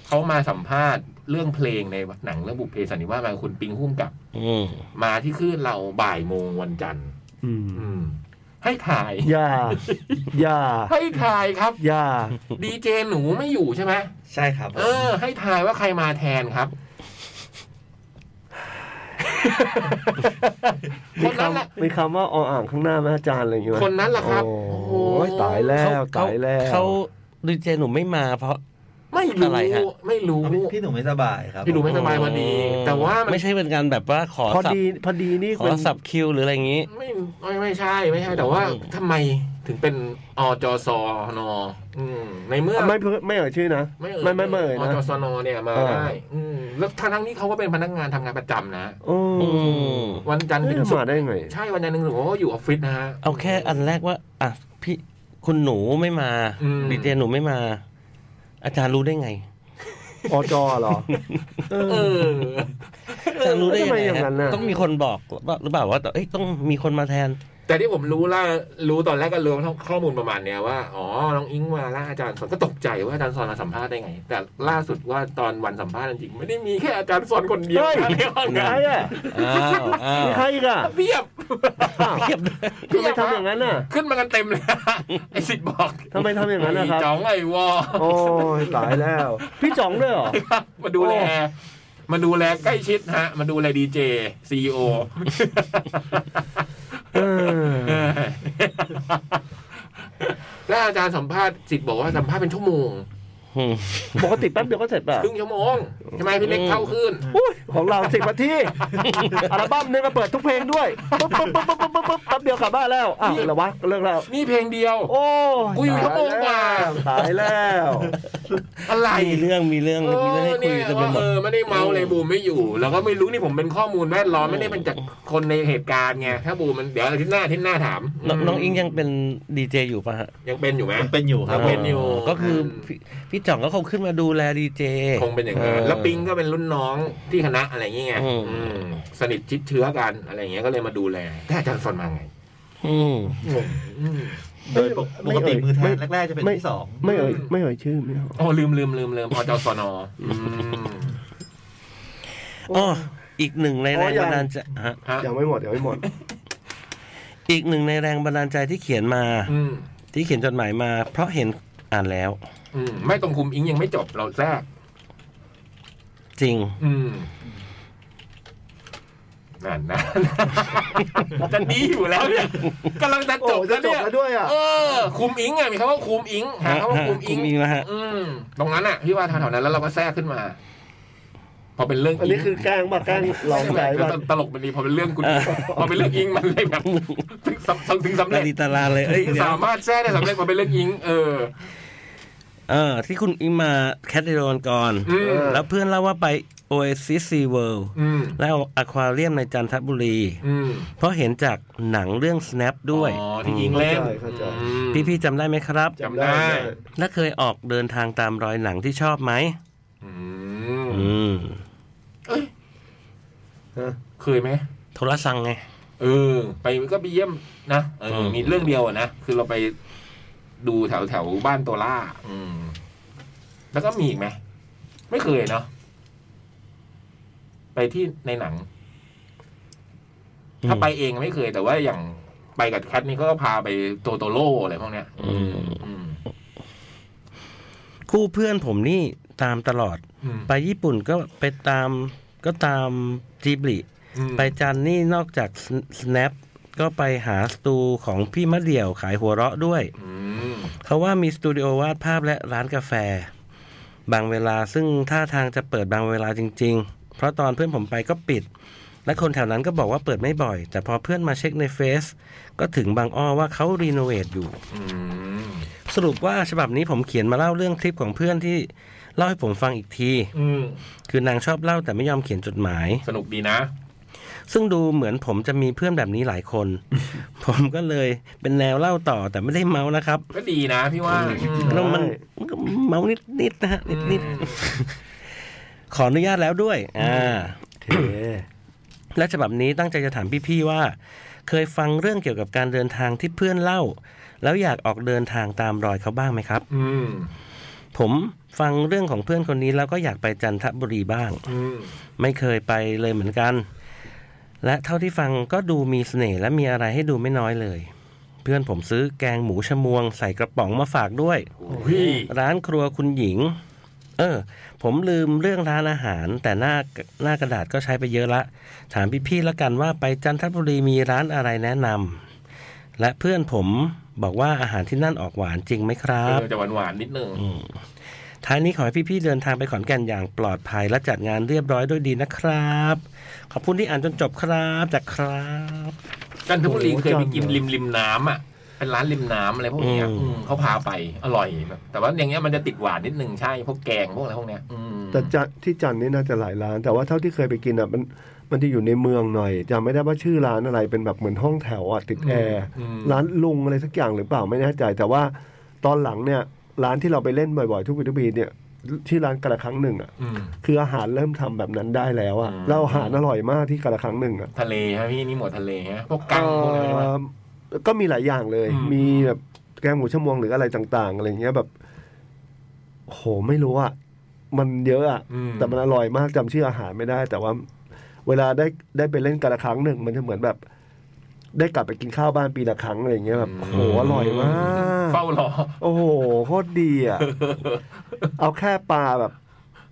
Speaker 1: เขามาสัมภาษณ์เรื่องเพลงในหนังเรื่องบุพเพสันนิวาสมากับคุณปิงหุ้มกับ
Speaker 2: อืม
Speaker 1: มาที่คลื่นเราบ่ายโมงวันจันทร์
Speaker 3: อืม
Speaker 1: อืม ให้ถ่าย
Speaker 3: อย่าอย่า
Speaker 1: ให้ถ่ายครับ
Speaker 3: อย่า
Speaker 1: ดีเจหนูไม่อยู่ใช่ไหม
Speaker 4: ใช่ครับผม
Speaker 1: เออ ให้ถ่ายว่าใครมาแทนครับค
Speaker 3: มี
Speaker 1: น
Speaker 3: ค
Speaker 1: นั้นแหละ
Speaker 3: ำมีคำว่าออ่างข้างหน้าไหมอาจารย์อะไรอย่างเงี้ย
Speaker 1: คนนั้นแหละครับ
Speaker 3: โอ้โห
Speaker 1: อ้
Speaker 3: ตายแล้ว
Speaker 2: เข
Speaker 3: ตายแล้ว
Speaker 2: เขาดีเจหนุ่มไม่มาเพราะ
Speaker 1: ไม่
Speaker 2: อะไรฮะ
Speaker 1: รู้ไม่รู้
Speaker 4: พี่พี่หนุ่มไม่สบายครับ
Speaker 1: พี่หนุ่มไม่สบาย
Speaker 4: ผ
Speaker 1: พอดีแต่ว่ามัน
Speaker 2: ไม่ใช่เป็นการแบบว่าขอ
Speaker 3: พอ
Speaker 2: สับ
Speaker 3: ดีพอดีนี่
Speaker 2: ขอ
Speaker 3: เป็น
Speaker 2: สับคิวหรืออะไรอย่างนี้
Speaker 1: ไม่ไม่ไม่ใช่ไม่ใช่ แต่ว่าทำไมถึงเป็นอจสนอืมในเมื่อ
Speaker 3: ไม่เพิ่งไม่เอ่ยชื่อนะไม่ไม่ไม่เอ่ย
Speaker 1: อ
Speaker 3: นะ
Speaker 1: จสนเนี่ยมา
Speaker 3: เออ
Speaker 1: ได้อืมแล้วทั้งทั้งนี้เขาก็เป็นพนักงานทำงานประจำนะ
Speaker 3: โอ้
Speaker 2: อืม
Speaker 1: วันจันทร์
Speaker 3: นี่
Speaker 1: ถึงศุ
Speaker 3: มาก
Speaker 1: ร์
Speaker 3: ได้ไง
Speaker 1: ใช่วันจันทร์ถึงศุกร์เขาก็อยู่ออฟฟิศนะฮะ
Speaker 2: เอาแค่อันแรกว่าอ่ะพี่คุณหนูไม่มา
Speaker 1: อืม
Speaker 2: ดีเจหนุ่มไม่มา อาจารย์รู้ได้ไง
Speaker 3: อจเหรอ
Speaker 1: เออ
Speaker 2: อาจารย์รู้ได้ยังไง
Speaker 3: ทำไมอย่างนั้นน่ะ
Speaker 2: ฮะต้องมีคนบอกหรือเปล่าว่าเอ้ยต้องมีคนมาแทน
Speaker 1: แต่ที่ผมรู้ล่ารู้ตอนแรกก็รู้ข้อมูลประมาณเนี้ยว่าอ๋อน้องอิงมาล่าอาจารย์สอนก็ตกใจว่าอาจารย์สอนมาสัมภาษณ์ได้ไง แต่ล่าสุดว่าตอนวันสัมภาษณ์จริงๆไม่ได้มีแค่อาจารย์สอนคนเดียว
Speaker 3: เฮ้ย
Speaker 1: นะในห้อง
Speaker 3: ใค
Speaker 1: นะ
Speaker 3: รอ่ะ
Speaker 2: อ้าวอ้าว
Speaker 3: มีใครอีกอ่ะ
Speaker 1: เพียบ
Speaker 2: เทียบด้วย
Speaker 3: ทำไมทำอย่างนั้นน่ะ
Speaker 1: ขึ้นมากันเต็มเลย <laughs> ไอสิทธิ์บอก
Speaker 3: ทำไมทำอย่างนั้นนะค
Speaker 1: ไจ๋
Speaker 3: รับ
Speaker 1: องไอ้วอ
Speaker 3: โอ้ยตายแล้ว พี่จ๋องด้วยเหรอ
Speaker 1: มาดูแล
Speaker 3: โอ้
Speaker 1: มาดูแลใกล้ชิดฮะ มาดูแลดีเจซีโอ <laughs>
Speaker 3: เออ
Speaker 1: แล้วอาจารย์สัมภาษณ์สิทธิ์บอกว่าสัมภาษณ์เป็นชั่วโมง
Speaker 2: อืม
Speaker 3: ปกติแป๊บเดียวก็เสร็จป่ะ
Speaker 1: ครึ่งชั่วโมงใช่ไหมพี่เล็กเข้าขึ้น
Speaker 3: อุ๊ยของเราสิบนาทีอัลบั้มเนี่ยก็เปิดทุกเพลงด้วยปุ๊บปุ๊บปุ๊บปุ๊บปุ๊บปุ๊บแป๊บเดียวกลับบ้านแล้วอ้าวเหรอวะเลิกแล้ว
Speaker 1: นี่เพลงเดียว
Speaker 3: โอ้
Speaker 1: กูอยู่ชั่วโมงกว่า
Speaker 3: ตายแล้ว
Speaker 1: อะไร
Speaker 2: มีเรื่องมีเรื่อง
Speaker 1: เอ
Speaker 2: มีเรื่อง
Speaker 1: อ
Speaker 2: ให้คุ
Speaker 1: เนี่ย ย
Speaker 2: เต็มไป
Speaker 1: ว่า
Speaker 2: หมด
Speaker 1: เออไม่ได้เมาเลยบูมไม่อยู่ แล้วก็ไม่รู้นี่ผมเป็นข้อมูลแวดล้อมไม่ได้เป็นจากคนในเหตุการณ์ไงถ้าบูมมันเดี๋ยวอาทิตย์หน้าอาทิตย์หน้าถาม
Speaker 2: น้องน้องอิงยังเป็นดีเจอยู่ป่ะฮะ
Speaker 1: ยังเป็นอยู่ไหม
Speaker 4: มเป็นอยู่ค
Speaker 1: ยั
Speaker 4: รับ
Speaker 1: งเป็นอยู่
Speaker 2: ก็คือพี่พี่จ่องก็คงขึ้นมาดูแลดีเจ
Speaker 1: คงเป็นอย่างนั้นแล้วปิงก็เป็นรุ่นน้องที่คณะอะไรอย่างเงี้ย
Speaker 2: อืม
Speaker 1: อืมสนิทชิดเชื้อกันอะไรอย่างเงี้ยก็เลยมาดูแลแต่อาจารย์สอนมาไง
Speaker 2: อืม
Speaker 1: งงอืม
Speaker 4: โดยปกติมือแทนแรกๆจะเป็นที่สอง
Speaker 3: ไม่เอ่ยไม่เอ่ยชื่อไม่เอา
Speaker 1: โอ้ลืมลืมลืมลืมอจสนอืม
Speaker 2: อ๋ออีกหนึ่งในแรงบันดาลใจฮะ
Speaker 1: ฮะ
Speaker 3: ยังไม่หมดยังไม่หมด
Speaker 2: อีกหนึ่งในแรงบันดาลใจที่เขียนมา
Speaker 1: อืม
Speaker 2: ที่เขียนจดหมายมา เพราะเห็นอ่านแล้ว
Speaker 1: อืมไม่ตรงคุมอิงยังไม่จบเราแรก
Speaker 2: จริง
Speaker 1: อืมนั่นนะ จะดีอยู่แล้วเนี่ยกำลังจะจบ
Speaker 3: โอ้
Speaker 1: แล้
Speaker 3: จะ
Speaker 1: ว
Speaker 3: จ
Speaker 1: เนี่
Speaker 3: บ
Speaker 1: ย
Speaker 3: แล้วด้วยอ่ะ
Speaker 1: เออ คุมอิงไงมีคำว่าคุมอิงหาคำว่าคุมอิง
Speaker 2: คุมอิงนะฮะ
Speaker 1: อืม ตรงนั้นอ่ะพี่ว่าแถวๆนั้นแล้วเราก็แทรกขึ้นมา พอเป็นเรื่อง
Speaker 3: อันนี้คือแกล้งป่ะแกล้งลองใจป่ะ
Speaker 1: ตลกมันดีพอเป็นเรื่องคุณพอเป็นเรื่องอิงมัน
Speaker 2: <laughs>
Speaker 1: เลยแบบถึงสำถึงสำ
Speaker 2: นา
Speaker 1: เร็จ
Speaker 2: ฬิตาลาเลยเอ้ยเดี๋ยว
Speaker 1: สามารถแท้ได้สำเร็จพอเป็นเรื่องอิง เออ
Speaker 2: เออ ที่คุณอิงมาแคทเดรอนก่อน
Speaker 1: อืม
Speaker 2: แล้วเพื่อนเล่าว่าไป Oasis Sea World
Speaker 1: อืม
Speaker 2: แล้วอควาเรียมในจันทบุรี
Speaker 1: อืม
Speaker 2: เพราะเห็นจากหนังเรื่อง Snap ด้วย
Speaker 1: อ๋อที่อิงเล่น
Speaker 3: เข้าใจ
Speaker 1: อืม
Speaker 2: พี่ๆจำได้ไหมครับ
Speaker 1: จำได้
Speaker 2: และเคยออกเดินทางตามรอยหนังที่ชอบไหม
Speaker 1: อืม
Speaker 2: อืม
Speaker 3: ฮะ
Speaker 1: เคยไหม
Speaker 2: โทรสั่งไง
Speaker 1: เออ ไปก็ไปเยี่ยมนะเออ
Speaker 2: อืม
Speaker 1: มีเรื่องเดียวอะนะคือเราไปดูแถวแถวบ้านตัวล่า อืม แล้วก็มีอีกไหมไม่เคยเนาะไปที่ในหนัง ถ้าไปเองไม่เคย แต่ว่าอย่างไปกับแคทนี่เขาก็พาไปโตโตโร่อะไรพวกเนี้ย
Speaker 2: อืม
Speaker 1: อืม
Speaker 2: คู่เพื่อนผมนี่ตามตลอด
Speaker 1: อืม
Speaker 2: ไปญี่ปุ่นก็ไปตามก็ตามจีบลิ
Speaker 1: อืม
Speaker 2: ไปจันนี่นอกจาก snap ก็ไปหาสตูของพี่มะเดี่ยวขายหัวเราะด้วย
Speaker 1: อืม
Speaker 2: เขาว่ามีสตูดิโอวาดภาพและร้านกาแฟ บางเวลาซึ่งท่าทางจะเปิดบางเวลาจริง ๆ เพราะตอนเพื่อนผมไปก็ปิด และคนแถวนั้นก็บอกว่าเปิดไม่บ่อย แต่พอเพื่อนมาเช็คในเฟซก็ถึงบางอ้อว่าเขารีโนเวทอยู่
Speaker 1: อืม
Speaker 2: สรุปว่าฉบับนี้ผมเขียนมาเล่าเรื่องทริปของเพื่อนที่เล่าให้ผมฟังอีกที
Speaker 1: อืม
Speaker 2: คือนางชอบเล่าแต่ไม่ยอมเขียนจดหมาย
Speaker 1: สนุกดีนะ
Speaker 2: ซึ่งดูเหมือนผมจะมีเพื่อนแบบนี้หลายคน <laughs> ผมก็เลยเป็นแนวเล่าต่อแต่ไม่ได้เมาส์นะครับ
Speaker 1: ก็ดีนะพี่ว่าอืม
Speaker 2: แล้วมันมันก็เมาส์นิดนิดๆนะฮะนิดนิดๆขออนุญาตแล้วด้วย อ่า
Speaker 3: เท
Speaker 2: และฉบับนี้ตั้งใจจะถามพี่ๆว่า เคยฟังเรื่องเกี่ยวกับการเดินทางที่เพื่อนเล่า แล้วอยากออกเดินทางตามรอยเขาบ้างไหมครับ
Speaker 1: อืม
Speaker 2: ผมฟังเรื่องของเพื่อนคนนี้แล้วก็อยากไปจันทบุรีบ้าง
Speaker 1: อืม
Speaker 2: ไม่เคยไปเลยเหมือนกัน และเท่าที่ฟังก็ดูมีเสน่ห์และมีอะไรให้ดูไม่น้อยเลย เพื่อนผมซื้อแกงหมูชะมวงใส่กระป๋องมาฝากด้วย
Speaker 1: โอ้ย
Speaker 2: ร้านครัวคุณหญิง เออ ผมลืมเรื่องร้านอาหาร แต่หน้าหน้ากระดาษก็ใช้ไปเยอะละ ถามพี่ๆแล้วกันว่าไปจันทบุรีมีร้านอะไรแนะนำและเพื่อนผมบอกว่าอาหารที่นั่นออกหวานจริงไหมครั
Speaker 1: เอบ อจะหวานหวานๆนิดนึง
Speaker 2: อืมท้ายนี้ขอให้พี่ๆเดินทางไปขอนแก่นอย่างปลอดภัยและจัดงานเรียบร้อยด้วยดีนะครับ ขอบคุณที่อ่านจนจบครับจากครับ
Speaker 1: จันทบุรีเคยไปกินริมริมน้ำอ่ะเป็นร้านริมน้ำอะไรพวกเนี้ยอืมเขาพาไปอร่อยแบบแต่ว่าอย่างเงี้ยมันจะติดหวานนิดนึงใช่พวกแกงพวกอะไรพวกเนี้ยอืม
Speaker 3: แต่จันที่จันนี่น่าจะหลายร้าน แต่ว่าเท่าที่เคยไปกินอ่ะมันมันจะอยู่ในเมืองหน่อยจำไม่ได้ว่าชื่อร้านอะไรเป็นแบบเหมือนห้องแถวอ่ะติดแอร์
Speaker 1: อืม
Speaker 3: ร้านลุงอะไรสักอย่างหรือเปล่าไม่แน่ใจ แต่ว่าตอนหลังเนี่ย ร้านที่เราไปเล่นบ่อยๆทุกปีทุกปีเนี่ยที่ร้านกระครั้งหนึ่งอ่ะ
Speaker 1: อืม
Speaker 3: คืออาหารเริ่มทำแบบนั้นได้แล้วอ่ะ
Speaker 1: อืม
Speaker 3: แล้วอาหารอร่อยมากที่กระครั้งหนึ่งอ่ะ
Speaker 1: ทะเลฮะพี่นี่หมวดทะเลฮะพวกกังพวกอะไรพวกเนี้ย
Speaker 3: เอ่อก็มีหลายอย่างเลย
Speaker 1: อืม
Speaker 3: มีแบบแกงหมูชั่วโมงหรืออะไรต่าง ๆ อะไรเงี้ยแบบโหไม่รู้อ่ะมันเยอะอ่ะ
Speaker 1: อืม
Speaker 3: แต่มันอร่อยมากจำชื่ออาหารไม่ได้ แต่ว่าเวลาได้ได้ไปเล่นกันละครั้งหนึ่ง มันจะเหมือนแบบ ได้กลับไปกินข้าวบ้านปีละครั้งอะไรอย่างเงี้ยแบบโอ้โหอร่อยมาก
Speaker 1: เฝ้ารอ
Speaker 3: โอ้โหโคตรดีอ่ะ เอาแค่ปลาแบบ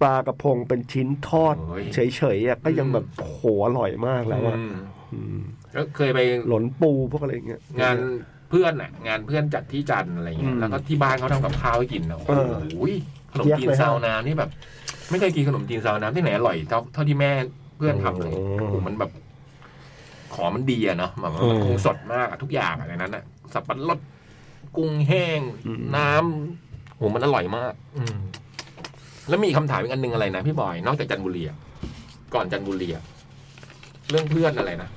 Speaker 3: ปลากระพงเป็นชิ้นทอด เฉยๆอ่ะก็ยังแบบโอ้โหอร่อยมากแล้วอ่ะ
Speaker 1: อืม
Speaker 3: อืม
Speaker 1: ก็เคยไป
Speaker 3: หลนปูพวกอะไรอย่างเงี้ย
Speaker 1: งานเพื่อนอ่ะ งานเพื่อนจัดที่จันทร์อะไรเงี้ย
Speaker 3: อืม
Speaker 1: แล้วก็ที่บ้านเขาทำกับข้าวให้กินนะโอ้
Speaker 3: เออ
Speaker 1: โหขนมจีน
Speaker 3: เยี่ยมเลยฮะ
Speaker 1: ซาวน้ำนี่แบบ ไม่เคยกินขนมจีนซาวน้ำที่ไหนอร่อยเท่าเท่าที่แม่เพื่อนทำเลย
Speaker 3: โอ้
Speaker 1: โอ้
Speaker 3: โห
Speaker 1: โหมันแบบ ของมันดีอะเนาะแบบว่ามันคงสดมากอะทุกอย่างอะในนั้นอะสับปะรดกุ้งแห้ง น้ำโหมันอร่อยมาก อืมแล้วมีคำถามอีกอันหนึงอะไรนะพี่บอย นอกจากจันทบุรีอะก่อนจันทบุรีอะเรื่องเพื่อนอะไรนะ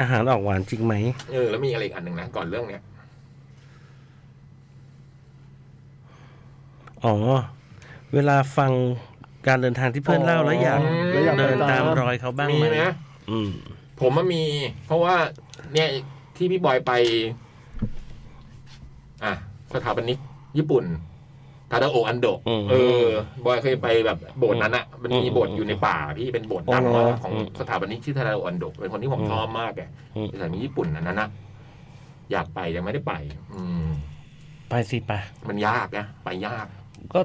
Speaker 2: อาหารออกหวานจริงไหม
Speaker 1: เออแล้วมีอะไรอีกอันหนึ่งนะก่อนเรื่องเนี้ย
Speaker 2: อ๋อ เวลาฟังการเดินทางที่เพื่อนเล่าแล้วอยาก
Speaker 3: แล้วอยากไป
Speaker 2: เดินตามรอยเขาบ้าง
Speaker 1: มี
Speaker 2: ไหม
Speaker 1: ไหม
Speaker 2: อืม
Speaker 1: ผมมันมี เพราะว่า เนี่ยที่พี่บอยไป อ่ะสถาปนิกญี่ปุ่นทาดาโอะอันโดะ
Speaker 2: อืม
Speaker 1: เออบอยเคยไปแบบโบสถ์นั้นอะมันมี
Speaker 2: อืม
Speaker 1: โบสถ์อยู่ในป่าพี่เป็นโบสถ์ดัง
Speaker 3: อ๋อเหรอ
Speaker 1: มากของสถาปนิกชื่อทาดาโอะอันโดะเป็นคนที่ผม
Speaker 2: อืม
Speaker 1: ชอบมากแก
Speaker 2: อืม
Speaker 1: สถาปนิกญี่ปุ่นอันนั้นนะอยากไปยังไม่ได้ไป อืม
Speaker 2: ไปสิไปะ
Speaker 1: มันยากนะไปยาก
Speaker 2: ก็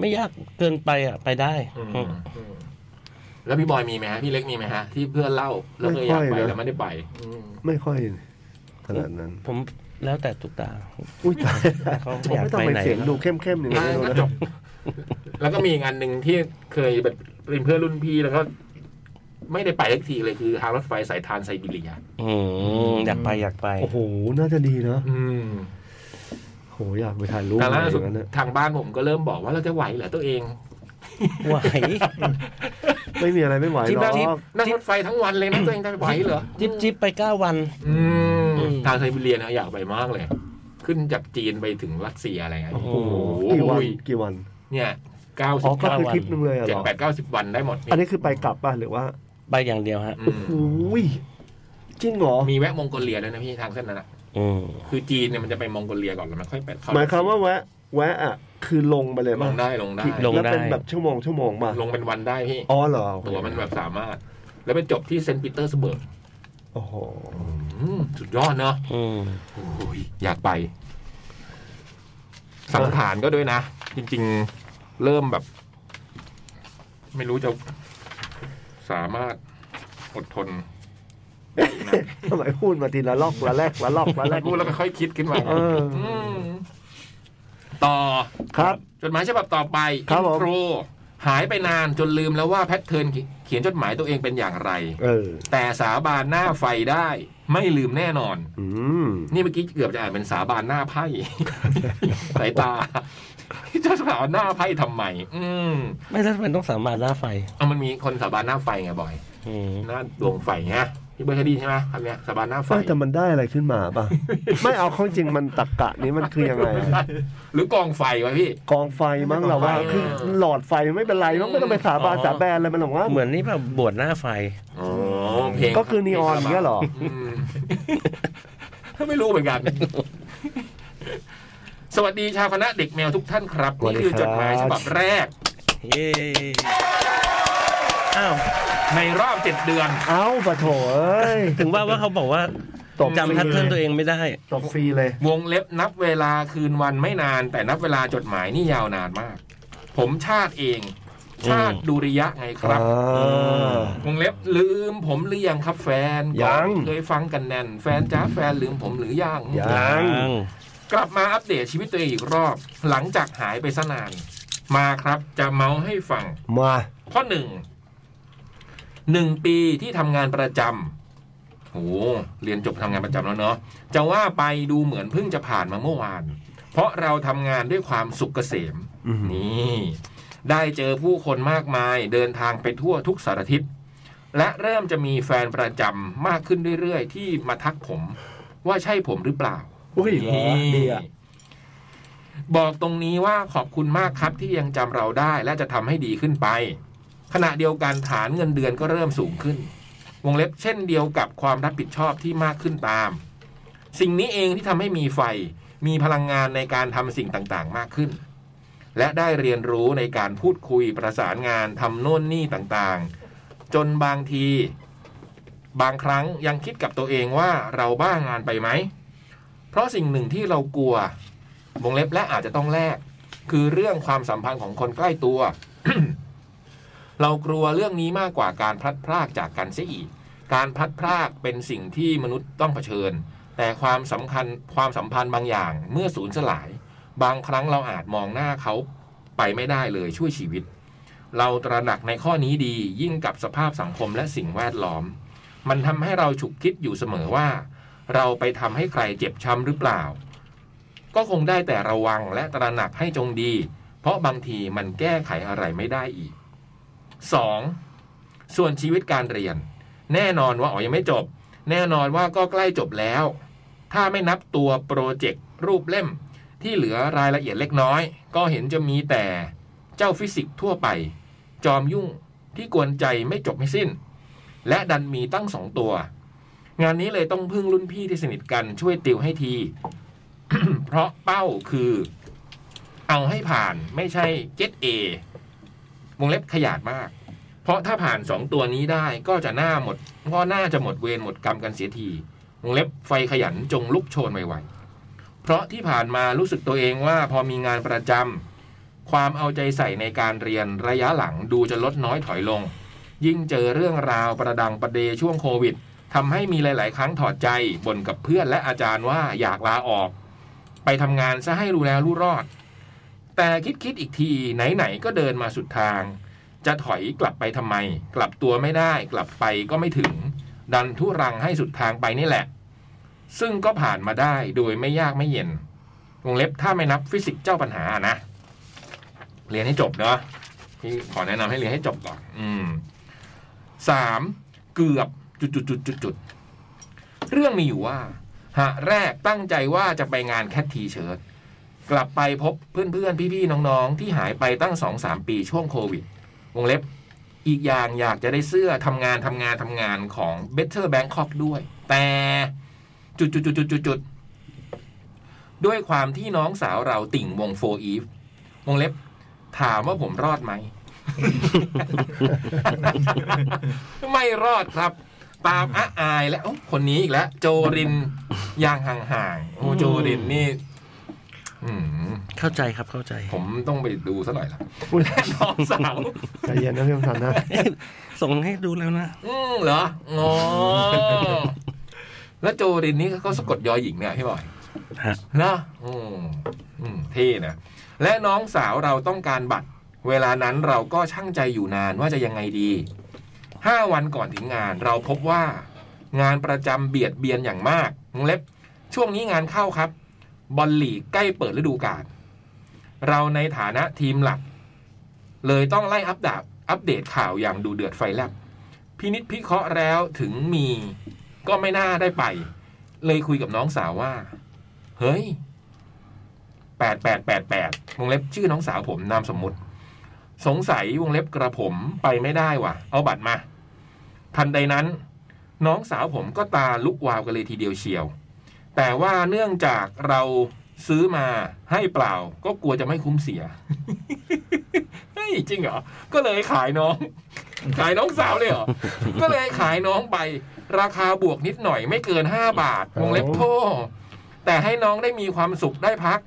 Speaker 2: ไม่ยากเกินไปอ่ะไปได้
Speaker 1: อืม
Speaker 2: อืม
Speaker 1: อืมแล้วพี่บอยมีไหมฮะพี่เล็กมีไหมฮะที่เพื่อนเล่าแล้วเคยอยากไปแล้วไม่ได้ไป อืม
Speaker 3: ไม่ค่อยขนาดนั้น
Speaker 2: ผม แล้วแต่ตุ๊กตา
Speaker 3: อุ้ยตาย
Speaker 2: เขา
Speaker 3: ผ
Speaker 2: อ
Speaker 3: ม
Speaker 2: ยาก
Speaker 3: ไม่ต้อง
Speaker 2: ไป
Speaker 3: ไป
Speaker 2: ไหน
Speaker 3: เสียงดูเข้มๆอย่างนี้
Speaker 1: ก็
Speaker 3: นะ
Speaker 1: จบ แล้วก็มีอีกอันหนึ่งที่เคยแบบเป็นเพื่อนรุ่นพี่แล้วก็ไม่ได้ไปสักทีเลยคือทางรถไฟสายทานไซบีเรีย
Speaker 2: อืมอยากไปอยากไป
Speaker 3: โอ้โห น่าจะดีเนาะ
Speaker 1: อืม
Speaker 3: โอ้โหอยากไปถ่ายรูป
Speaker 1: แต่ล่าสุด
Speaker 3: ย่างนั้นนะ
Speaker 1: ทางบ้านผมก็เริ่มบอกว่าเราจะไหวเหรอตัวเอง
Speaker 2: ไหว
Speaker 3: ไม่มีอะไรไม่ไหว
Speaker 1: ที่
Speaker 3: หร
Speaker 1: นั่ง
Speaker 3: อก
Speaker 1: นั่งรถไฟทั้งวันเลยนะตัวเองจะไหวเหรอ
Speaker 2: จิบจิบไปเก้าวัน
Speaker 1: อืม
Speaker 2: อืม
Speaker 1: ทางไซบีเรียนะอยากไปมากเลย ขึ้นจากจีนไปถึงรัสเซียอะไรเงี้ย
Speaker 3: โอ้โห
Speaker 1: โอ้โห
Speaker 3: กี่วันกี่วัน
Speaker 1: เนี่ยเก้า
Speaker 3: อ๋
Speaker 1: สิ
Speaker 3: อบ ก็คือทริปหนึงเลยอะเห
Speaker 1: เจ็ด
Speaker 3: รอ
Speaker 1: แปดเก้าสิบวันได้หมด
Speaker 3: อันนี้คือไปกลับป่ะหรือว่า
Speaker 2: ไปอย่างเดียวฮะ
Speaker 1: อื
Speaker 3: โอ้
Speaker 1: ม
Speaker 3: โหจริงเหรอ
Speaker 1: มีแวะมองโกเลียด้วยนะพี่ทางเส้นนั้นอะ
Speaker 2: อืม
Speaker 1: คือจีนเนี่ยมันจะไปมองโกเลียก่อนแล้วมันค่อยไปเข้
Speaker 3: หมายความว่าแวะแวะอะคือลงไปเลย
Speaker 1: ล
Speaker 3: มั้
Speaker 1: งได้ลงได้
Speaker 2: ลง
Speaker 3: แล้ว
Speaker 2: ได้
Speaker 3: เป็นแบบชั่วโมงชั่วโมงมา
Speaker 1: ลงเป็นวันได้พี่
Speaker 3: อ๋อเหรอ
Speaker 1: ตัวมันแบบสามารถ แล้วไปจบที่เซนต์ปีเตอร์สเบิร์ก
Speaker 3: โอ้โห
Speaker 1: อืมสุดยอดเนาะ
Speaker 2: อืม
Speaker 1: โอ้ยอยากไป สังขารก็ด้วยนะ จริง ๆ เริ่มแบบ ไม่รู้จะ สามารถอดทน
Speaker 3: ทำไมพูดมาทีละลอกละแรกละลอกละแรก
Speaker 1: พูดแล้วก็ค่อยคิดขึ้นมา
Speaker 3: เออ
Speaker 1: มต่อ
Speaker 3: ครับ
Speaker 1: จดหมายฉบับต่อไป
Speaker 3: ครับผม
Speaker 1: อินโทรหายไปนานจนลืมแล้วว่าแพทเทิร์นเขียนจดหมายตัวเองเป็นอย่างไร
Speaker 3: เออ
Speaker 1: แต่สาบานหน้าไฟได้ ไม่ลืมแน่นอน
Speaker 3: อืม
Speaker 1: นี่เมื่อกี้เกือบจะอ่านเป็นสาบานหน้าไพ่ สายตาจะสาบานหน้าไพ่ทำไมอืม
Speaker 2: ไม่แล้วทำไมต้องสามารถล่าไฟ
Speaker 1: เอามันมีคนสาบานหน้าไฟไงบ่อย
Speaker 2: อืม
Speaker 1: หน้าดวงไฟไงพี่เบิร์ดเคยไดีใช่ไหมคำเนี้ยสาบานหน้าไฟ
Speaker 3: ไม่แต่มันได้อะไรขึ้นมาป่ะ ไม่เอาเข้าจริงมันตักกะนี้มันคือยังไงอะ
Speaker 1: หรือกองไฟไว้พี่
Speaker 3: กองไฟมั้งเราว่า คือหลอดไฟไม่เป็นไรมั้งไม่ต้องไปสาบานสาแบนอะไรมันหรอกว่า
Speaker 2: เหมือนนี่แบบบวชหน้าไฟ
Speaker 1: อ๋อเพลง
Speaker 3: ก็คือนีออนอย่างเงี้ยเหรอ
Speaker 1: ม ไม่รู้เหมือนกัน สวัสดีชาวคณะเด็กแมวทุกท่านครับ นี่คือจดหมายฉบับแรก
Speaker 2: เย้อ้าว
Speaker 1: ในรอบเจ็ดเดือน
Speaker 3: เอ้าปะโถเอ้ย
Speaker 2: ถึงว่าว่าเขาบอกว่า
Speaker 3: ตบ
Speaker 2: จำแพทเทิร์นตัวเองไม่ได้
Speaker 3: ตบฟรีเลยว
Speaker 1: งเล็บนับเวลาคืนวันไม่นาน แต่นับเวลาจดหมายนี่ยาวนานมาก ผมชาติเอง ชาติดุริยะไงครับ
Speaker 3: อ่า
Speaker 1: วงเล็บลืมผมหรือยังครับแฟน
Speaker 3: ยัง
Speaker 1: เคยฟังกันแน่น แฟนจ้าแฟนลืมผมหรือยัง
Speaker 3: ยัง
Speaker 1: กลับมาอัปเดตชีวิตตัวเองอีกรอบ หลังจากหายไปซะนาน มาครับจะเมาให้ฟัง
Speaker 3: มา
Speaker 1: ข้อหนึ่งหนึ่งปีที่ทำงานประจำโหเรียนจบทำงานประจำแล้วเนาะจะว่าไปดูเหมือนเพิ่งจะผ่านมาเมื่อวาน เพราะเราทำงานด้วยความสุขเกษม
Speaker 3: อือหือ
Speaker 1: นี่ ได้เจอผู้คนมากมายเดินทางไปทั่วทุกสารทิศและเริ่มจะมีแฟนประจำมากขึ้นเรื่อยๆ ที่มาทักผม ว่าใช่ผมหรือเปล่า
Speaker 3: อุ้ยเหรอดีอ่ะ
Speaker 1: บอกตรงนี้ว่าขอบคุณมากครับที่ยังจำเราได้และจะทำให้ดีขึ้นไป ขณะเดียวกันฐานเงินเดือนก็เริ่มสูงขึ้น วงเล็บเช่นเดียวกับความรับผิดชอบที่มากขึ้นตาม สิ่งนี้เองที่ทำให้มีไฟ มีพลังงานในการทำสิ่งต่างๆ มากขึ้น และได้เรียนรู้ในการพูดคุยประสานงานทำโน่นนี่ต่างๆ จนบางที บางครั้งยังคิดกับตัวเองว่าเราบ้างานไปไหม เพราะสิ่งหนึ่งที่เรากลัว วงเล็บและอาจจะต้องแลกคือเรื่องความสัมพันธ์ของคนใกล้ตัว <coughs> เรากลัวเรื่องนี้มากกว่าการพลัดพรากจากกันเสียอีก การพลัดพรากเป็นสิ่งที่มนุษย์ต้องเผชิญ แต่ความสำคัญความสัมพันธ์บางอย่างเมื่อสูญสลาย บางครั้งเราอาจมองหน้าเขาไปไม่ได้เลยช่วยชีวิต เราตระหนักในข้อนี้ดียิ่งกับสภาพสังคมและสิ่งแวดล้อม มันทำให้เราฉุกคิดอยู่เสมอว่า เราไปทำให้ใครเจ็บช้ำหรือเปล่า ก็คงได้แต่ระวังและตระหนักให้จงดี เพราะบางทีมันแก้ไขอะไรไม่ได้อีก 2. ส่วนชีวิตการเรียน แน่นอนว่าอ๋อยังไม่จบ แน่นอนว่าก็ใกล้จบแล้ว ถ้าไม่นับตัวโปรเจกต์รูปเล่ม ที่เหลือรายละเอียดเล็กน้อย ก็เห็นจะมีแต่เจ้าฟิสิกส์ทั่วไป จอมยุ่งที่กวนใจไม่จบไม่สิ้น และดันมีตั้งสองตัว งานนี้เลยต้องพึ่งรุ่นพี่ที่สนิทกันช่วยติวให้ที <coughs> เพราะเป้าคือ เอาให้ผ่านไม่ใช่เก็ตเอวงเล็บขยาดมาก เพราะถ้าผ่านสองตัวนี้ได้ก็จะหน้าหมดก็น่าจะหมดเวรหมดกรรมกันเสียทีวงเล็บไฟขยันจงลุกโชนไวๆเพราะที่ผ่านมารู้สึกตัวเองว่าพอมีงานประจำความเอาใจใส่ในการเรียนระยะหลังดูจะลดน้อยถอยลง ยิ่งเจอเรื่องราวประดังประเดช่วงโควิด ทำให้มีหลาย ๆ ครั้งถอดใจบ่นกับเพื่อนและอาจารย์ว่าอยากลาออก ไปทำงานซะให้รู้แล้วรู้รอด แต่คิดคิดๆอีกทีไหน ๆ ก็เดินมาสุดทาง จะถอยกลับไปทำไม กลับตัวไม่ได้ กลับไปก็ไม่ถึง ดันทุรังให้สุดทางไปนี่แหละ ซึ่งก็ผ่านมาได้โดยไม่ยากไม่เย็นวงเล็บถ้าไม่นับฟิสิกส์เจ้าปัญหานะ เรียนให้จบเนาะพี่ขอแนะนำให้เรียนให้จบก่อน อืมสามเกือบจุดจุดจุดจุดจุดเรื่องมีอยู่ว่า หะแรกตั้งใจว่าจะไปงานแคททีเชิร์ตกลับไปพบเพื่อนๆ พี่ๆ น้องๆ ที่หายไปตั้งสองสามปีช่วงโควิด วงเล็บ อีกอย่างอยากจะได้เสื้อทำงานทำงานทำงานของ Better Bangkok ด้วย แต่จุดจุดจุดจุดจุดจุดด้วยความที่น้องสาวเราติ่งวงโฟอีฟวงเล็บ ถามว่าผมรอดไหม <laughs> ไม่รอดครับ ตามอะอายและโอ้วคนนี้อีกแล้ว โจรินยางห่างๆโอ้โจรินนี่อืม
Speaker 2: เข้าใจครับเข้าใจ
Speaker 1: ผมต้องไปดูซะหน่อยละ <laughs> และน้องสาว
Speaker 3: ใจเย็นนะพี่คมสันนะ
Speaker 2: ส่งให้ดูแล้วนะ
Speaker 1: อืมเหรออ๋อ <laughs> แล้วโจรินนี่เขาสะกดยอหญิงเนี่ยพี่บอย
Speaker 2: ฮะ
Speaker 1: นะอืมอืมเท่นะ และน้องสาวเราต้องการบัตร เวลานั้นเราก็ช่างใจอยู่นานว่าจะยังไงดี ห้าวันก่อนถึงงาน เราพบว่า งานประจำเบียดเบียนอย่างมากวงเล็บ ช่วงนี้งานเข้าครับ บอลลีกใกล้เปิดฤดูกาลเราในฐานะทีมหลัก เลยต้องไล่อัปดาอัปเดตข่าวอย่างดูเดือดไฟแลบ พินิษพิเคราะห์แล้วถึงมีก็ไม่น่าได้ไป เลยคุยกับน้องสาวว่า เฮ้ยแปดแปดแปดแปดวงเล็บชื่อน้องสาวผมนามสมมุติ สงสัยวงเล็บกระผมไปไม่ได้ว่ะ เอาบัตรมา ทันใดนั้น น้องสาวผมก็ตาลุกวาวกันเลยทีเดียวเชียว แต่ว่าเนื่องจากเราซื้อมาให้เปล่า ก็กลัวจะไม่คุ้มเสีย <laughs> เฮ้ยจริงเหรอ ก็เลยขาย <laughs> น้อง ขายน้องสาวเลยเหรอ ก็เลยขายน้องไป ราคาบวกนิดหน่อยไม่เกิน 5 บาท วงเล็บโทษแต่ให้น้องได้มีความสุขได้พัก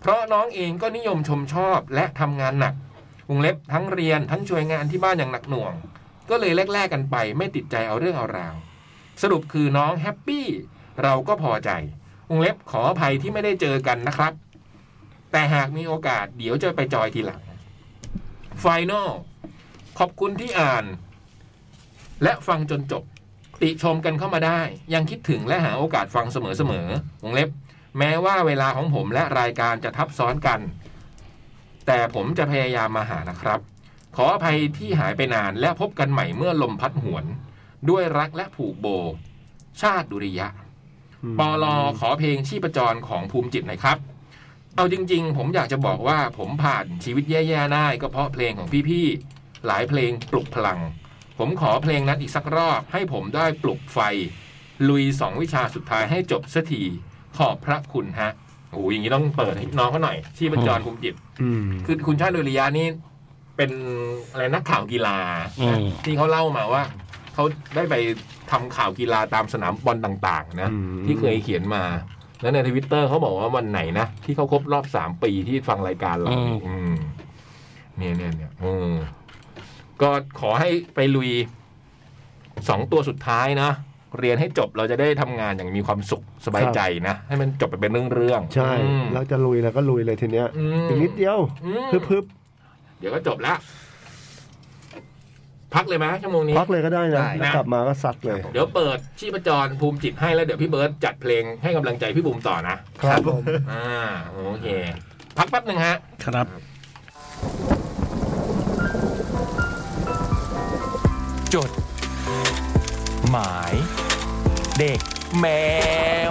Speaker 1: เพราะน้องเองก็นิยมชมชอบและทำงานหนัก วงเล็บทั้งเรียนทั้งช่วยงานที่บ้านอย่างหนักหน่วง ก็เลยแลกๆกันไป ไม่ติดใจเอาเรื่องเอาราว สรุปคือน้องแฮปปี้ เราก็พอใจ วงเล็บขออภัยที่ไม่ได้เจอกันนะครับ แต่หากมีโอกาสเดี๋ยวจะไปจอยทีหลัง ไฟนอล ขอบคุณที่อ่าน และฟังจนจบ ติชมกันเข้ามาได้ ยังคิดถึงและหาโอกาสฟังเสมอๆวงเล็บ แม้ว่าเวลาของผมและรายการจะทับซ้อนกัน แต่ผมจะพยายามมาหานะครับ ขออภัยที่หายไปนานและพบกันใหม่เมื่อลมพัดหวน ด้วยรักและผูกโบ ชาติดุริยะ ปอลอขอเพลงชีพจรของภูมิจิตหน่อยครับ เอาจริงๆ ผมอยากจะบอกว่าผมผ่านชีวิตแย่ๆได้ก็เพราะเพลงของพี่ๆ หลายเพลงปลุกพลัง ผมขอเพลงนั้นอีกสักรอบให้ผมได้ปลุกไฟ ลุยสองวิชาสุดท้ายให้จบสักทีขอบพระคุณฮะโอ้โหอย่างนี้ต้องเปิดให้น้องเขาหน่อย ชีพจรภูมิจิต
Speaker 3: อืม
Speaker 1: คือคุณชาติดุริยานี่เป็นอะไรนักข่าวกีฬา
Speaker 2: อืม
Speaker 1: ที่เขาเล่ามาว่า เขาได้ไปทำข่าวกีฬาตามสนามบอลต่าง ๆ นะ
Speaker 3: อืม
Speaker 1: ที่เคยเขียนมา แล้วในทวิตเตอร์เขาบอกว่าวันไหนนะ ที่เขาครบรอบสามปีที่ฟังรายการเราเนี่ยอืมเนี่ยเนี่ยเนี่ยอืมก็ขอให้ไปลุยสองตัวสุดท้ายนะ เรียนให้จบเราจะได้ทำงานอย่างมีความสุขสบายใจนะ ให้มันจบไปเป็นเรื่องๆ
Speaker 3: ใช่
Speaker 1: อืม
Speaker 3: แล้วจะลุยแล้วก็ลุยเลยทีเนี้ย
Speaker 1: อืม
Speaker 3: อีกนิดเดียว
Speaker 1: อืม
Speaker 3: พึบ
Speaker 1: เดี๋ยวก็จบละพักเลยไหมชั่วโมงนี้
Speaker 3: ๆพักเลยก็ได้นะ
Speaker 4: ได้
Speaker 3: แล้วกลับมาก็ซัดเลย
Speaker 1: เดี๋ยวเปิดชีพจรภูมิจิตให้แล้วเดี๋ยวพี่เบิร์ตจัดเพลงให้กำลังใจพี่บูมต่อนะครับ
Speaker 3: ผม
Speaker 1: อ่าโอเค พักแป๊บหนึ่งฮะ
Speaker 2: ครับ
Speaker 5: จด หมาย เด็กแม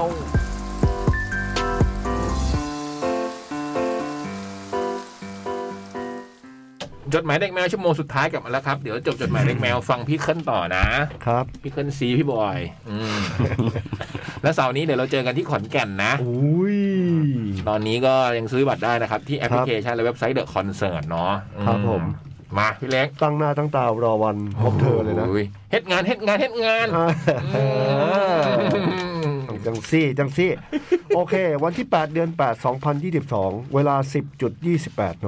Speaker 5: ว
Speaker 1: จดหมายเด็กแมวชั่วโมงสุดท้ายกลับมาแล้วครับ เดี๋ยวจบจดหมายเด็กแมวฟังพี่เคิลต่อนะ
Speaker 3: ครับ
Speaker 1: พี่เคิลซีพี่บอย อื
Speaker 3: <laughs>
Speaker 1: ม แล้วเสาร์นี้เดี๋ยวเราเจอกันที่ขอนแก่นนะ
Speaker 3: อุ้ย
Speaker 1: ตอนนี้ก็ยังซื้อบัตรได้นะครับ ที่แอปพลิเคชันและเว็บไซต์เดอะคอนเสิร์ตเนาะ
Speaker 3: ครับ
Speaker 1: อื
Speaker 3: ผม
Speaker 1: มาพี่เล็ก
Speaker 3: ตั้งหน้าตั้งตารอวันพบเธอเลยนะ
Speaker 1: โยเฮ็ดงานเฮ็ดงานเฮ็ดงาน
Speaker 3: อ่า
Speaker 1: อืม
Speaker 3: จังซี่จังซี่ โอเค วันที่ 8 เดือน 8 2022 เวลา 10.28 น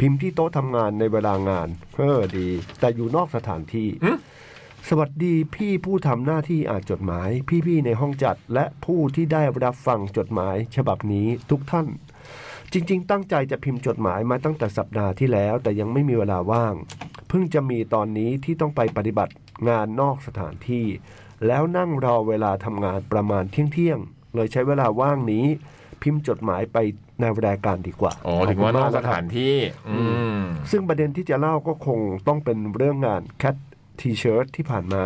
Speaker 3: พิมพ์ที่โต๊ะทำงานในเวลางานเออดี แต่อยู่นอกสถานที่ สวัสดีพี่ผู้ทำหน้าที่อ่านจดหมาย พี่ๆในห้องจัดและผู้ที่ได้รับฟังจดหมายฉบับนี้ทุกท่าน จริงๆ ตั้งใจจะพิมพ์จดหมายมาตั้งแต่สัปดาห์ที่แล้ว แต่ยังไม่มีเวลาว่าง เพิ่งจะมีตอนนี้ที่ต้องไปปฏิบัติงานนอกสถานที่ แล้วนั่งรอเวลาทำงานประมาณเที่ยงๆเลยใช้เวลาว่างนี้ พิมพ์จดหมายไปในรายการดีกว่า
Speaker 1: อ๋อถึงว่านอกสถาน
Speaker 3: ขบคุณมกะครับ
Speaker 1: ที่ อืม
Speaker 3: ซึ่งประเด็นที่จะเล่าก็คงต้องเป็นเรื่องงาน Cat T-shirt ที่ผ่านมา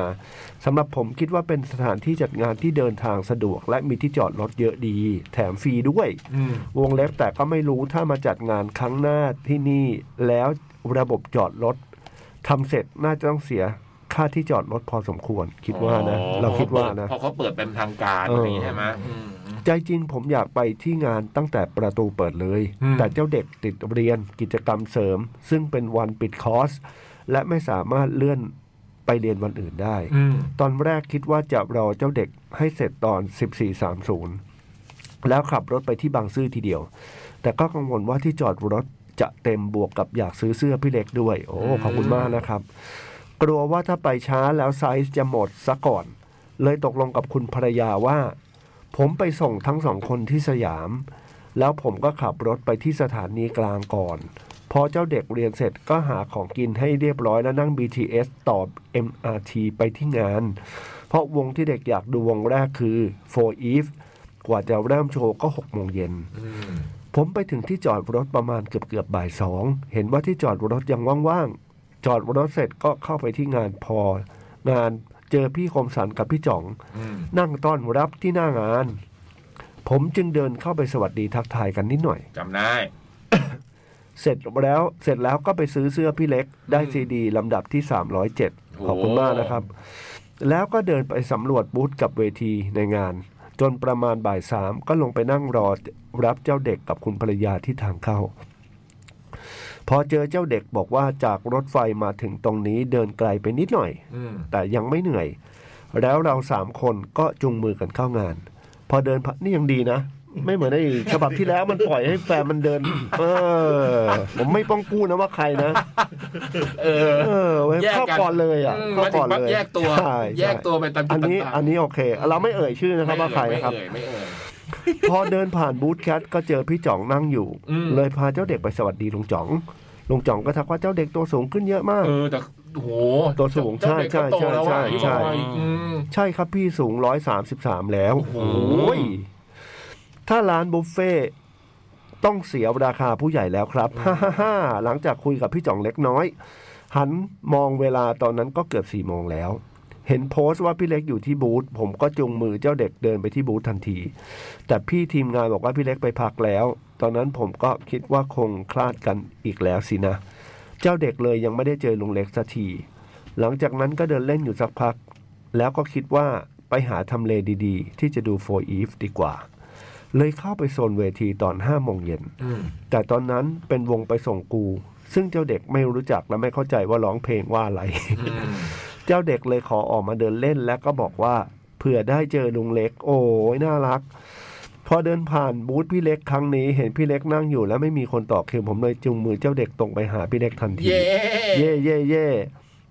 Speaker 3: สำหรับผมคิดว่าเป็นสถานที่จัดงานที่เดินทางสะดวก และมีที่จอดรถเยอะดี แถมฟรีด้วย
Speaker 1: อืม
Speaker 3: วงเล็บแต่ก็ไม่รู้ถ้ามาจัดงานครั้งหน้าที่นี่แล้วระบบจอดรถทำเสร็จน่าจะต้องเสียค่าที่จอดรถพอสมควร คิดว่านะ
Speaker 1: อ๋อ
Speaker 3: เราคิดว่านะ
Speaker 1: พอเขาเปิดเป็นทางการอะไรอย่างนี้ใช่ไหมอืม
Speaker 3: ใจจริงผมอยากไปที่งานตั้งแต่ประตูเปิดเลย
Speaker 1: อืม
Speaker 3: แต่เจ้าเด็กติดเรียนกิจกรรมเสริม ซึ่งเป็นวันปิดคอร์ส และไม่สามารถเลื่อนไปเรียนวันอื่นได้
Speaker 1: อืม
Speaker 3: ตอนแรกคิดว่าจะรอเจ้าเด็กให้เสร็จตอน 14.30 แล้วขับรถไปที่บางซื่อทีเดียว แต่ก็กังวลว่าที่จอดรถจะเต็มบวกกับอยากซื้อเสื้อพี่เล็กด้วย โอ้
Speaker 1: อืม
Speaker 3: ขอบคุณมากนะครับ กลัวว่าถ้าไปช้าแล้วไซส์จะหมดซะก่อน เลยตกลงกับคุณภรรยาว่า ผมไปส่งทั้งสองคนที่สยาม แล้วผมก็ขับรถไปที่สถานีกลางก่อน พอเจ้าเด็กเรียนเสร็จก็หาของกินให้เรียบร้อยแล้วนั่ง BTS ต่อ MRT ไปที่งาน เพราะวงที่เด็กอยากดูวงแรกคือ For Eve กว่าจะเริ่มโชว์ก็6โมงเย็น
Speaker 1: อืม
Speaker 3: ผมไปถึงที่จอดรถประมาณเกือบเกือบๆบ่ายสอง เห็นว่าที่จอดรถยังว่างๆ จอดรถเสร็จก็เข้าไปที่งานพอ งานเจอพี่คมสันกับพี่จ่อง
Speaker 1: อืม
Speaker 3: นั่งต้อนรับที่หน้างาน ผมจึงเดินเข้าไปสวัสดีทักทายกันนิดหน่อย
Speaker 1: จำได้
Speaker 3: เสร็จแล้วเสร็จแล้วก็ไปซื้อเสื้อพี่เล็กได้ซีดีลำดับที่ 307 ขอบคุณมากนะครับ แล้วก็เดินไปสำรวจบูธกับเวทีในงาน จนประมาณบ่ายสามก็ลงไปนั่งรอรับเจ้าเด็กกับคุณภรรยาที่ทางเข้า พอเจอเจ้าเด็กบอกว่าจากรถไฟมาถึงตรงนี้เดินไกลไปนิดหน่อย
Speaker 1: อืม
Speaker 3: แต่ยังไม่เหนื่อย แล้วเราสามคนก็จุงมือกันเข้างาน พอเดินผ่านนี่ยังดีนะ ไม่เหมือนไอ้ฉบับที่แล้วมันปล่อยให้แฟนมันเดิน เออ ผมไม่ป้องกู้นะว่าใครนะ
Speaker 1: เออ
Speaker 3: เออเว้ย
Speaker 1: แยกกัน
Speaker 3: เข้าก่อนเลยอ่ะ
Speaker 1: อืม
Speaker 3: เข้า
Speaker 1: มาถึ
Speaker 3: ก่อง น
Speaker 1: ปั๊บ
Speaker 3: เลย
Speaker 1: แยกตัว
Speaker 3: ใช่
Speaker 1: แยกตัวไปตามจุ
Speaker 3: อั
Speaker 1: ด
Speaker 3: นนี้
Speaker 1: ต่างๆ
Speaker 3: อันนี้โอเค เราไม่เอ่ยชื่อนะครับว่าใคร
Speaker 1: ไม่
Speaker 3: นะครับ
Speaker 1: เอ่ยไม่เอ่ย
Speaker 3: พอเดินผ่านบูธแคทก็เจอพี่จ่องนั่งอยู่
Speaker 1: อืม
Speaker 3: เลยพาเจ้าเด็กไปสวัสดีลุงจ่องลุงจ่องก็ทักว่าเจ้าเด็กตัวสูงขึ้นเยอะมาก
Speaker 1: เออแต่โอ้โห
Speaker 3: ตัวสูงใช่
Speaker 1: เจ้าเด็กก็
Speaker 3: ใช่
Speaker 1: โตแล้วอะ
Speaker 3: ใช่ใช่
Speaker 1: อายุน้อยอืม
Speaker 3: ใช่ครับพี่สูง 133 แล้ว
Speaker 1: โอ้
Speaker 3: โอ้
Speaker 1: โห
Speaker 3: ยถ้าร้านบุฟเฟ่ต้องเสียราคาผู้ใหญ่แล้วครับ ฮ่าฮ่าฮ่าหลังจากคุยกับพี่จ่องเล็กน้อย หันมองเวลาตอนนั้นก็เกือบสี่โมงแล้ว เห็นโพสต์ว่าพี่เล็กอยู่ที่บูธผมก็จุงมือเจ้าเด็กเดินไปที่บูธทันที แต่พี่ทีมงานบอกว่าพี่เล็กไปพักแล้ว ตอนนั้นผมก็คิดว่าคงคลาดกันอีกแล้วสินะ เจ้าเด็กเลยยังไม่ได้เจอลุงเล็กสักที หลังจากนั้นก็เดินเล่นอยู่สักพัก แล้วก็คิดว่าไปหาทำเลดีๆ ที่จะดู for Eve ดีกว่า เลยเข้าไปโซนเวทีตอน5โมงเย็น
Speaker 1: อืม
Speaker 3: แต่ตอนนั้นเป็นวงไปส่งกู ซึ่งเจ้าเด็กไม่รู้จักและไม่เข้าใจว่าร้องเพลงว่าอะไร
Speaker 1: อืม
Speaker 3: เจ้าเด็กเลยขอออกมาเดินเล่นแล้วก็บอกว่าเผื่อได้เจอลุงเล็ก โอ้ยน่ารัก พอเดินผ่านบูธพี่เล็กครั้งนี้เห็นพี่เล็กนั่งอยู่ แล้วไม่มีคนต่อคิวผมเลยจูงมือเจ้าเด็กตรงไปหาพี่เล็กทันที
Speaker 1: เย้
Speaker 3: เย่เย่เย่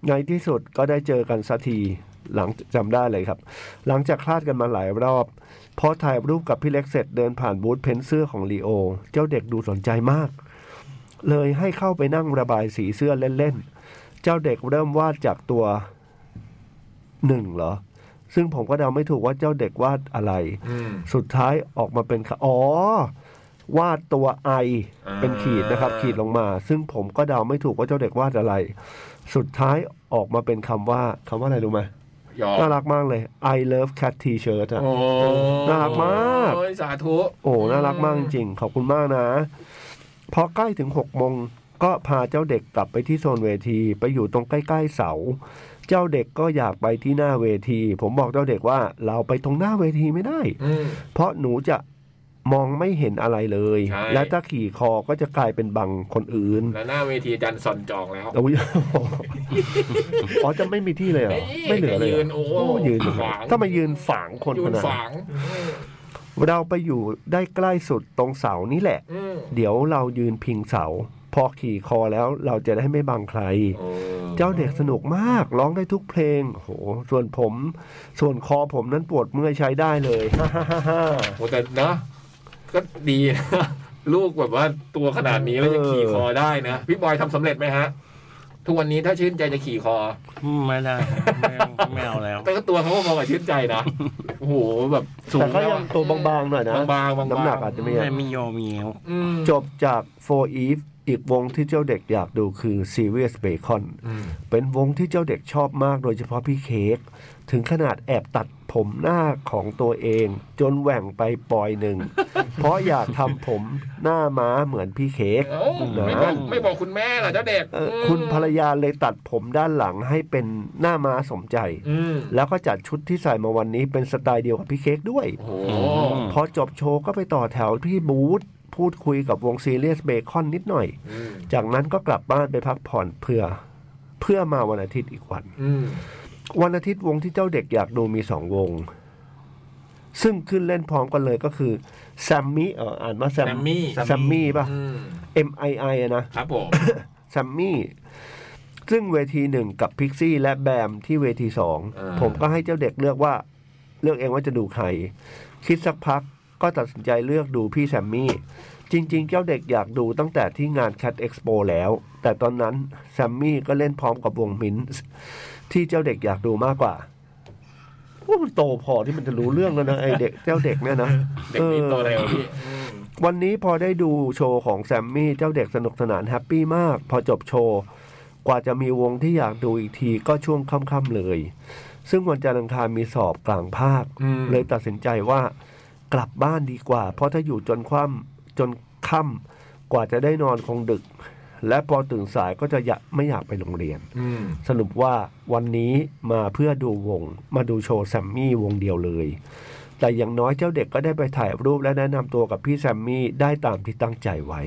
Speaker 3: ในที่สุดก็ได้เจอกันสักทีหลังจำได้เลยครับ หลังจากคลาดกันมาหลายรอบพอถ่ายรูปกับพี่เล็กเสร็จเดินผ่านบูธเพนเสื้อของลีโอ เจ้าเด็กดูสนใจมาก เลยให้เข้าไปนั่งระบายสีเสื้อเล่นๆ เจ้าเด็กเริ่มวาดจากตัวหนึ่งเหรอ ซึ่งผมก็เดาไม่ถูกว่าเจ้าเด็กวาดอะไร
Speaker 1: อืม
Speaker 3: สุดท้ายออกมาเป็นขะอ๋อ วาดตัวไอ
Speaker 1: อ่า
Speaker 3: เป็นขีดนะครับ ขีดลงมา ซึ่งผมก็เดาไม่ถูกว่าเจ้าเด็กวาดอะไร สุดท้ายออกมาเป็นคำว่าคำว่าอะไรรู้ไหม
Speaker 1: หยอก
Speaker 3: น่ารักมากเลย I love cat T-shirt อะ
Speaker 1: โอ้
Speaker 3: น่ารักมาก
Speaker 1: โอ้ยสาธุ
Speaker 3: โอ้น่ารักมากจริงๆขอบคุณมากนะ พอใกล้ถึงหกโมงก็พาเจ้าเด็กกลับไปที่โซนเวที ไปอยู่ตรงใกล้ๆเสา เจ้าเด็กก็อยากไปที่หน้าเวที ผมบอกเจ้าเด็กว่าเราไปตรงหน้าเวทีไม่ได้
Speaker 1: อืม
Speaker 3: เพราะหนูจะมองไม่เห็นอะไรเลย
Speaker 1: ใช่
Speaker 3: และถ้าขี่คอก็จะกลายเป็นบังคนอื่น
Speaker 1: แล้วหน้าเวทีอาจันซอนจองแล้ว
Speaker 3: อุ้ย <laughs> อ๋อจะไม่มีที่เลยเหรอ ไม่เหลือเลย
Speaker 1: ยื
Speaker 3: เหรอน
Speaker 1: โอ้
Speaker 3: โอ้ยืน
Speaker 1: ฝาง
Speaker 3: ถ้ามายืนฝางคน
Speaker 1: ยื
Speaker 3: ข
Speaker 1: น
Speaker 3: นาด
Speaker 1: ฝาง
Speaker 3: เราไปอยู่ได้ใกล้สุดตรงเสานี่แหละ
Speaker 1: อืม
Speaker 3: เดี๋ยวเรายืนพิงเสา พอขี่คอแล้วเราจะได้ไม่บังใคร
Speaker 1: โอ้
Speaker 3: เจ้าเด็กสนุกมากร้องได้ทุกเพลงโอ้โหส่วนผม ส่วนคอผมนั้นปวดเมื่อยใช้ได้เลย <laughs>
Speaker 1: โหแต่นะ ก็ดีนะ <laughs> ลูกแบบว่าตัวขนาดนี้แล้วยังขี่คอได้นะ พี่บอยทำสำเร็จไหมฮะ ทุกวันนี้ถ้าชื่นใจจะขี่คอ
Speaker 2: ไม่ได้ไม่ไม่เอาแล้ว
Speaker 1: แต่ก็ตัวเขาก็มองกับชื่นใจ
Speaker 3: <laughs>
Speaker 1: นะ โอ้โหแบบสู
Speaker 3: แต่
Speaker 1: ง
Speaker 3: ก็
Speaker 1: แล้ว
Speaker 3: ยั
Speaker 1: อะ
Speaker 3: งตัวบางๆหน่อยนะ
Speaker 1: บางๆบางๆ
Speaker 3: น้ำหนักอาจจะไม่เย
Speaker 2: ไม่
Speaker 3: อะ
Speaker 2: มีโยมเงี้ยว
Speaker 1: อืม
Speaker 3: จบจาก For Eve อีกวงที่เจ้าเด็กอยากดูคือ Serious Bacon
Speaker 1: อืม
Speaker 3: เป็นวงที่เจ้าเด็กชอบมากโดยเฉพาะพี่เค้กถึงขนาดแอบตัดผมหน้าของตัวเอง จนแหว่งไปปอยหนึ่ง <laughs> เพราะอยากทำผมหน้าม้าเหมือนพี่เค้ก
Speaker 1: เอ้าไม่บอกไม่บอกคุณแม่เหรอเจ้าเด็ก
Speaker 3: เอ่อคุณภรรยาเลยตัดผมด้านหลังให้เป็นหน้าม้าสมใจ
Speaker 1: อืม
Speaker 3: แล้วก็จัดชุดที่ใส่มาวันนี้เป็นสไตล์เดียวกับพี่เค้กด้วย
Speaker 1: โอ้โห
Speaker 2: อืม
Speaker 3: พอจบโชว์ก็ไปต่อแถวที่บูธพูดคุยกับวงซีเรียสเบคอนนิดหน่อย
Speaker 1: อืม
Speaker 3: จากนั้นก็กลับบ้านไปพักผ่อนเพื่อ เพื่อมาวันอาทิตย์อีกวัน
Speaker 1: อืม
Speaker 3: วันอาทิตย์วงที่เจ้าเด็กอยากดูมีสองวง ซึ่งขึ้นเล่นพร้อมกันเลยก็คือแซมมี่เอออ่านว่าแซม
Speaker 1: แซมมี่
Speaker 3: แซมมี่ป่ะ
Speaker 1: อืม
Speaker 3: M I I อะนะครับ
Speaker 1: ผม
Speaker 3: แซมมี่ซึ่งเวทีหนึ่งกับพิกซี่และแบมที่เวทีสอง
Speaker 1: อ่า
Speaker 3: ผมก็ให้เจ้าเด็กเลือกว่า เลือกเองว่าจะดูใคร คิดสักพักก็ตัดสินใจเลือกดูพี่แซมมี่ จริงๆ เจ้าเด็กอยากดูตั้งแต่ที่งาน Cat Expo แล้ว แต่ตอนนั้นแซมมี่ก็เล่นพร้อมกับวงมินส์ที่เจ้าเด็กอยากดูมากกว่าว่ามันโตพอที่มันจะรู้เรื่องแล้วนะไอเด็กเจ้าเด็กเนี่ยนะ
Speaker 1: เด็กนี่โตเร็วพี่
Speaker 3: วันนี้พอได้ดูโชว์ของแซมมี่เจ้าเด็กสนุกสนานแฮปปี้มาก พอจบโชว์ กว่าจะมีวงที่อยากดูอีกทีก็ช่วงค่ำๆเลย ซึ่งวันจันทร์อังคารมีสอบกลางภาค
Speaker 1: อืม
Speaker 3: เลยตัดสินใจว่ากลับบ้านดีกว่า เพราะถ้าอยู่จนคว่ำจนค่ำกว่าจะได้นอนคงดึก และพอตื่นสายก็จะอยากไม่อยากไปโรงเรียน
Speaker 1: อืม
Speaker 3: สรุปว่าวันนี้มาเพื่อดูวง มาดูโชว์แซมมี่วงเดียวเลย แต่อย่างน้อยเจ้าเด็กก็ได้ไปถ่ายรูปและแนะนำตัวกับพี่แซมมี่ได้ตามที่ตั้งใจไว้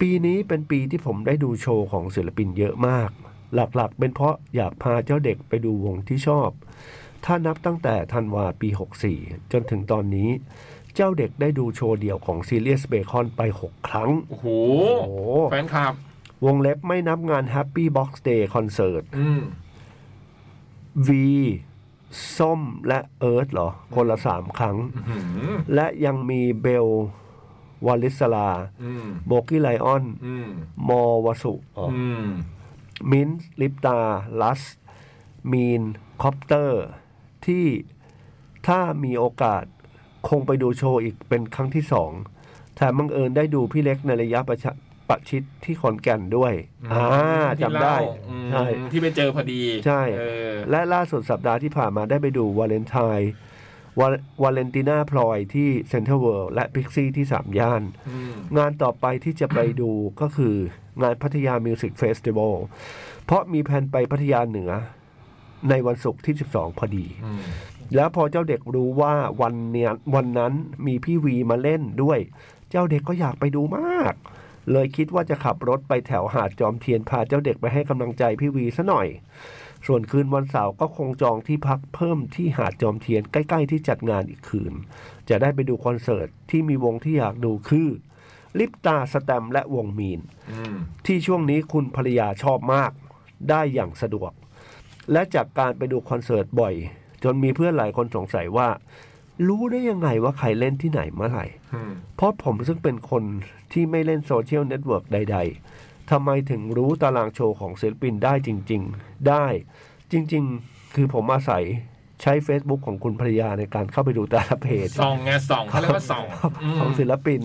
Speaker 3: ปีนี้เป็นปีที่ผมได้ดูโชว์ของศิลปินเยอะมาก หลักๆ เป็นเพราะอยากพาเจ้าเด็กไปดูวงที่ชอบ ถ้านับตั้งแต่ธันวาปี 64 จนถึงตอนนี้ เจ้าเด็กได้ดูโชว์เดี่ยวของซีเรียสเบคอนไป 6 ครั้ง
Speaker 1: โอ้โห
Speaker 3: โอ้โห
Speaker 1: แฟนคลับ
Speaker 3: วงเล็บไม่นับงาน Happy Box Day Concert
Speaker 1: อืม
Speaker 3: วีส้มและเอิร์ธเหรอ คนละสามครั้ง
Speaker 1: อืม
Speaker 3: และยังมีเบลวาลิสลา
Speaker 1: อืม
Speaker 3: โบกี้ไลออน
Speaker 1: อืม
Speaker 3: มอวสุ
Speaker 1: อืม
Speaker 3: มินท์ลิปตา ลัส มีน คอปเตอร์ ที่ถ้ามีโอกาสคงไปดูโชว์อีกเป็นครั้งที่สองแถมบังเอิญได้ดูพี่เล็กในระยะประชะประชิดที่ขอนแก่นด้วย อ่าจำได้
Speaker 1: ใช่
Speaker 3: ใช่
Speaker 1: ที่ไปเจอพอดี
Speaker 3: ใช่
Speaker 1: เออ
Speaker 3: และล่าสุดสัปดาห์ที่ผ่านมาได้ไปดูวาเลนไทน์วาวาเลนติน่าพลอยที่เซ็นทรัลเวิลด์และพิกซี่ที่สามย่าน
Speaker 1: อืม
Speaker 3: งานต่อไปที่จะไปดูก็คืองานพัทยามิวสิกเฟสติวัลเพราะมีแผนไปพัทยาเหนือในวันศุกร์ที่ 12 พอดี
Speaker 1: อืม
Speaker 3: แล้วพอเจ้าเด็กรู้ว่าวันเนี้ยวันนั้นมีพี่วีมาเล่นด้วย เจ้าเด็กก็อยากไปดูมาก เลยคิดว่าจะขับรถไปแถวหาดจอมเทียนพาเจ้าเด็กไปให้กำลังใจพี่วีซะหน่อย ส่วนคืนวันเสาร์ก็คงจองที่พักเพิ่มที่หาดจอมเทียนใกล้ ๆ ที่จัดงานอีกคืน จะได้ไปดูคอนเสิร์ตที่มีวงที่อยากดูคือลิปตาสแตมป์และวงมีน
Speaker 1: อืม
Speaker 3: ที่ช่วงนี้คุณภรรยาชอบมากได้อย่างสะดวก และจากการไปดูคอนเสิร์ตบ่อย จนมีเพื่อนหลายคนสงสัยว่า รู้ได้ยังไงว่าใครเล่นที่ไหนเมื่อไหร่
Speaker 1: อืม
Speaker 3: เพราะผมซึ่งเป็นคนที่ไม่เล่นโซเชียลเน็ตเวิร์กใด ๆทำไมถึงรู้ตารางโชว์ของศิลปินได้จริง ๆ ได้ จริง ๆ คือผมอาศัยใช้ Facebook ของคุณภรรยาในการเข้าไปดูแต่ละเพจ
Speaker 1: ส่องไงส่องเขาเรียกว่าส่องอืม
Speaker 3: ของศิลปิน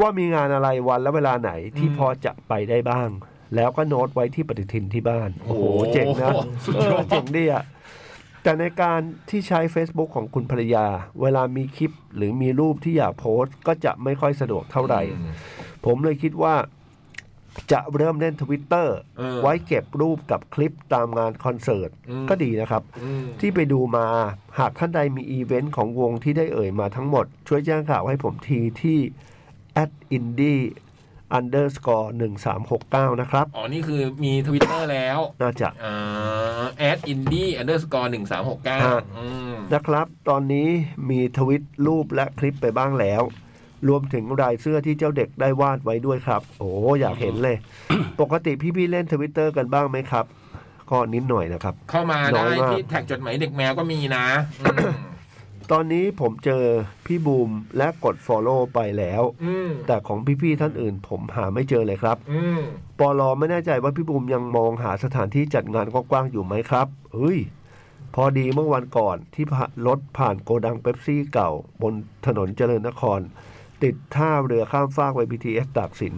Speaker 3: ว่ามีงานอะไรวันและเวลาไหนที่
Speaker 1: อืม
Speaker 3: พอจะไปได้บ้าง แล้วก็โน้ตไว้ที่ปฏิทินที่บ้าน โอ้โห เจ๋งนะ
Speaker 1: สุด
Speaker 3: เอย
Speaker 1: อ
Speaker 3: อ
Speaker 1: ด
Speaker 3: เจ๋งดีอ่ะ แต่ในการที่ใช้ Facebook ของคุณภรรยา เวลามีคลิปหรือมีรูปที่อยากโพสต์ ก็จะไม่ค่อยสะดวกเท่าไหร่
Speaker 1: อืม
Speaker 3: ผมเลยคิดว่าจะเริ่มเล่นทวิตเตอร์
Speaker 1: เออ
Speaker 3: ไว้เก็บรูปกับคลิปตามงานคอนเสิร์ต
Speaker 1: อืม
Speaker 3: ก็ดีนะครับ
Speaker 1: อืม
Speaker 3: ที่ไปดูมาหากท่านใดมีอีเวนต์ของวงที่ได้เอ่ยมาทั้งหมด ช่วยแจ้งข่าวให้ผมทีที่ at indie underscore 1369 นะครับ
Speaker 1: อ๋อ นี่คือมีทวิตเตอร์แล้ว
Speaker 3: น่าจะ
Speaker 1: อ่า ad indie underscore หนึ่งสามหกเก้า
Speaker 3: อ่า นะครับ ตอนนี้มีทวิตรูปและคลิปไปบ้างแล้ว รวมถึงรายเสื้อที่เจ้าเด็กได้วาดไว้ด้วยครับ โอ้อยากเห็นเลย <coughs> ปกติพี่ๆเล่นทวิตเตอร์กันบ้างไหมครับก็นิดหน่อยนะครับ
Speaker 1: เข้ามา
Speaker 3: น้
Speaker 1: ได้
Speaker 3: อยมาก
Speaker 1: ที่แท็กจดหมายเด็กแมวก็มีนะอืม
Speaker 3: ตอนนี้ผมเจอพี่บูมและกด Follow ไปแล้ว
Speaker 1: อืม
Speaker 3: แต่ของพี่ๆท่านอื่น ผมหาไม่เจอเลยครับ
Speaker 1: อืม
Speaker 3: ปอลอไม่แน่ใจว่าพี่บูมยังมองหาสถานที่จัดงานกว้างๆอยู่ไหมครับเฮ้ย พอดีเมื่อวันก่อนที่ผ่ารถผ่านโกดังเป๊ปซี่เก่า บนถนนเจริญนคร ติดท่าเรือข้ามฟากไป BTS ตากสิน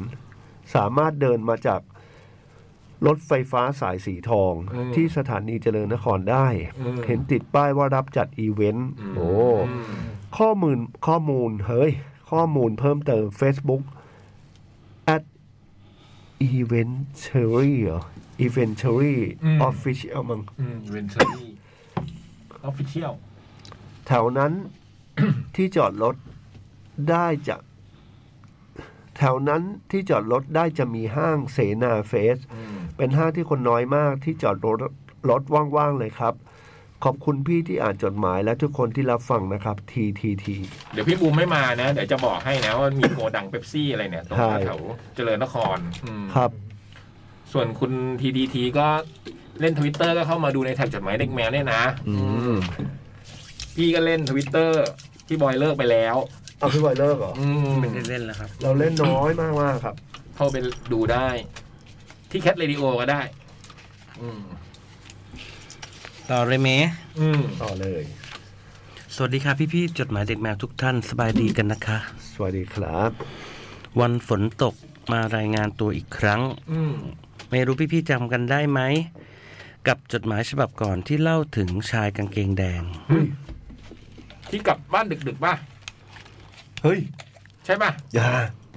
Speaker 3: สามารถเดินมาจากรถไฟฟ้าสายสีทองที่สถานีเจริญนครได้ เห็นติดป้ายว่ารับจัดอีเวนต์ โอ้ ข้อมูลข้อมูลเฮ้ย ข้อมูลเพิ่มเติม Facebook at inventory เหรอ inventory official มั้ง
Speaker 1: อืมเวนเชอรี่ออฟฟิเชียล
Speaker 3: แถวนั้น ที่จอดรถได้จะ แถวนั้นที่จอดรถได้จะมีห้างเสนาเฟส เป็นห้างที่คนน้อยมากที่จอดรถรถว่างๆเลยครับ ขอบคุณพี่ที่อ่านจดหมายและทุกคนที่รับฟังนะครับ TTT
Speaker 1: เดี๋ยวพี่บูมไม่มานะ เดี๋ยวจะบอกให้นะว่ามีโกดังเป๊ปซี่อะไรเนี่ย ตรง
Speaker 3: ใช่
Speaker 1: แถวเจริญนครอืม
Speaker 3: ครับ
Speaker 1: ส่วนคุณทีดีทีก็เล่นทวิตเตอร์ก็เข้ามาดูในแท็กจดหมายเด็กแมวเนี่ยนะ พี่ก็เล่นทวิตเตอร์พี่บอยเลิกไปแล้ว
Speaker 3: เอาพี่บอยเลิกเหรอ
Speaker 1: อืม
Speaker 2: ไม่ได้เล่นแล้วครับ
Speaker 3: เราเล่นน้อยมากมากๆครับ
Speaker 1: เข้าไปดูได้ ที่แคทเรดิโอก็ได้ อืม
Speaker 2: ต่อเลยเม
Speaker 1: อืม
Speaker 3: ต่อเลย
Speaker 2: สวัสดีค่ะพี่ๆจดหมายเด็กแมวทุกท่านสบายดีกันนะคะ
Speaker 3: สวัสดีครับ
Speaker 2: วันฝนตกมารายงานตัวอีกครั้ง
Speaker 1: อืม
Speaker 2: ไม่รู้พี่ๆจำกันได้ไหม กับจดหมายฉบับก่อนที่เล่าถึงชายกางเกงแดง
Speaker 1: ที่กลับบ้านดึกๆป่ะ
Speaker 3: เฮ้ย
Speaker 1: ใช่ป่ะ
Speaker 3: อย่า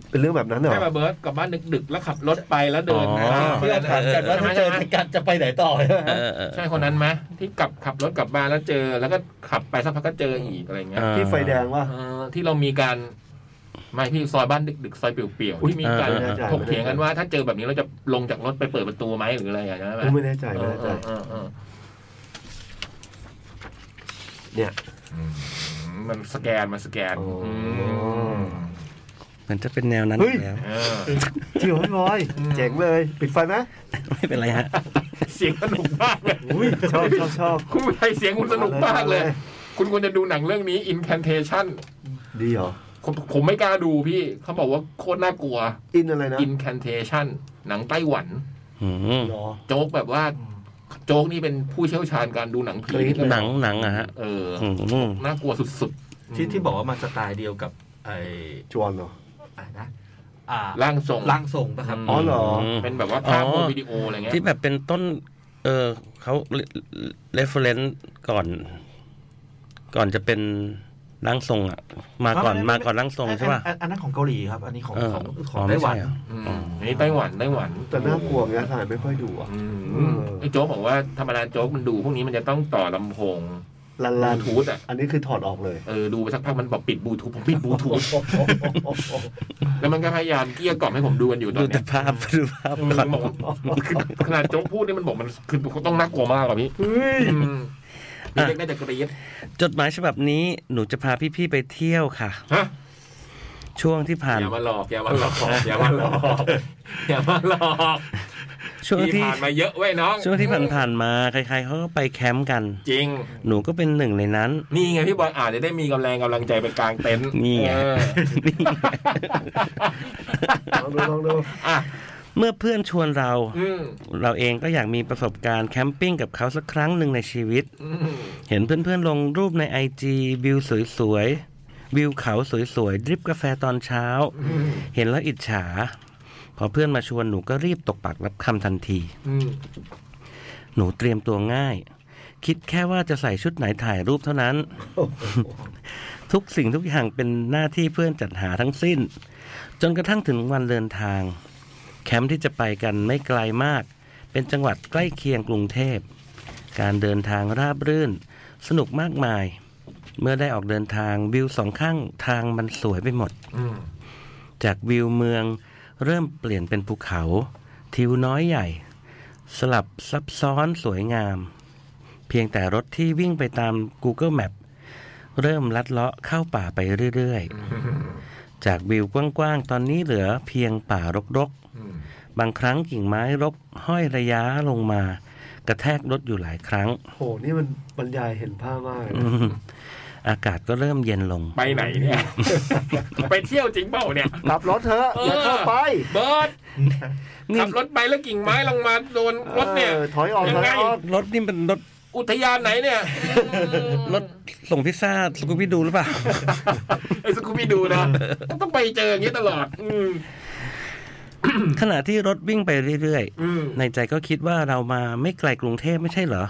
Speaker 3: เป็นเรื่องแบบนั้นเหรอ
Speaker 1: ใช่ป่ะเบิร์ตกลับบ้านดึกๆ แล้วขับรถไปแล้วเดิน
Speaker 2: อ๋อ
Speaker 1: นะ
Speaker 4: เพื่อนถามกันว่าถ้าเจอกันจะไปไหนต่อใช่ไหม
Speaker 2: เออเออ
Speaker 1: ใช่คนนั้นไหมที่กลับขับรถกลับบ้านแล้วเจอ แล้วก็ขับไปสักพักก็เจออีกอะไรเงี้ย
Speaker 2: เออ
Speaker 3: ที่ไฟแดงว่ะ
Speaker 1: เออที่เรามีการไม่พี่ซอยบ้านดึกๆซอยเปลี่ยวๆที่มีการ
Speaker 2: เออเออเออ
Speaker 1: ถกเถียงกันว่า ถ้าเจอแบบนี้เราจะลงจากรถไปเปิดประตูไหมหรืออะไรอย่างเงี้ยใช่ไหม
Speaker 3: ไม่แน่ใจไม่แน่ใจ
Speaker 1: เออเออเออ
Speaker 3: เนี่ย
Speaker 1: อืมมันสแกนมันสแกน
Speaker 3: อ๋ออื
Speaker 1: ม
Speaker 2: เหมือนจะเป็นแนวนั้น
Speaker 3: เฮ้ย
Speaker 2: แล้ว <laughs>
Speaker 1: เออ
Speaker 3: เจียวพี่บอย เจ๋งเลย ปิดไฟไหม
Speaker 2: ไม่เป็นไรฮะ
Speaker 1: เสียงสนุกมากเลย <laughs>
Speaker 3: อุ้ยชอบชอบชอบ
Speaker 1: คุณไทยเสียงคุณสนุกมากเลย
Speaker 3: เอาเลย
Speaker 1: คุณควรจะดูหนังเรื่องนี้ Incantation
Speaker 3: ดีเหรอ
Speaker 1: ผมผมไม่กล้าดูพี่ เขาบอกว่าโคตรน่ากลัว
Speaker 3: อินอะไรนะ
Speaker 1: Incantation หนังไต้หวัน
Speaker 2: อืม
Speaker 4: หรอ
Speaker 1: โจ๊กแบบว่า โจ๊กนี่เป็นผู้เชี่ยวชาญการดูหนังผี
Speaker 3: กรี๊ดเลย
Speaker 2: หนังหนังอะฮะ
Speaker 1: เออ
Speaker 2: อืม
Speaker 1: น่ากลัวสุดๆ
Speaker 4: ที่ที่บอกว่ามันสไตล์เดียวกับไอ้
Speaker 3: จวนเหรอ
Speaker 4: อะไรนะอ่า
Speaker 1: ร่างทรง
Speaker 4: ร่างทรงปะครับ
Speaker 1: อ๋อ
Speaker 3: เหรอ
Speaker 2: ม
Speaker 1: เป็นแบบว่าภาพ
Speaker 2: อ๋อ
Speaker 1: โมวิดีโออะไรเงี้ย
Speaker 2: ที่แบบเป็นต้น เออเขาเรฟเฟรนซ์ก่อน ก่อนจะเป็นร่างทรงอ่ะ มาก่อน
Speaker 4: ไไ
Speaker 2: มาก่อนร่างทรงใช่ป่ะ
Speaker 4: อันอันนั้นของเกาหลีครับ อันนี้ของ
Speaker 2: เออ
Speaker 4: ของขอ
Speaker 2: อ๋
Speaker 4: ง
Speaker 2: อ
Speaker 4: ไต้
Speaker 2: ไม่
Speaker 4: หวั
Speaker 2: ใช่
Speaker 4: น
Speaker 2: เหรอ
Speaker 1: อืมอันนี้ไต้หวันไต้หวัน
Speaker 3: แต่น่ากลัวไงถ่ายไม่ค่อยดูอ่ะ
Speaker 1: อืม
Speaker 3: เออ
Speaker 1: ไอ้โจ๊กบอกว่าธรรมดาโจ๊กมันดู พวกนี้มันจะต้องต่อลำโพง
Speaker 3: ลันลัน
Speaker 1: ทูธอ่ะ
Speaker 3: อันนี้คือถอดออกเลย
Speaker 1: เออดูไปสักพักมันบอกปิดบลูทูธผมปิดบลูทูธแล้วมันก็พยายามเกลี้ยกล่อมให้ผมดูกันอยู่ตอ
Speaker 2: ดู
Speaker 1: นเนี้
Speaker 2: แต่
Speaker 1: ย
Speaker 2: ภาพดูภาพ
Speaker 1: มัน
Speaker 2: ก่อน
Speaker 1: บอกว่าขนาดโจ๊กพูดนี่มันบอกมันคือต้องน่ากลัวมากเหรอพี่อืมพี่เล็กน่าจะกรี๊ด
Speaker 2: จดหมายฉบับนี้หนูจะพาพี่ๆไปเที่ยวค่ะ
Speaker 1: ฮะ
Speaker 2: ช่วงที่ผ่าน
Speaker 1: อย่ามาหลอกอย่ามาหลอกอย่ามาหลอกอย่ามาหลอก
Speaker 2: ช่วง
Speaker 1: พี่
Speaker 2: ที่
Speaker 1: ผ่านมาเยอะเว้ยน้อง
Speaker 2: ช่วงที่ผ่านๆมาใครๆเขาก็ไปแคมป์กัน
Speaker 1: จริง
Speaker 2: หนูก็เป็นหนึ่งในนั้น
Speaker 1: นี่ไงพี่บอยอาจจะได้มีกำลังกำลังใจไปกลางเต็นท์
Speaker 2: นี่ไง
Speaker 1: เออ
Speaker 3: ลองดูลองดู
Speaker 1: อ่ะ
Speaker 2: เมื่อเพื่อนชวนเรา
Speaker 1: อืม
Speaker 2: เราเองก็อยากมีประสบการณ์แคมปิ้งกับเขาสักครั้งหนึ่งในชีวิต
Speaker 1: อืม
Speaker 2: เห็นเพื่อนๆ ลงรูปในไอจีวิวสวยๆ วิวเขาสวยๆ ดริปกาแฟตอนเช้า เห็นแล้วอิจฉา พอเพื่อนมาชวนหนูก็รีบตกปากรับคำทันที
Speaker 1: อืม
Speaker 2: หนูเตรียมตัวง่าย คิดแค่ว่าจะใส่ชุดไหนถ่ายรูปเท่านั้น <laughs> ทุกสิ่งทุกอย่างเป็นหน้าที่เพื่อนจัดหาทั้งสิ้น จนกระทั่งถึงวันเดินทาง แคมป์ที่จะไปกันไม่ไกลมาก เป็นจังหวัดใกล้เคียงกรุงเทพ การเดินทางราบรื่น สนุกมากมาย เมื่อได้ออกเดินทางวิวสองข้างทางมันสวยไปหมด
Speaker 1: อืม
Speaker 2: จากวิวเมืองเริ่มเปลี่ยนเป็นภูเขา ทิวน้อยใหญ่ สลับซับซ้อนสวยงาม เพียงแต่รถที่วิ่งไปตาม Google Map เริ่มลัดเลาะเข้าป่าไปเรื่อย ๆ จากวิวกว้างๆ ตอนนี้เหลือเพียงป่ารก
Speaker 1: อืม
Speaker 2: ๆ บางครั้งกิ่งไม้รกห้อยระยะลงมา กระแทกรถอยู่หลายครั้ง <laughs>
Speaker 3: โหนี่มันบรรยายเห็นภาพมากเลย
Speaker 2: อื
Speaker 3: นะ
Speaker 2: มอากาศก็เริ่มเย็นลง
Speaker 1: ไปไหนเนี่ย ไปเที่ยวจริงเปล่าเนี่ย
Speaker 3: กลับรถเถอะอย่าเข้าไป
Speaker 1: เบิร์ดขับรถไปแล้วกิ่งไม้ลงมาโดนรถเนี่ย
Speaker 3: ออถอยออก
Speaker 1: ยัง
Speaker 3: ถอ
Speaker 1: ไง
Speaker 3: ยออก
Speaker 2: รถนี่มันรถ
Speaker 1: อุทยานไหนเนี่ย
Speaker 2: รถส่งพิซซ่าสกูพี่ดูหรือเปล่า
Speaker 1: ไอ้สกูบี้ดูนะ ต้องไปเจออย่างนี้ตลอด อืม
Speaker 2: ขณะที่รถวิ่งไปเรื่อย
Speaker 1: อืม
Speaker 2: ๆ ในใจก็คิดว่าเรามาไม่ไกลกรุงเทพไม่ใช่เหรอ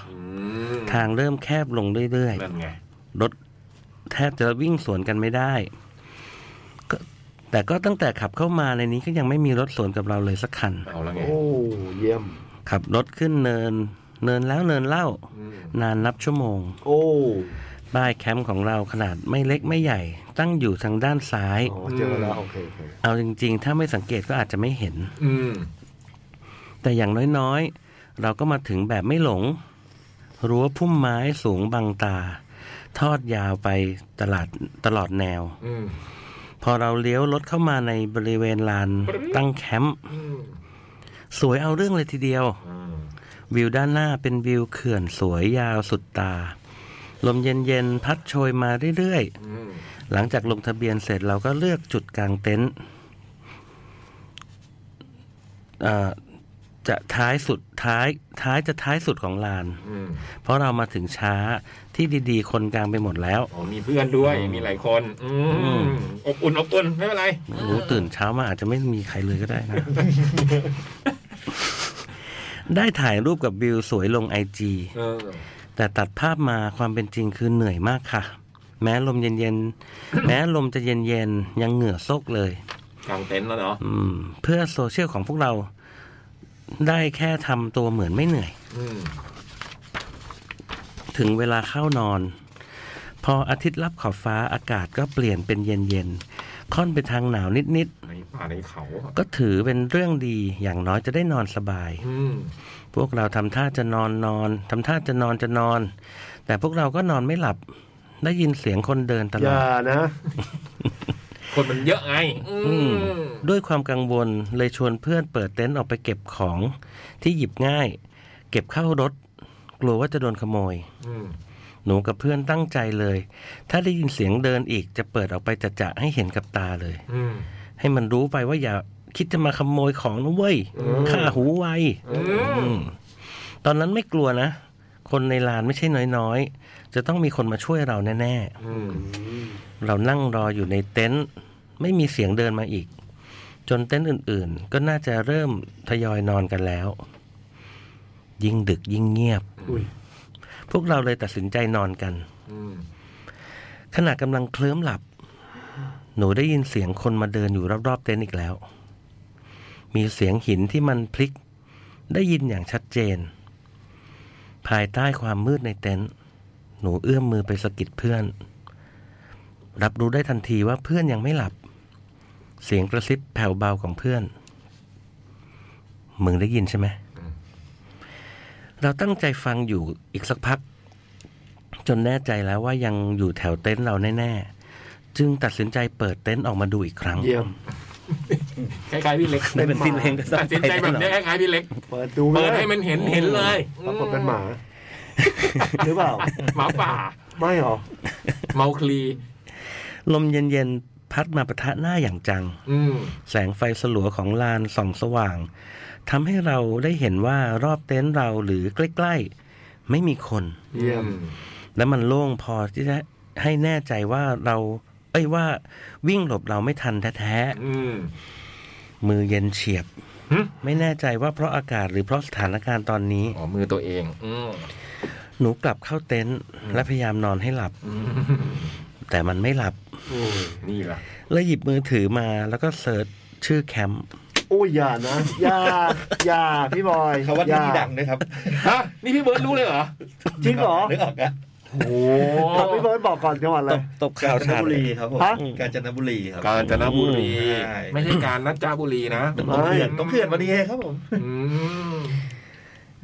Speaker 2: ทางเริ่มแคบลงเรื่อย
Speaker 1: นั่นไง
Speaker 2: ๆ รถแทบจะวิ่งสวนกันไม่ได้ก็แต่ก็ตั้งแต่ขับเข้ามาในนี้ก็ยังไม่มีรถสวนกับเราเลยสักคัน
Speaker 1: เอาละไง
Speaker 3: โอ้เยี่ยม
Speaker 2: ขับรถขึ้นเนิน เนินแล้วเนินเล่า
Speaker 1: อืม
Speaker 2: นานนับชั่วโมง
Speaker 3: โอ้
Speaker 2: ป้ายแคมป์ของเราขนาดไม่เล็กไม่ใหญ่ ตั้งอยู่ทางด้านซ้าย
Speaker 3: อ๋อเจอแล้วโอเคโอเค
Speaker 2: เอาจริงๆ ถ้าไม่สังเกตก็อาจจะไม่เห็น
Speaker 1: อืม
Speaker 2: แต่อย่างน้อยๆ เราก็มาถึงแบบไม่หลง รั้วพุ่มไม้สูงบังตา ทอดยาวไปตลาดตลอดแนว
Speaker 1: อืม
Speaker 2: พอเราเลี้ยวรถเข้ามาในบริเวณลานตั้งแคมป์
Speaker 1: อืม
Speaker 2: สวยเอาเรื่องเลยทีเดียว
Speaker 1: อืม
Speaker 2: วิวด้านหน้าเป็นวิวเขื่อนสวยยาวสุดตา ลมเย็นๆ พัดโชยมาเรื่อย
Speaker 1: อืม
Speaker 2: ๆ หลังจากลงทะเบียนเสร็จเราก็เลือกจุดกลางเต็นท์เอ่อจะท้ายสุดท้ายท้ายจะท้ายสุดของลาน
Speaker 1: อืม
Speaker 2: เพราะเรามาถึงช้าที่ดีๆ คนกลางไปหมดแล้ว
Speaker 1: โอ้มีเพื่อนด้วยมีหลายคนอืมอบอุ่นอบอุ่นไม่เป็นไร
Speaker 2: ไม่รู้ตื่นเช้ามาอาจจะไม่มีใครเลยก็ได้
Speaker 1: <laughs>
Speaker 2: นะ ได้ถ่ายรูปกับวิวสวยลงไอจี
Speaker 1: เออ
Speaker 2: แต่ตัดภาพมาความเป็นจริงคือเหนื่อยมากค่ะ แม้ลมเย็นๆ แม้ลมจะเย็นๆ ยังเหงื่อซกเลย
Speaker 1: กลางเต็นท์แล้วเนาะ
Speaker 2: อืม เพื่อโซเชียลของพวกเรา ได้แค่ทำตัวเหมือนไม่เหนื่อย
Speaker 1: อืม
Speaker 2: ถึงเวลาเข้านอน พออาทิตย์รับขอบฟ้าอากาศก็เปลี่ยนเป็นเย็นๆ ค่อนไปทางหนาวนิด
Speaker 1: ในป่าในเขาอะ
Speaker 2: ๆ ก็ถือเป็นเรื่องดีอย่างน้อยจะได้นอนสบาย
Speaker 1: อืม
Speaker 2: พวกเราทำท่าจะนอนนอนทำท่าจะนอนจะนอน แต่พวกเราก็นอนไม่หลับ ได้ยินเสียงคนเดินตล
Speaker 3: อ
Speaker 2: อด
Speaker 3: ย่านะ
Speaker 1: คนมันเยอะไง อืม
Speaker 2: ด้วยความกังวลเลยชวนเพื่อนเปิดเต็นท์ออกไปเก็บของที่หยิบง่าย เก็บเข้ารถ กลัวว่าจะโดนขโมย
Speaker 1: อืม
Speaker 2: หนูกับเพื่อนตั้งใจเลย ถ้าได้ยินเสียงเดินอีกจะเปิดออกไปจะจะให้เห็นกับตาเลย
Speaker 1: อืม
Speaker 2: ให้มันรู้ไปว่าอย่าคิดจะมาขโมยของนะเว้ยฆ่าหูไวอืมตอนนั้นไม่กลัวนะ คนในลานไม่ใช่น้อยๆ จะต้องมีคนมาช่วยเราแน่ๆ
Speaker 1: อืม
Speaker 2: เรานั่งรออยู่ในเต็นท์ไม่มีเสียงเดินมาอีก จนเต็นท์อื่นๆ ก็น่าจะเริ่มทยอยนอนกันแล้ว ยิ่งดึกยิ่งเงียบ
Speaker 3: อุ้ย
Speaker 2: พวกเราเลยตัดสินใจนอนกัน
Speaker 1: อืม
Speaker 2: ขณะกำลังเคลิ้มหลับ หนูได้ยินเสียงคนมาเดินอยู่รอบๆเต็นท์อีกแล้ว มีเสียงหินที่มันพลิก ได้ยินอย่างชัดเจน ภายใต้ความมืดในเต็นท์หนูเอื้อมมือไปสะกิดเพื่อน รับรู้ได้ทันทีว่าเพื่อนยังไม่หลับ เสียงกระซิบแผ่วเบาของเพื่อน มึงได้ยินใช่ไหม เราตั้งใจฟังอยู่อีกสักพัก จนแน่ใจแล้วว่ายังอยู่แถวเต็นท์เราแน่ ๆ จึงตัดสินใจเปิดเต็นท์ออกมาดูอีกครั้ง
Speaker 3: เยี่ยม
Speaker 1: คล้ายๆพี่เล็ก
Speaker 2: ได้เป็นพี่เล็กก็
Speaker 1: ตัดสินใจแบบเนี้ยคล้ายๆพี่เล็ก
Speaker 3: เปิดดู
Speaker 1: เปิด
Speaker 3: ไ
Speaker 1: ให้มันเห็นเห็นเลย
Speaker 3: ปรากฏเป็นหมา หรือเปล่า
Speaker 1: หมาป่า
Speaker 3: ไม่หรอ
Speaker 1: เมาคลี
Speaker 2: ลมเย็นๆ พัดมาปะทะหน้าอย่างจัง
Speaker 1: อืม
Speaker 2: แสงไฟสลัวของลานส่องสว่างทำให้เราได้เห็นว่ารอบเต็นท์เราหรือใกล้ๆ ไม่มีคน
Speaker 3: เยี่ยม
Speaker 2: และมันโล่งพอที่จะให้แน่ใจว่าเรา เอ้ยว่าวิ่งหลบเราไม่ทันแท้
Speaker 1: อืม
Speaker 2: ๆ มือเย็นเฉียบ
Speaker 1: หึ
Speaker 2: ไม่แน่ใจว่าเพราะอากาศหรือเพราะสถานการณ์ตอนนี้
Speaker 1: อ๋อมือตัวเอง อืม
Speaker 2: หนูกลับเข้าเต็นท์และพยายามนอนให้หลับ แต่มันไม่หลับ
Speaker 3: โอ้ย
Speaker 1: นี่ล่ะ
Speaker 2: เลยหยิบมือถือมาแล้วก็เสิร์ชชื่อแคมป์
Speaker 3: โอ้ยอย่านะอย่าอย่าพี่บอย
Speaker 4: คำว่า
Speaker 3: อย่
Speaker 4: ที่ดังนะครับ
Speaker 1: ฮะนี่พี่เบิร์ดรู้เลยเหรอ
Speaker 3: จริงเหรอ
Speaker 4: นึกออกนะ
Speaker 1: โอ้
Speaker 3: ถามพี่เบิร์ดบอกก่อนจังหวัดอะไร
Speaker 2: ตบ
Speaker 4: กา
Speaker 2: ข่าว
Speaker 4: ญจน
Speaker 2: ชา
Speaker 4: บุรีครับผม
Speaker 3: ฮะ
Speaker 4: กาญจนบุรีครับ
Speaker 1: กาญจนบุรี
Speaker 4: ใช่
Speaker 1: ไม่ใช่การนัดจ้าบุรีนะ
Speaker 4: มันต้องเพื่อนต้องเพื่อนวันนี้ครับผม
Speaker 1: อืม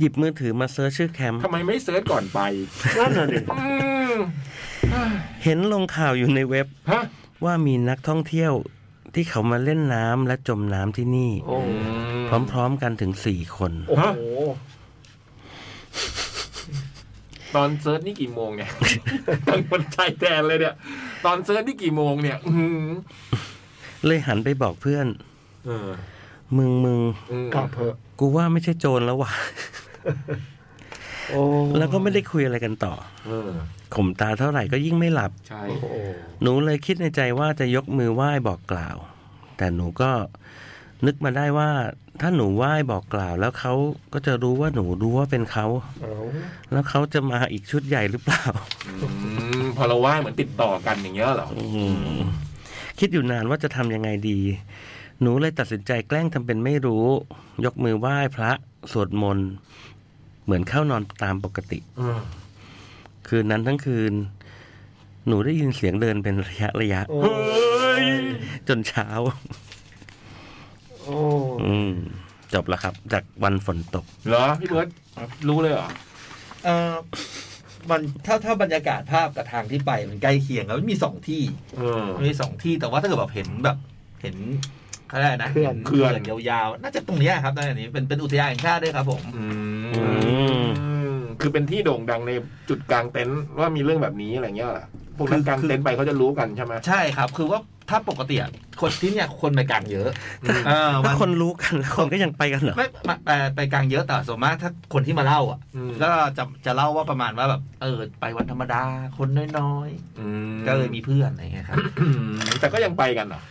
Speaker 2: หยิบมือถือมาเสิร์ชชื่อแคมป์
Speaker 1: ทำไมไม่เซิร์ชก่อนไป
Speaker 3: นั่นน่ะดิ
Speaker 1: อืม
Speaker 2: เห็นลงข่าวอยู่ในเว็บ
Speaker 1: ฮะ
Speaker 2: ว่ามีนักท่องเที่ยว ที่เขามาเล่นน้ำและจมน้ำที่นี่
Speaker 3: โอ้
Speaker 2: พร้อมๆกันถึงสี่คน
Speaker 3: โอ้โห
Speaker 1: ตอนเซิร์ชนี่กี่โมง <laughs> เนี่ย ตั้งคนชายแดนเลยเนี่ย ตอนเซิร์ชนี่กี่โมงเนี่ย อืม
Speaker 2: เลยหันไปบอกเพื่อน
Speaker 1: เออ
Speaker 2: มึงมึง
Speaker 1: อืม
Speaker 3: กลับเถอะ
Speaker 2: กูว่าไม่ใช่โจรแล้วว่ะ
Speaker 3: โอ้
Speaker 2: แล้วก็ไม่ได้คุยอะไรกันต่อ
Speaker 1: เออ
Speaker 2: ข่มตาเท่าไหร่ก็ยิ่งไม่หลับ
Speaker 1: ใช่
Speaker 3: โอ้
Speaker 2: หนูเลยคิดในใจว่าจะยกมือไหว้บอกกล่าว แต่หนูก็นึกมาได้ว่า ถ้าหนูไหว้บอกกล่าว แล้วเขาก็จะรู้ว่าหนูรู้ว่าเป็นเขา
Speaker 3: เอา
Speaker 2: แล้วเขาจะมาอีกชุดใหญ่หรือเปล่า
Speaker 1: อืมพอเราไหว้เหมือนติดต่อกันอย่างเงี้ยเหรอ
Speaker 2: คิดอยู่นานว่าจะทำยังไงดี หนูเลยตัดสินใจแกล้งทำเป็นไม่รู้ ยกมือไหว้พระสวดมนต์เหมือนเข้านอนตามปกติ
Speaker 1: อืม
Speaker 2: คืนนั้นทั้งคืน หนูได้ยินเสียงเดินเป็นระยะระยะ
Speaker 3: โอ้
Speaker 1: เฮ้ย
Speaker 2: จนเช้า
Speaker 3: โอ้
Speaker 2: อืม จบแล้วครับ จากวันฝนตก
Speaker 1: เหรอพี่เบิร์ตรู้เลยเหรอ
Speaker 4: เออมันถ้าถ้าบรรยากาศภาพกับทางที่ไปมันใกล้เคียงกันมันมีสองที่
Speaker 1: เออ
Speaker 4: มีสองที่แต่ว่าถ้าเกิดแบบเห็นแบบ เห็นอะไรยกนะห็
Speaker 1: เขื่อน
Speaker 4: เขื่อนยาวๆ น่าจะตรงเนี้ยครับตอนนี้เป็นเป็นอุทยานแห่งชาติด้วยครับผม
Speaker 1: อืม
Speaker 2: ม
Speaker 1: คือเป็นที่โด่งดังในจุดกลางเต็นท์ว่ามีเรื่องแบบนี้อะไรเงี้ยเหรอพวกนักกลางเต็นท์ไปเขาจะรู้กันใช่ไหม
Speaker 4: ใช่ครับ คือว่าถ้าปกติอะคนที่เนี่ยคนไปกลางเยอะเออ
Speaker 2: ถ้า
Speaker 4: มัน
Speaker 2: คนรู้กันแล้วคนก็ยังไปกันเหรอ
Speaker 4: ไม่ไม่ไปไปกลางเยอะแต่ส่วนมากถ้าคนที่มาเล่าอ่ะ
Speaker 1: อืม
Speaker 4: ก็จะจะเล่าว่าประมาณว่าแบบเออไปวันธรรมดาคนน้อย
Speaker 1: อืม
Speaker 4: ๆ ก็เลยมีเพื่อนอะไรเงี้ยครับ <coughs>
Speaker 1: อืมแต่ก็ยังไปกันเหรอ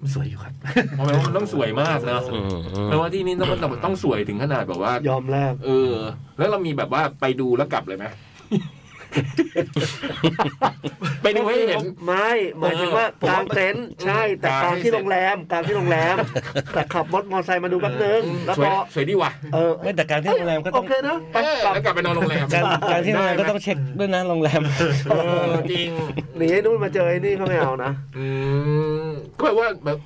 Speaker 4: มันสวยอยู่ครับ
Speaker 1: เพราะว่ามันต้องสวยมากนะแปลว่าที่นี่ต้องต้องต้องสวยถึงขนาดแบบว่า
Speaker 3: ยอมแลก
Speaker 1: เออ แล้วเรามีแบบว่าไปดูแล้วกลับเลย <laughs> ไหม ไปดูให้เห็น
Speaker 3: ไม่หมายถึงว่ากลางเต็นท์ใช่ แต่กลางที่โรงแรมกลางที่โรงแร <laughs> ม แต่ขับรถมอเตอร์ไซค์มาดูแป๊บนึงแล้ว
Speaker 1: สวย
Speaker 3: ก็
Speaker 1: สวยดีว่ะ
Speaker 3: เออ
Speaker 2: ไม่แต่การที่โรงแรมก็
Speaker 3: โอ
Speaker 2: ต้อง
Speaker 3: เคนะไป
Speaker 1: เออก
Speaker 3: ลับ
Speaker 1: แล้วกลับไปนอนโรงแรม
Speaker 2: การการที่โรงแรมก็
Speaker 1: ได้ไห
Speaker 2: ต้องเช็คด้วยนะโรงแรม
Speaker 1: เออจริง
Speaker 3: หนีไอ้นู่นมาเจอไอ้นี่ก็ไม่เอานะ
Speaker 1: อืมก็แปลว่าแบบ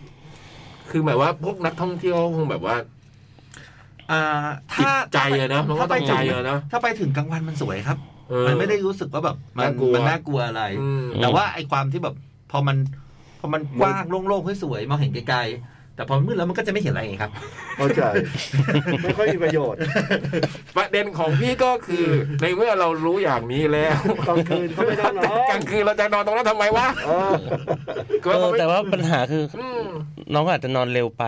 Speaker 1: คือหมายว่าพวกนักท่องเที่ยวคงแบบว่า
Speaker 4: อ่า
Speaker 1: จิ
Speaker 4: ถ้า
Speaker 1: ตใจอะนะมันก็ต้องใจอะนะ
Speaker 4: ถ้าไปถึงกลางวันมันสวยครับ
Speaker 1: เออ
Speaker 4: มันไม่ได้รู้สึกว่าแบบมัน
Speaker 1: น่ากลัว
Speaker 4: มันน่ากลัวอะไร
Speaker 1: อืม
Speaker 4: แต่ว่าไอ้ความที่แบบพอมันพอมันกว้างโล่งๆสวยๆมองเห็นไกลๆแต่พอมืดแล้วมันก็จะไม่เห็นอะไรไงครับ
Speaker 3: เข้าใจ ไม่ค่อยมีประโยชน์
Speaker 1: ประเด็นของพี่ก็คือ
Speaker 4: <laughs>
Speaker 1: ในเมื่อเรารู้อย่างนี้แล้ว
Speaker 3: กลางคืนก็ไม่ได้หรอก
Speaker 1: ลางคืนเราจะนอนตรงนั้นทำไมวะ
Speaker 3: เออ
Speaker 1: ก็
Speaker 2: เออ
Speaker 1: ไม่
Speaker 2: แต่ว่าปัญหาคือ
Speaker 1: อืม
Speaker 2: น้องอาจจะนอนเร็วไป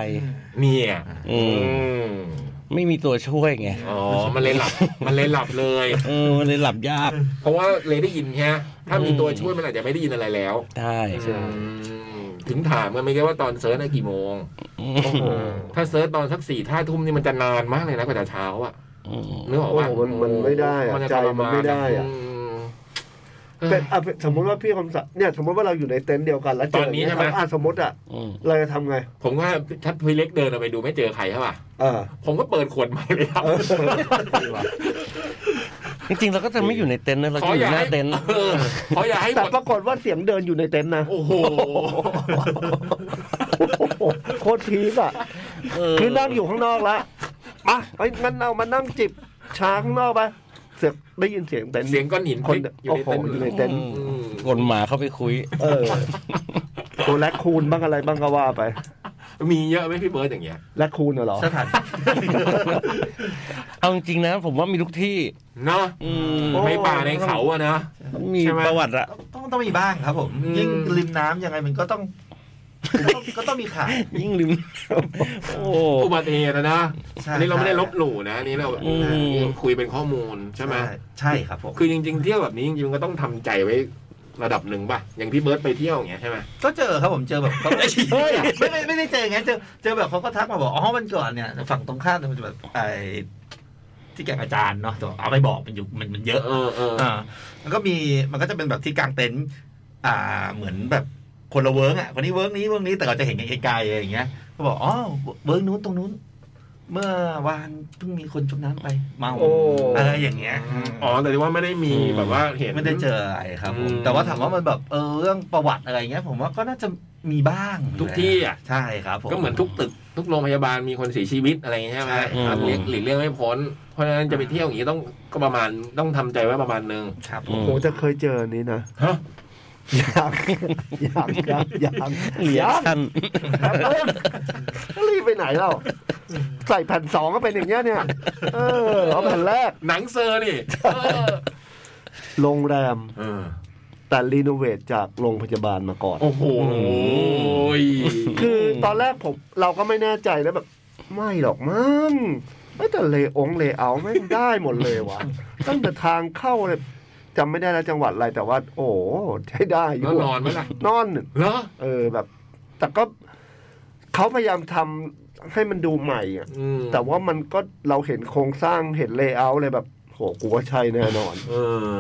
Speaker 1: เนี่ย
Speaker 2: อืม
Speaker 1: ม
Speaker 2: ไม่มีตัวช่วยไง
Speaker 1: อ๋อมันเลยหลับ มันเลยหลับเลย
Speaker 2: เออมันเลยหลับยาก
Speaker 1: เพราะว่าเลยได้ยินแค่ถ้ามีตัวช่วยมันอาจจะไม่ได้ยินอะไรแล้ว
Speaker 2: ใช่
Speaker 1: อืมถึงถามกันไม่แค่ว่าตอนเซิร์ชน่ะกี่โมง
Speaker 3: โอ้โห
Speaker 1: ถ้าเซิร์ชตอนสักสี่ท่าทุ่มนี่มันจะนานมากเลยนะกว่าจะเช้าอ่ะ
Speaker 2: อืม
Speaker 1: นึกออกปะ
Speaker 3: โอ้โหมันมันไม่ได้อะ
Speaker 1: นจะ
Speaker 3: ใจมันไม่ได้
Speaker 1: ทร
Speaker 3: อะ
Speaker 1: มานอะ
Speaker 3: เป็นอ่ะเป็นสมมติว่าพี่คมศักดิ์เนี่ยสมมติว่าเราอยู่ในเต็นท์เดียวกันแล้วเจอ
Speaker 1: ตอนนี้ใช่ไหม
Speaker 3: อ่ะสมมติอ่ะ
Speaker 2: อืม
Speaker 3: เราจะทำไง
Speaker 1: ผมว่าถ้าพี่เล็กเดินออกไปดูไม่เจอใครใช่ป่ะ
Speaker 3: อ่า
Speaker 1: ผมก็เปิดขวดใหม่เลยครับ
Speaker 3: เออ
Speaker 2: จริงๆเราก็จะไม่อยู่ในเต็นท์นะเรา
Speaker 1: ขอ
Speaker 2: จะอ
Speaker 1: อย่ ย่า
Speaker 2: หน้า
Speaker 1: ให้
Speaker 2: เต็นท์
Speaker 1: เออขออย่าให้ห
Speaker 3: แต่
Speaker 1: มด
Speaker 3: ปรากฏว่าเสียงเดินอยู่ในเต็นท์นะ
Speaker 1: โอ้โห
Speaker 3: โอ้โหโคตรพีคอ่ะ
Speaker 2: เออ
Speaker 3: คือนั่งอยู่ข้างนอกละมาไอ้ยงั้นเรามานั่งจิบชาข้างนอกไปเสือกได้ยินเสียงเต็นท์
Speaker 1: เสียงก้อนหิน
Speaker 3: คน
Speaker 1: พลิกอยู่
Speaker 3: โอ้
Speaker 1: ในเต็นท์
Speaker 3: โหอยู่
Speaker 1: เล
Speaker 3: ใน
Speaker 1: ย
Speaker 3: เต็นท์
Speaker 1: อืม
Speaker 2: กลหมาเข้าไปคุย
Speaker 3: เออตัวแรคคูนบ้างอะไรบ้างก็ว่าไป
Speaker 1: มีเยอะไหมพี่เบิร์ดอย่างเงี้ย
Speaker 3: แรคคูนเหรอ
Speaker 4: สถาน <laughs>
Speaker 2: เอาจริงๆนะ ผมว่ามีทุกที่
Speaker 1: เนาะ
Speaker 2: อืม
Speaker 1: ในป่าในเขาอะนะ
Speaker 2: มี
Speaker 1: ใช่ไหม
Speaker 2: ประวัติอะ
Speaker 4: ต้องต้องมีบ้างครับ ผม
Speaker 1: อืม
Speaker 4: ยิ่งริมน้ำยังไงมันก็ต้องก็ต้องก็ต้องมีขาย
Speaker 2: ยิ่งลืมโอ้
Speaker 1: อุบัติเหตุอะนะ
Speaker 4: ใช่
Speaker 1: อันนี้เราไม่ได้ลบหลู่นะอันนี้เรา
Speaker 2: อืม
Speaker 1: คุยเป็นข้อมูลใช่ไหม
Speaker 4: ใช่ครับผม
Speaker 1: คือจริงๆ เที่ยวแบบนี้จริงๆมันก็ต้องทำใจไว้ระดับหนึ่งป่ะ อย่างพี่เบิร์ตไปเที่ยวอย่างเงี้ยใช่ไหม
Speaker 4: ก็เจอครับผมเจอแบบเขาไม่ไม่ไม่ได้เจออย่างงั้นเจอเจอแบบเขาก็ทักมาบอกอ๋อวันก่อนเนี่ยฝั่งตรงข้ามเนี่ยมันจะแบบไอ้ที่แกงอาจารย์เนาะแต่ว่าเอาไม่บอกมันอยู่มันมันเยอะ
Speaker 1: เออเออ
Speaker 4: อ่ามันก็มีมันก็จะเป็นแบบที่กางเต็นท์อ่าเหมือนแบบคนละเวิร์กอ่ะคนนี้เวิร์กนี้เวิร์กนี้แต่เราจะเห็นกันไกลๆอะไรอย่างเงี้ยก็บอกอ๋อเวิร์กนู้นตรงนู้น เมื่อวานเพิ่งมีคนจมน้ำไปเมา
Speaker 3: โอ้
Speaker 4: อะไรอย่างเงี้ย
Speaker 1: อ๋อ แต่ที่ว่าไม่ได้มี
Speaker 2: อืม
Speaker 1: แบบว่าเห็น
Speaker 4: ไม่ได้เจออะไรครับผ
Speaker 1: อื
Speaker 4: ม
Speaker 1: ม
Speaker 4: แต่ว่าถามว่ามันแบบเออเรื่องประวัติอะไรเงี้ย ผมว่าก็น่าจะมีบ้าง
Speaker 1: ทุกที่อ่ะ
Speaker 4: ใช่ครับผม
Speaker 1: ก็เหมือนทุกตึก ทุกโรงพยาบาลมีคนเสียชีวิตอะไรอย่างเงี้ยใช่ไหม
Speaker 4: ใช่
Speaker 1: ครับหลีกหลีกเลี่ยงไม่พ้น เพราะฉะนั้นจะไปเที่ยวอย่างนี้ต้องก็ประมาณต้องทำใจไว้ประมาณหนึง
Speaker 4: ครับผ
Speaker 2: อื
Speaker 4: ม
Speaker 2: ม
Speaker 3: โหจะเคยเจออันนี้นะ
Speaker 1: ฮะ
Speaker 3: ยังยังยังยัง
Speaker 2: เรียก
Speaker 3: ยัง
Speaker 2: สั้น
Speaker 3: ครับเอ้ยรีบไปไหนเราใส่แผ่นสองก็เป็นอย่างเงี้ยเนี่ย เออเอาแผ่นแรก
Speaker 1: หนังเซอร์นี่เออ
Speaker 3: โรงแรม
Speaker 1: เออ
Speaker 3: แต่รีโนเวทจากโรงพยาบาลมาก่อน
Speaker 1: โอ้โหย
Speaker 3: คือตอนแรกผมเราก็ไม่แน่ใจแล้วแบบ ไม่หรอกมั้งไม่แต่เลองเลเอาไม่งได้หมดเลยว่ะ ตั้งแต่ทางเข้าเลยจำไม่ได้แล้วจังหวัดอะไรแต่ว่า โอ้โหใช้ได้อยู่
Speaker 1: แล้วนอนไหมล่ะ
Speaker 3: นอน
Speaker 1: เหรอ
Speaker 3: เออแบบ แต่ก็เขาพยายามทำให้มันดูใหม่อะ
Speaker 1: อืม
Speaker 3: แต่ว่ามันก็เราเห็นโครงสร้างเห็นเลเยอร์เลยแบบ โหกูว่าใช่แน่นอน
Speaker 1: เออ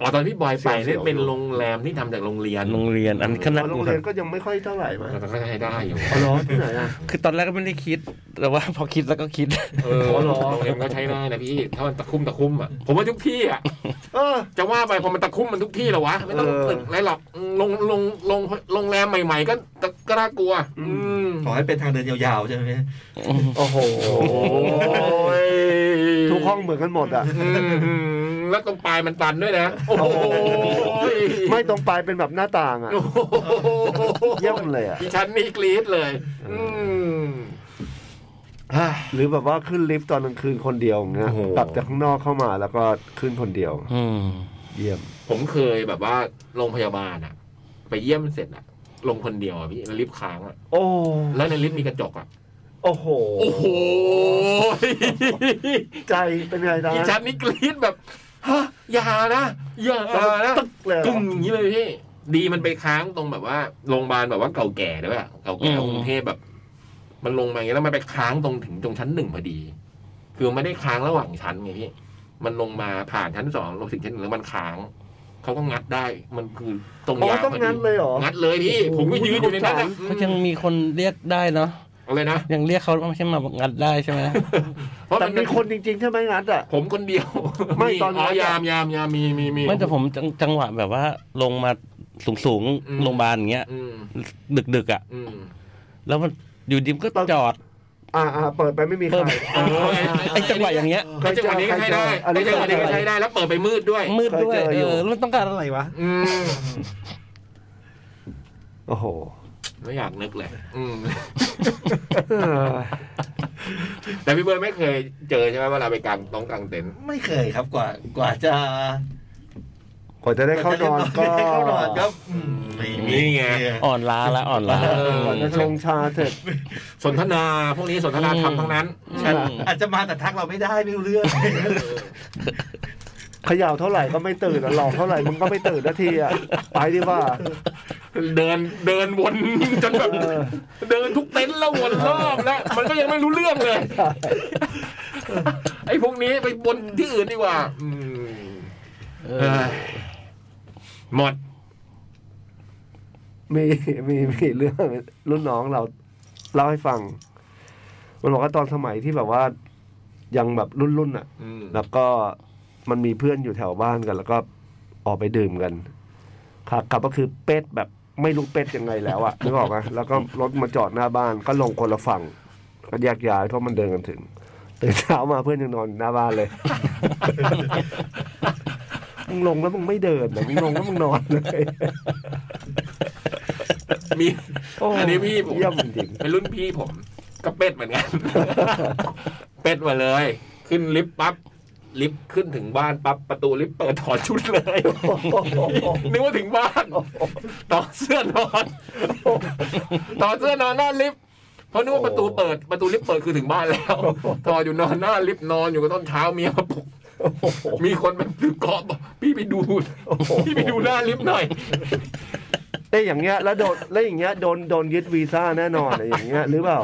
Speaker 1: อ๋อตอนพี่บอยไป
Speaker 3: เสี่
Speaker 1: เนี่ย ยว
Speaker 3: ๆ
Speaker 1: เป็นโรงแรมที่ทำจากโรงเรียน
Speaker 2: โรงเรียนอันขนาด
Speaker 3: โรงเรียนก็ยังไม่ค่อยเท่าไหร่มา
Speaker 1: แต่ก็ใช้ได้อยู่
Speaker 3: อ๋อเหรอที่ไหนอ่ะ
Speaker 2: คือตอนแรกก็ไม่ได้คิด แต่ว่าพอคิดแล้วก็ <laughs> คิด
Speaker 1: เออ
Speaker 3: อ๋อเหร
Speaker 1: โร
Speaker 3: อ
Speaker 1: งเรียนก็ใช้ได้นะพี่ถ้ามันตะคุ่มตะคุ่มอ่ะผมว่าทุกที่อ่ะ
Speaker 3: เออ
Speaker 1: จะว่าไปพอมันตะคุ่มมันทุกที่เหรอวะ ไม่ต้อง
Speaker 3: เออ
Speaker 1: ตึกอะไรหรอกลงลงลงโรงแรมใหม่ ๆ ก็ตะก็น่ากลัว อืม
Speaker 4: ขอให้เป็นทางเดินยาวๆใช่ไหมพี่
Speaker 3: โอ้โห
Speaker 1: ย
Speaker 3: ทุกห้องเหมือนกันหมดอ่ะ
Speaker 1: อืมแล้วตรงปลายมันตันด้วยนะ โอ้ย
Speaker 3: ไม่ตรงปลายเป็นแบบหน้าต่างอ่ะ
Speaker 1: โอ้โห
Speaker 3: เยี่ยมเลยอ่ะ
Speaker 1: ดิฉันนี่กรี๊ดเลย อืม
Speaker 3: หรือแบบว่าขึ้นลิฟต์ตอนกลางคืนคนเดียวอย่างเงี้ย
Speaker 1: โอ้โห
Speaker 3: กลับจากข้างนอกเข้ามาแล้วก็ขึ้นคนเดียว
Speaker 2: อืม
Speaker 3: เยี่ยม
Speaker 1: ผมเคยแบบว่าโรงพยาบาลอะไปเยี่ยมเสร็จอะลงคนเดียวอะพี่แล้วลิฟต์ค้างอะ
Speaker 3: โอ้
Speaker 1: แล้วในลิฟต์มีกระจกอะ
Speaker 3: โอ้โห
Speaker 1: โอ้โห
Speaker 3: ใจเป็นไงตา
Speaker 1: อีจันนี่กรี๊ดแบบฮะอย่านะอย่านะ
Speaker 3: ตึกเลยอะ
Speaker 1: กึ่งอย่างนี้เลยพี่ดีมันไปค้างตรงแบบว่าโรงพยาบาลแบบว่าเก่าแก่ด้วยอะเก่าแก่
Speaker 2: อืม
Speaker 1: กรุงเทพแบบ มันลงมาอย่างนี้แล้วมันไปค้างตรงถึงตรงชั้นหนึ่งพอดี คือมันไม่ได้ค้างระหว่างชั้นไงพี่มันลงมาผ่านชั้นสองลงถึงชั้นหนึ่งแล้วมันค้างเขาก็งัดได้ มันคือตร
Speaker 3: อ๋อย
Speaker 1: งาว
Speaker 3: ต้อง
Speaker 1: พอดี
Speaker 3: งั้นเลยเหรอ
Speaker 1: งัดเลยพี่
Speaker 3: โอ้โห
Speaker 1: ผมก็ยืนอยู่ในนั้นอะ
Speaker 2: ก็ยังมีคนเรียกได้เนาะ
Speaker 1: อะไรนะ
Speaker 2: ยังเรียกเขาไม่ใช่มางัดได้ใช่ไหม <laughs>
Speaker 1: เพราะ
Speaker 3: แต่
Speaker 1: มัน
Speaker 3: มีคนจริงๆ ใช่ไหมงั้นอ่ะ
Speaker 1: ผมคนเดียว
Speaker 3: ไม่ตอนนั้น
Speaker 1: ยามยามยามมีมีมี
Speaker 2: ไม่แต่ผมจังจังหวะแบบว่าลงมาสูงสูงๆ
Speaker 1: อืม
Speaker 2: โรงพยาบาลอย่างเงี้ย
Speaker 1: อืม
Speaker 2: ดึกดึกๆอ่ะ
Speaker 1: อืม
Speaker 2: แล้วมันอยู่ดิมก็จอด
Speaker 3: อ่าอ่าเปิดไปไม่มีใคร
Speaker 1: เออไอ้
Speaker 2: ไอ้จังหวะอย่างเงี้ย
Speaker 1: ไอ้จังหวะนี้ก็ใช้ได้
Speaker 3: อันนี้
Speaker 1: ไอ้จังหวะนี้ก็ใช้ได้แล้วเปิดไปมืดด้วย
Speaker 2: มืดด้วย
Speaker 3: เคยเจอ
Speaker 2: เอ
Speaker 3: อยู่
Speaker 2: อแล้วมันต้องการอะไรวะ
Speaker 1: อืม
Speaker 3: โอ้โห
Speaker 1: ไม่อยากนึกเลย อืม
Speaker 3: เออ
Speaker 1: แต่พี่เบิร์ดไม่เคยเจอใช่ไหมเวลาไปกางต้องกางเต็นท์
Speaker 4: ไม่เคยครับกว่ากว่าจะ
Speaker 3: กว่าจะได้เข้านอนก็
Speaker 4: ได้เข้านอนก็อืมไม่มี
Speaker 1: นี่ไง
Speaker 2: อ่อนล้าละอ่อนล้า
Speaker 1: เออ
Speaker 3: กว่าจะชงชาเสร็จ
Speaker 1: สนทนาพวกนี้สนทนาธรรมทั้งนั้น
Speaker 4: อาจอาจจะมาแต่ทักเราไม่ได้ไม่รู้เรื่อง <laughs>
Speaker 3: เขย่าเท่าไหร่ก็ไม่ตื่นอะหลอกเท่าไหร่มึงก็ไม่ตื่นนาทีอ่ะ ไปดีกว่า
Speaker 1: เดินเดินวน <laughs> จนแบบ
Speaker 3: เออ
Speaker 1: เดินทุกเต็นท์แล้ววนรอบแล้วมันก็ยังไม่รู้เรื่องเลยไอ้พวกนี้ไปบนที่อื่นดีกว่า อืมเอ้ยหมด
Speaker 3: มี <laughs> มีมีเรื่องรุ่นน้องเราเล่าให้ฟัง มันบอกว่าตอนสมัยที่แบบว่า ยังแบบรุ่นรุ่นๆอ่ะ
Speaker 1: อืม
Speaker 3: แล้วก็มันมีเพื่อนอยู่แถวบ้านกัน แล้วก็ออกไปดื่มกันขากลับก็คือเป็ดแบบไม่รู้เป็ดยังไงแล้วอะนึ <laughs> กออกไหมแล้วก็รถมาจอดหน้าบ้านก็ลงคนละฝั่งก็แยกย้ายเพราะมันเดินกันถึงตื่นเช้ามาเพื่อนยังนอนหน้าบ้านเลย <laughs> มึงลงแล้วมึงไม่เดินนะมึงลงแล้วมึงนอนเลย <laughs>
Speaker 1: มี
Speaker 3: โอั
Speaker 1: อันนี้พี่ผม
Speaker 3: เยี่ยมจริง
Speaker 1: เป็นรุ่นพี่ผมก็เป็ดเหมือนกัน <laughs> เป็ดมาเลย ขึ้นลิฟต์ปั๊บลิฟต์ขึ้นถึงบ้านปั๊บประตูลิฟต์เปิดถอดชุดเลย <laughs> นึกว่าถึงบ้านต่อดเสื้อนอน <laughs> ต่อดเสื้อนอนหน้าลิฟต์เพราะนึกว่าประตูเปิดประตูลิฟต์เปิดคือถึงบ้านแล้วต่ออยู่นอนหน้าลิฟต์นอนอยู่กับต้นเช้าเมียมาปลุกมีคนเป็นเกาะบอกพี่ไปดู <laughs> พี่ไปดูหน้าลิฟต์หน่อย <laughs>
Speaker 3: ได้ยอย่างเงี้ย แล้วโดนแล้วอย่างเงี้ยโดนโดนยึดวีซ่าแน่นอนอะไรอย่างเงี้ย หรือเปล่า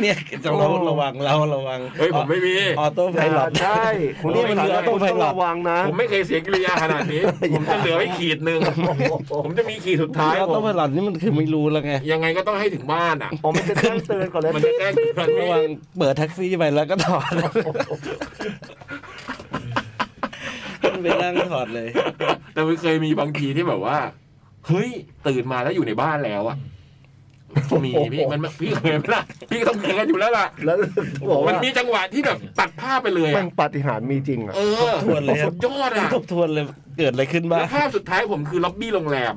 Speaker 2: เนี่ยจะเราระวังเราระวัง
Speaker 1: เฮ้ยผมไม่มี
Speaker 2: ออโต้ไพลอต
Speaker 3: ใช่คุณนี่
Speaker 2: ไม่
Speaker 3: เป็น
Speaker 2: เหลือ
Speaker 3: เราต้อง
Speaker 2: ไม่
Speaker 3: ต้อง
Speaker 2: เหลือ
Speaker 3: ระวังนะ
Speaker 1: ผมไม่เคยเสียกิริยาขนาดนี้ <laughs> ผมจะเหลือไว้ขีดหนึ่ง <laughs> ผมจะมีขีดสุดท้าย
Speaker 2: ออ
Speaker 1: ผ
Speaker 2: โต้
Speaker 1: ม
Speaker 2: ไพลอตนี่มันคือไม่รู้แล้วไง
Speaker 1: ยังไงก็ต้องให้ถึงบ้านอ่ะ
Speaker 3: ผมมันจะแจ้งเตือนก่อนเลย
Speaker 1: มันจะแจ้งเตือน
Speaker 2: ระ
Speaker 1: <laughs>
Speaker 2: วังเปิดแท็กซี่ไปแล้วก็ถอดไปนั่งถอดเลย
Speaker 1: แต่มันเคยมีบางทีที่แบบว่า เฮ้ย ตื่นมาแล้วอยู่ในบ้านแล้วอ่ะ มีพี่มันพี่เคยไหมล่ะพี่ต้องเคยกันอยู่แล้วล่ะ
Speaker 3: แล้วบอก
Speaker 1: มั
Speaker 3: ว่าน
Speaker 1: มีจังหวะที่แบบตัดภาพไปเลย
Speaker 3: แม่
Speaker 1: อะ
Speaker 3: งปาฏิหาริย์มีจริงอ่ะ
Speaker 1: เออ
Speaker 2: ทวนเลยอะ
Speaker 1: สุดยอดอ่ะ
Speaker 2: ทบทวนเลยเกิดอะไรขึ้นบ้า
Speaker 1: แล้
Speaker 2: ง
Speaker 1: วภาพสุดท้ายผมคือล็อบบี้โรงแรม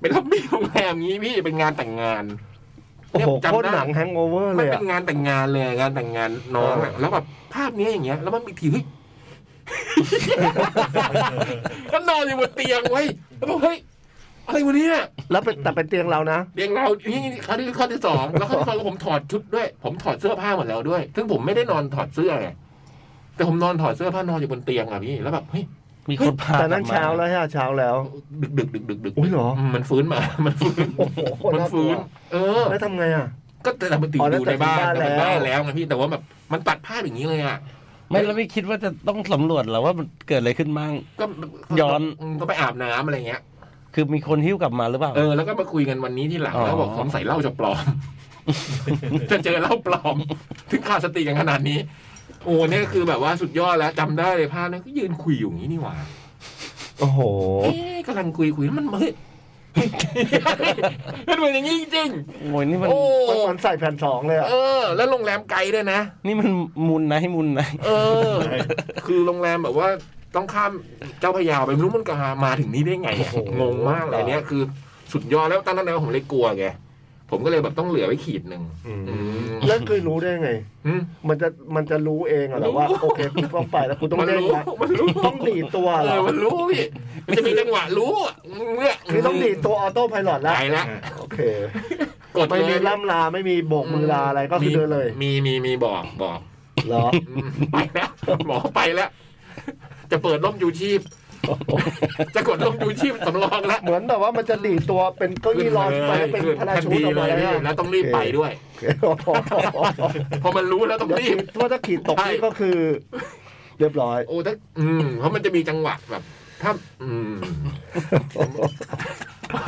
Speaker 1: เป็นล็อบบี้โรงแรมงี้พี่เป็นงานแต่งงาน
Speaker 3: โอ้โห
Speaker 1: จำได้
Speaker 3: โคตรหนังแฮงโอเวอร์
Speaker 1: มั
Speaker 3: เล
Speaker 1: นเป็
Speaker 3: ยอ่ะ
Speaker 1: นงานแต่งงานเลยงานแต่งงานน้องอะแล้วแบบภาพนี้อย่างเงี้ย แล้วมันมีทีเฮ้ย <laughs> ก็นอนอยู่บนเตียงเว้ยแล้วบอกเฮ้ยอะไรวะเนี่ย
Speaker 3: แล้วเป็นแต่เป็นเตียงเรานะ
Speaker 1: เตียงเรานี่ข้อที่ข้อที่สองแล้วข้อที่สองก็ผมถอดชุดด้วย ผมถอดเสื้อผ้าหมดแล้วด้วย ซึ่งผมไม่ได้นอนถอดเสื้อไงแต่ผมนอนถอดเสื้อผ้านอนอยู่บนเตียงอะพี่แล้วแบบเฮ้ย
Speaker 2: มีคนพา
Speaker 3: แต่นั้น
Speaker 2: กลับม
Speaker 3: เช้าแล้วฮะเช้าแล้ว
Speaker 1: ดึกดึกดึกดึกดึก
Speaker 3: อุ๊ยเหรอ
Speaker 1: มันฟื้นมา มันฟื้น
Speaker 3: โอ้โห
Speaker 1: มัน
Speaker 3: ากลัว
Speaker 1: ฟื้น เออ
Speaker 3: แล้วทำไงอ่ะ
Speaker 1: ก็แต่มันติด
Speaker 3: อ๋อ
Speaker 1: อยู่ในบ้าน
Speaker 3: แล้วแต่
Speaker 1: แต่มัน
Speaker 3: บ้าน
Speaker 1: บ้านแล้วไงพี่แต่ว่าแบบมันตัดภาพอย่างนี้เลยอะ
Speaker 2: ไม่แล้วไม่คิดว่าจะต้องสำรวจเหรอว่ามันเกิดอะไรขึ้นบ้าง
Speaker 1: ก็
Speaker 2: ย้อน
Speaker 1: มก็ไปอาบน้ำอะไรเงี้ย
Speaker 2: คือมีคนหิ้วกลับมาหรือเปล่า
Speaker 1: เออ แล้วก็มาคุยกันวันนี้ที่หลัง
Speaker 2: อ๋อ
Speaker 1: แล้วบอกสงสัยเหล้าจะปลอม <laughs> จะเจอเหล้าปลอม ถึงขาดสติกันขนาดนี้ โอ้เนี่ยคือแบบว่าสุดยอดแล้วจำได้เลยภาพนั้นก็ยืนคุยอยู่อย่างนี้นี่หว่า
Speaker 3: โอ้โห
Speaker 1: เอ๊ะกำลังคุยคุยแล้วมันเฮ้ย <laughs> เฮ้ยมันเป็นอย่างนี้จริง
Speaker 2: โอ้ยนี่
Speaker 1: ๆ
Speaker 2: มัน
Speaker 1: โอ้
Speaker 3: มันใส่แผ่นสองเลยอ่ะ
Speaker 1: เออ แล้วโรงแรมไกลด้วยนะ
Speaker 2: นี่มันมุนนะให้มุนนะ
Speaker 1: เออ คือโรงแรมแบบว่าต้องข้ามเจ้าพระยาไปไม่รู้มันก็มาถึงนี่ได้ไงอะงงมากเลยอันเนี้ยคือสุดยอดแล้วตั้งนั้นแล้วผมเลยกลัวไงผมก็เลยแบบต้องเหลือไว้ขีดหนึ่งอืม
Speaker 3: แล้วคือรู้ได้ไง
Speaker 1: อืม
Speaker 3: มันจะมันจะรู้เองอะเหรอว่า
Speaker 1: รู้
Speaker 3: โอเคคุณต้องไปแล้วคุณต้อง
Speaker 1: มัน
Speaker 3: เด้ง
Speaker 1: รู้
Speaker 3: นะ
Speaker 1: มันรู้
Speaker 3: ต้องดีดตัว
Speaker 1: เอ
Speaker 3: เหรอ
Speaker 1: อมันรู้พี่มันจะมีจังหวะรู้อะเนี่ย
Speaker 3: คือต้องดีดตัวออโต้ไพลอตแล้ว
Speaker 1: ไปละ
Speaker 3: โอเค
Speaker 1: กด
Speaker 3: ไม่
Speaker 1: เล
Speaker 3: มี
Speaker 1: ย
Speaker 3: ล่ำลาไม่มีโบกมือลาอะไรก็คือเดินเลย
Speaker 1: มีมีมีบอกบอก
Speaker 3: เหรอ
Speaker 1: อืมไปแล้วหมอไปแล้ว จะเปิดร่มยูชีพ จะกดร่มยูชีพสำรองแล้ว
Speaker 3: เหมือนแบบว่ามันจะดีดตัวเป็นเก้าอี้รอนไปแล้วเป็นพระราชู
Speaker 1: ขึ้น
Speaker 3: ตออก
Speaker 1: เล
Speaker 3: มายแล้ว
Speaker 1: พี่แล้วต้องรีบไปด้วย พอมันรู้แล้วต้องรีบ
Speaker 3: ถ้าถ้าขีดตกนี่ก็คือ เรียบร้อย
Speaker 1: โอ้ถ้าอืมเพราะมันจะมีจังหวะแบบ ถ้า อืม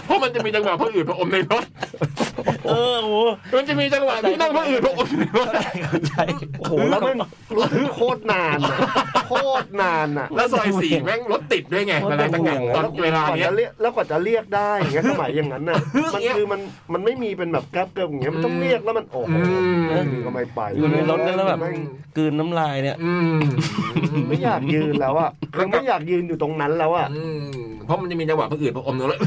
Speaker 1: เพราะมันจะมีจังหวะพระอื่นพระอมในรถ
Speaker 2: เออโอ้
Speaker 1: มันจะมีจังหวะที่นั่งพระอื่นพระอมในรถ
Speaker 3: โอ้โหแล้วมันรู้สึกโคตรนานอะโคตรนานอ่ะ
Speaker 1: แล้วซอยสี่แม่งรถติดด้วยไงเวลาจังหวะตอนเวลาเนี้ย
Speaker 3: กว่จะเรียกแล้วกว่าจะเรียกได้อย่างเงี้ยสมัยอย่างนั้นน่ะมันคือมันมันไม่มีเป็นแบบแกลบเกิบอย่างเงี้ยมันต้องเรียกแล้วมันโอ้โห
Speaker 1: อืม
Speaker 3: นี่ก็ไม่ไป
Speaker 2: อยู่ในรถแล้วแบบ
Speaker 3: ม่ง
Speaker 2: กลืนน้ำลายเนี่ย
Speaker 1: อืม
Speaker 3: ไม่อยากยืนแล้วอ่ะคือไม่อยากยืนอยู่ตรงนั้นแล้วอ่ะ
Speaker 1: อืมเพราะมันจะมีจังหวะพระอื่นพระอมในรถ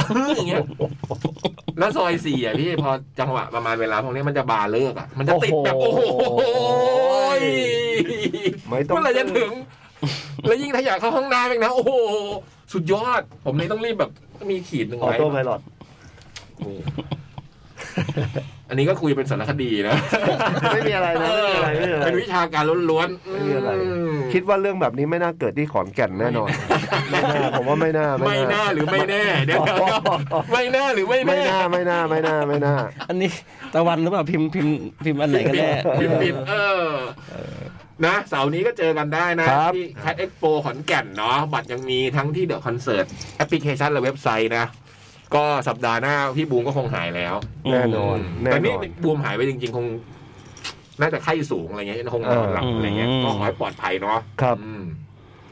Speaker 1: <laughs> อย่างเงี้ยแล้วซอยสี่อ่ะพี่พอจังหวะประมาณเวลาพวกนี้มันจะบาเลิกอ่ะมันจะติดแบบโอ้โห
Speaker 3: ไม่ต้อง
Speaker 1: เมื่อไหรจะถึง แล้วยิ่งถ้าอยากเข้าห้องน้ำเองนะ โอ้โห สุดยอด ผมเลยต้องรีบแบบ มีขีดหนึ่ง
Speaker 3: ออ
Speaker 1: ไว้
Speaker 3: โต้ไพลอต
Speaker 1: โอ้โหอันนี้ก็คุยเป็นสารคดีนะ
Speaker 3: ไม่มีอะไรนะไม่มีอะไรไม่มีอะไร
Speaker 1: เป็นวิชาการล้วนๆ
Speaker 3: ไม่มีอะไร
Speaker 1: อืม
Speaker 3: คิดว่าเรื่องแบบนี้ไม่น่าเกิดที่ขอนแก่นแน่นอนไม่น่าผมว่าไม่น่า
Speaker 1: ไม่น่าหรือไม่แน่ เดี๋ยวๆไม่น่าหรือไม่
Speaker 3: ไม่
Speaker 1: แน่
Speaker 3: น่าไม่น่าไม่น่าไม่น่า
Speaker 2: อันนี้ตะวันหรือเปล่าพิมพ์พิมพ์พิมพ์อันไหนกันแน่
Speaker 1: ปิดปิดๆเออ นะเสาร์นี้ก็เจอกันได้นะครับ ที่แคดเอ็กโปขอนแก่นเนาะบัตรยังมีทั้งที่เดอะคอนเสิร์ตแอปพลิเคชันและเว็บไซต์นะ ก็สัปดาห์หน้าพี่บูมก็คงหายแล้ว
Speaker 3: แน่นอนแน่
Speaker 1: แต่
Speaker 3: น
Speaker 1: นี่
Speaker 3: อน
Speaker 1: บวมหายไปจริงๆ คง น่าจะไข้สูงอะไรเงี้ยคงนอนหลับ
Speaker 2: เอออ
Speaker 1: อะไรเงี้ย
Speaker 2: อืม
Speaker 1: ก็ขอให้ปลอดภัยเนาะ
Speaker 3: ครับ
Speaker 1: อืม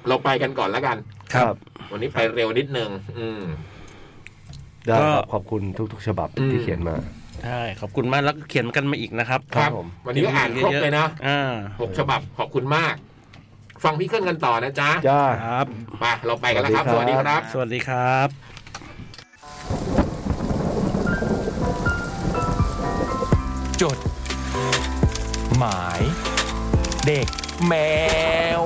Speaker 1: เราไปกันก่อนแล้วกัน
Speaker 3: ครับ
Speaker 1: วันนี้ไปเร็วนิดนึงอืม
Speaker 3: ได้ครับ
Speaker 2: ก็
Speaker 3: ขอบคุณทุกๆ ฉบับ
Speaker 1: อืม
Speaker 3: ที่เขียนมา
Speaker 2: ใช่ขอบคุณมากแล้วก็เขียนกันมาอีกนะครับ
Speaker 3: ครับผม
Speaker 1: วันนี้ก็อ่านครบเลยนะ
Speaker 2: อ่า
Speaker 1: หกฉบับขอบคุณมาก ฟังพี่เคลื่อนกันต่อนะจ๊ะ
Speaker 3: จ้า
Speaker 2: ครับ
Speaker 1: ไปเราไปกันแล้วครับ ส
Speaker 3: สวั
Speaker 1: วัส
Speaker 3: สดี
Speaker 1: ดีค
Speaker 3: ครั
Speaker 1: รับ
Speaker 3: บ
Speaker 2: สวัสดีครับ
Speaker 5: จด หมาย เด็กแมว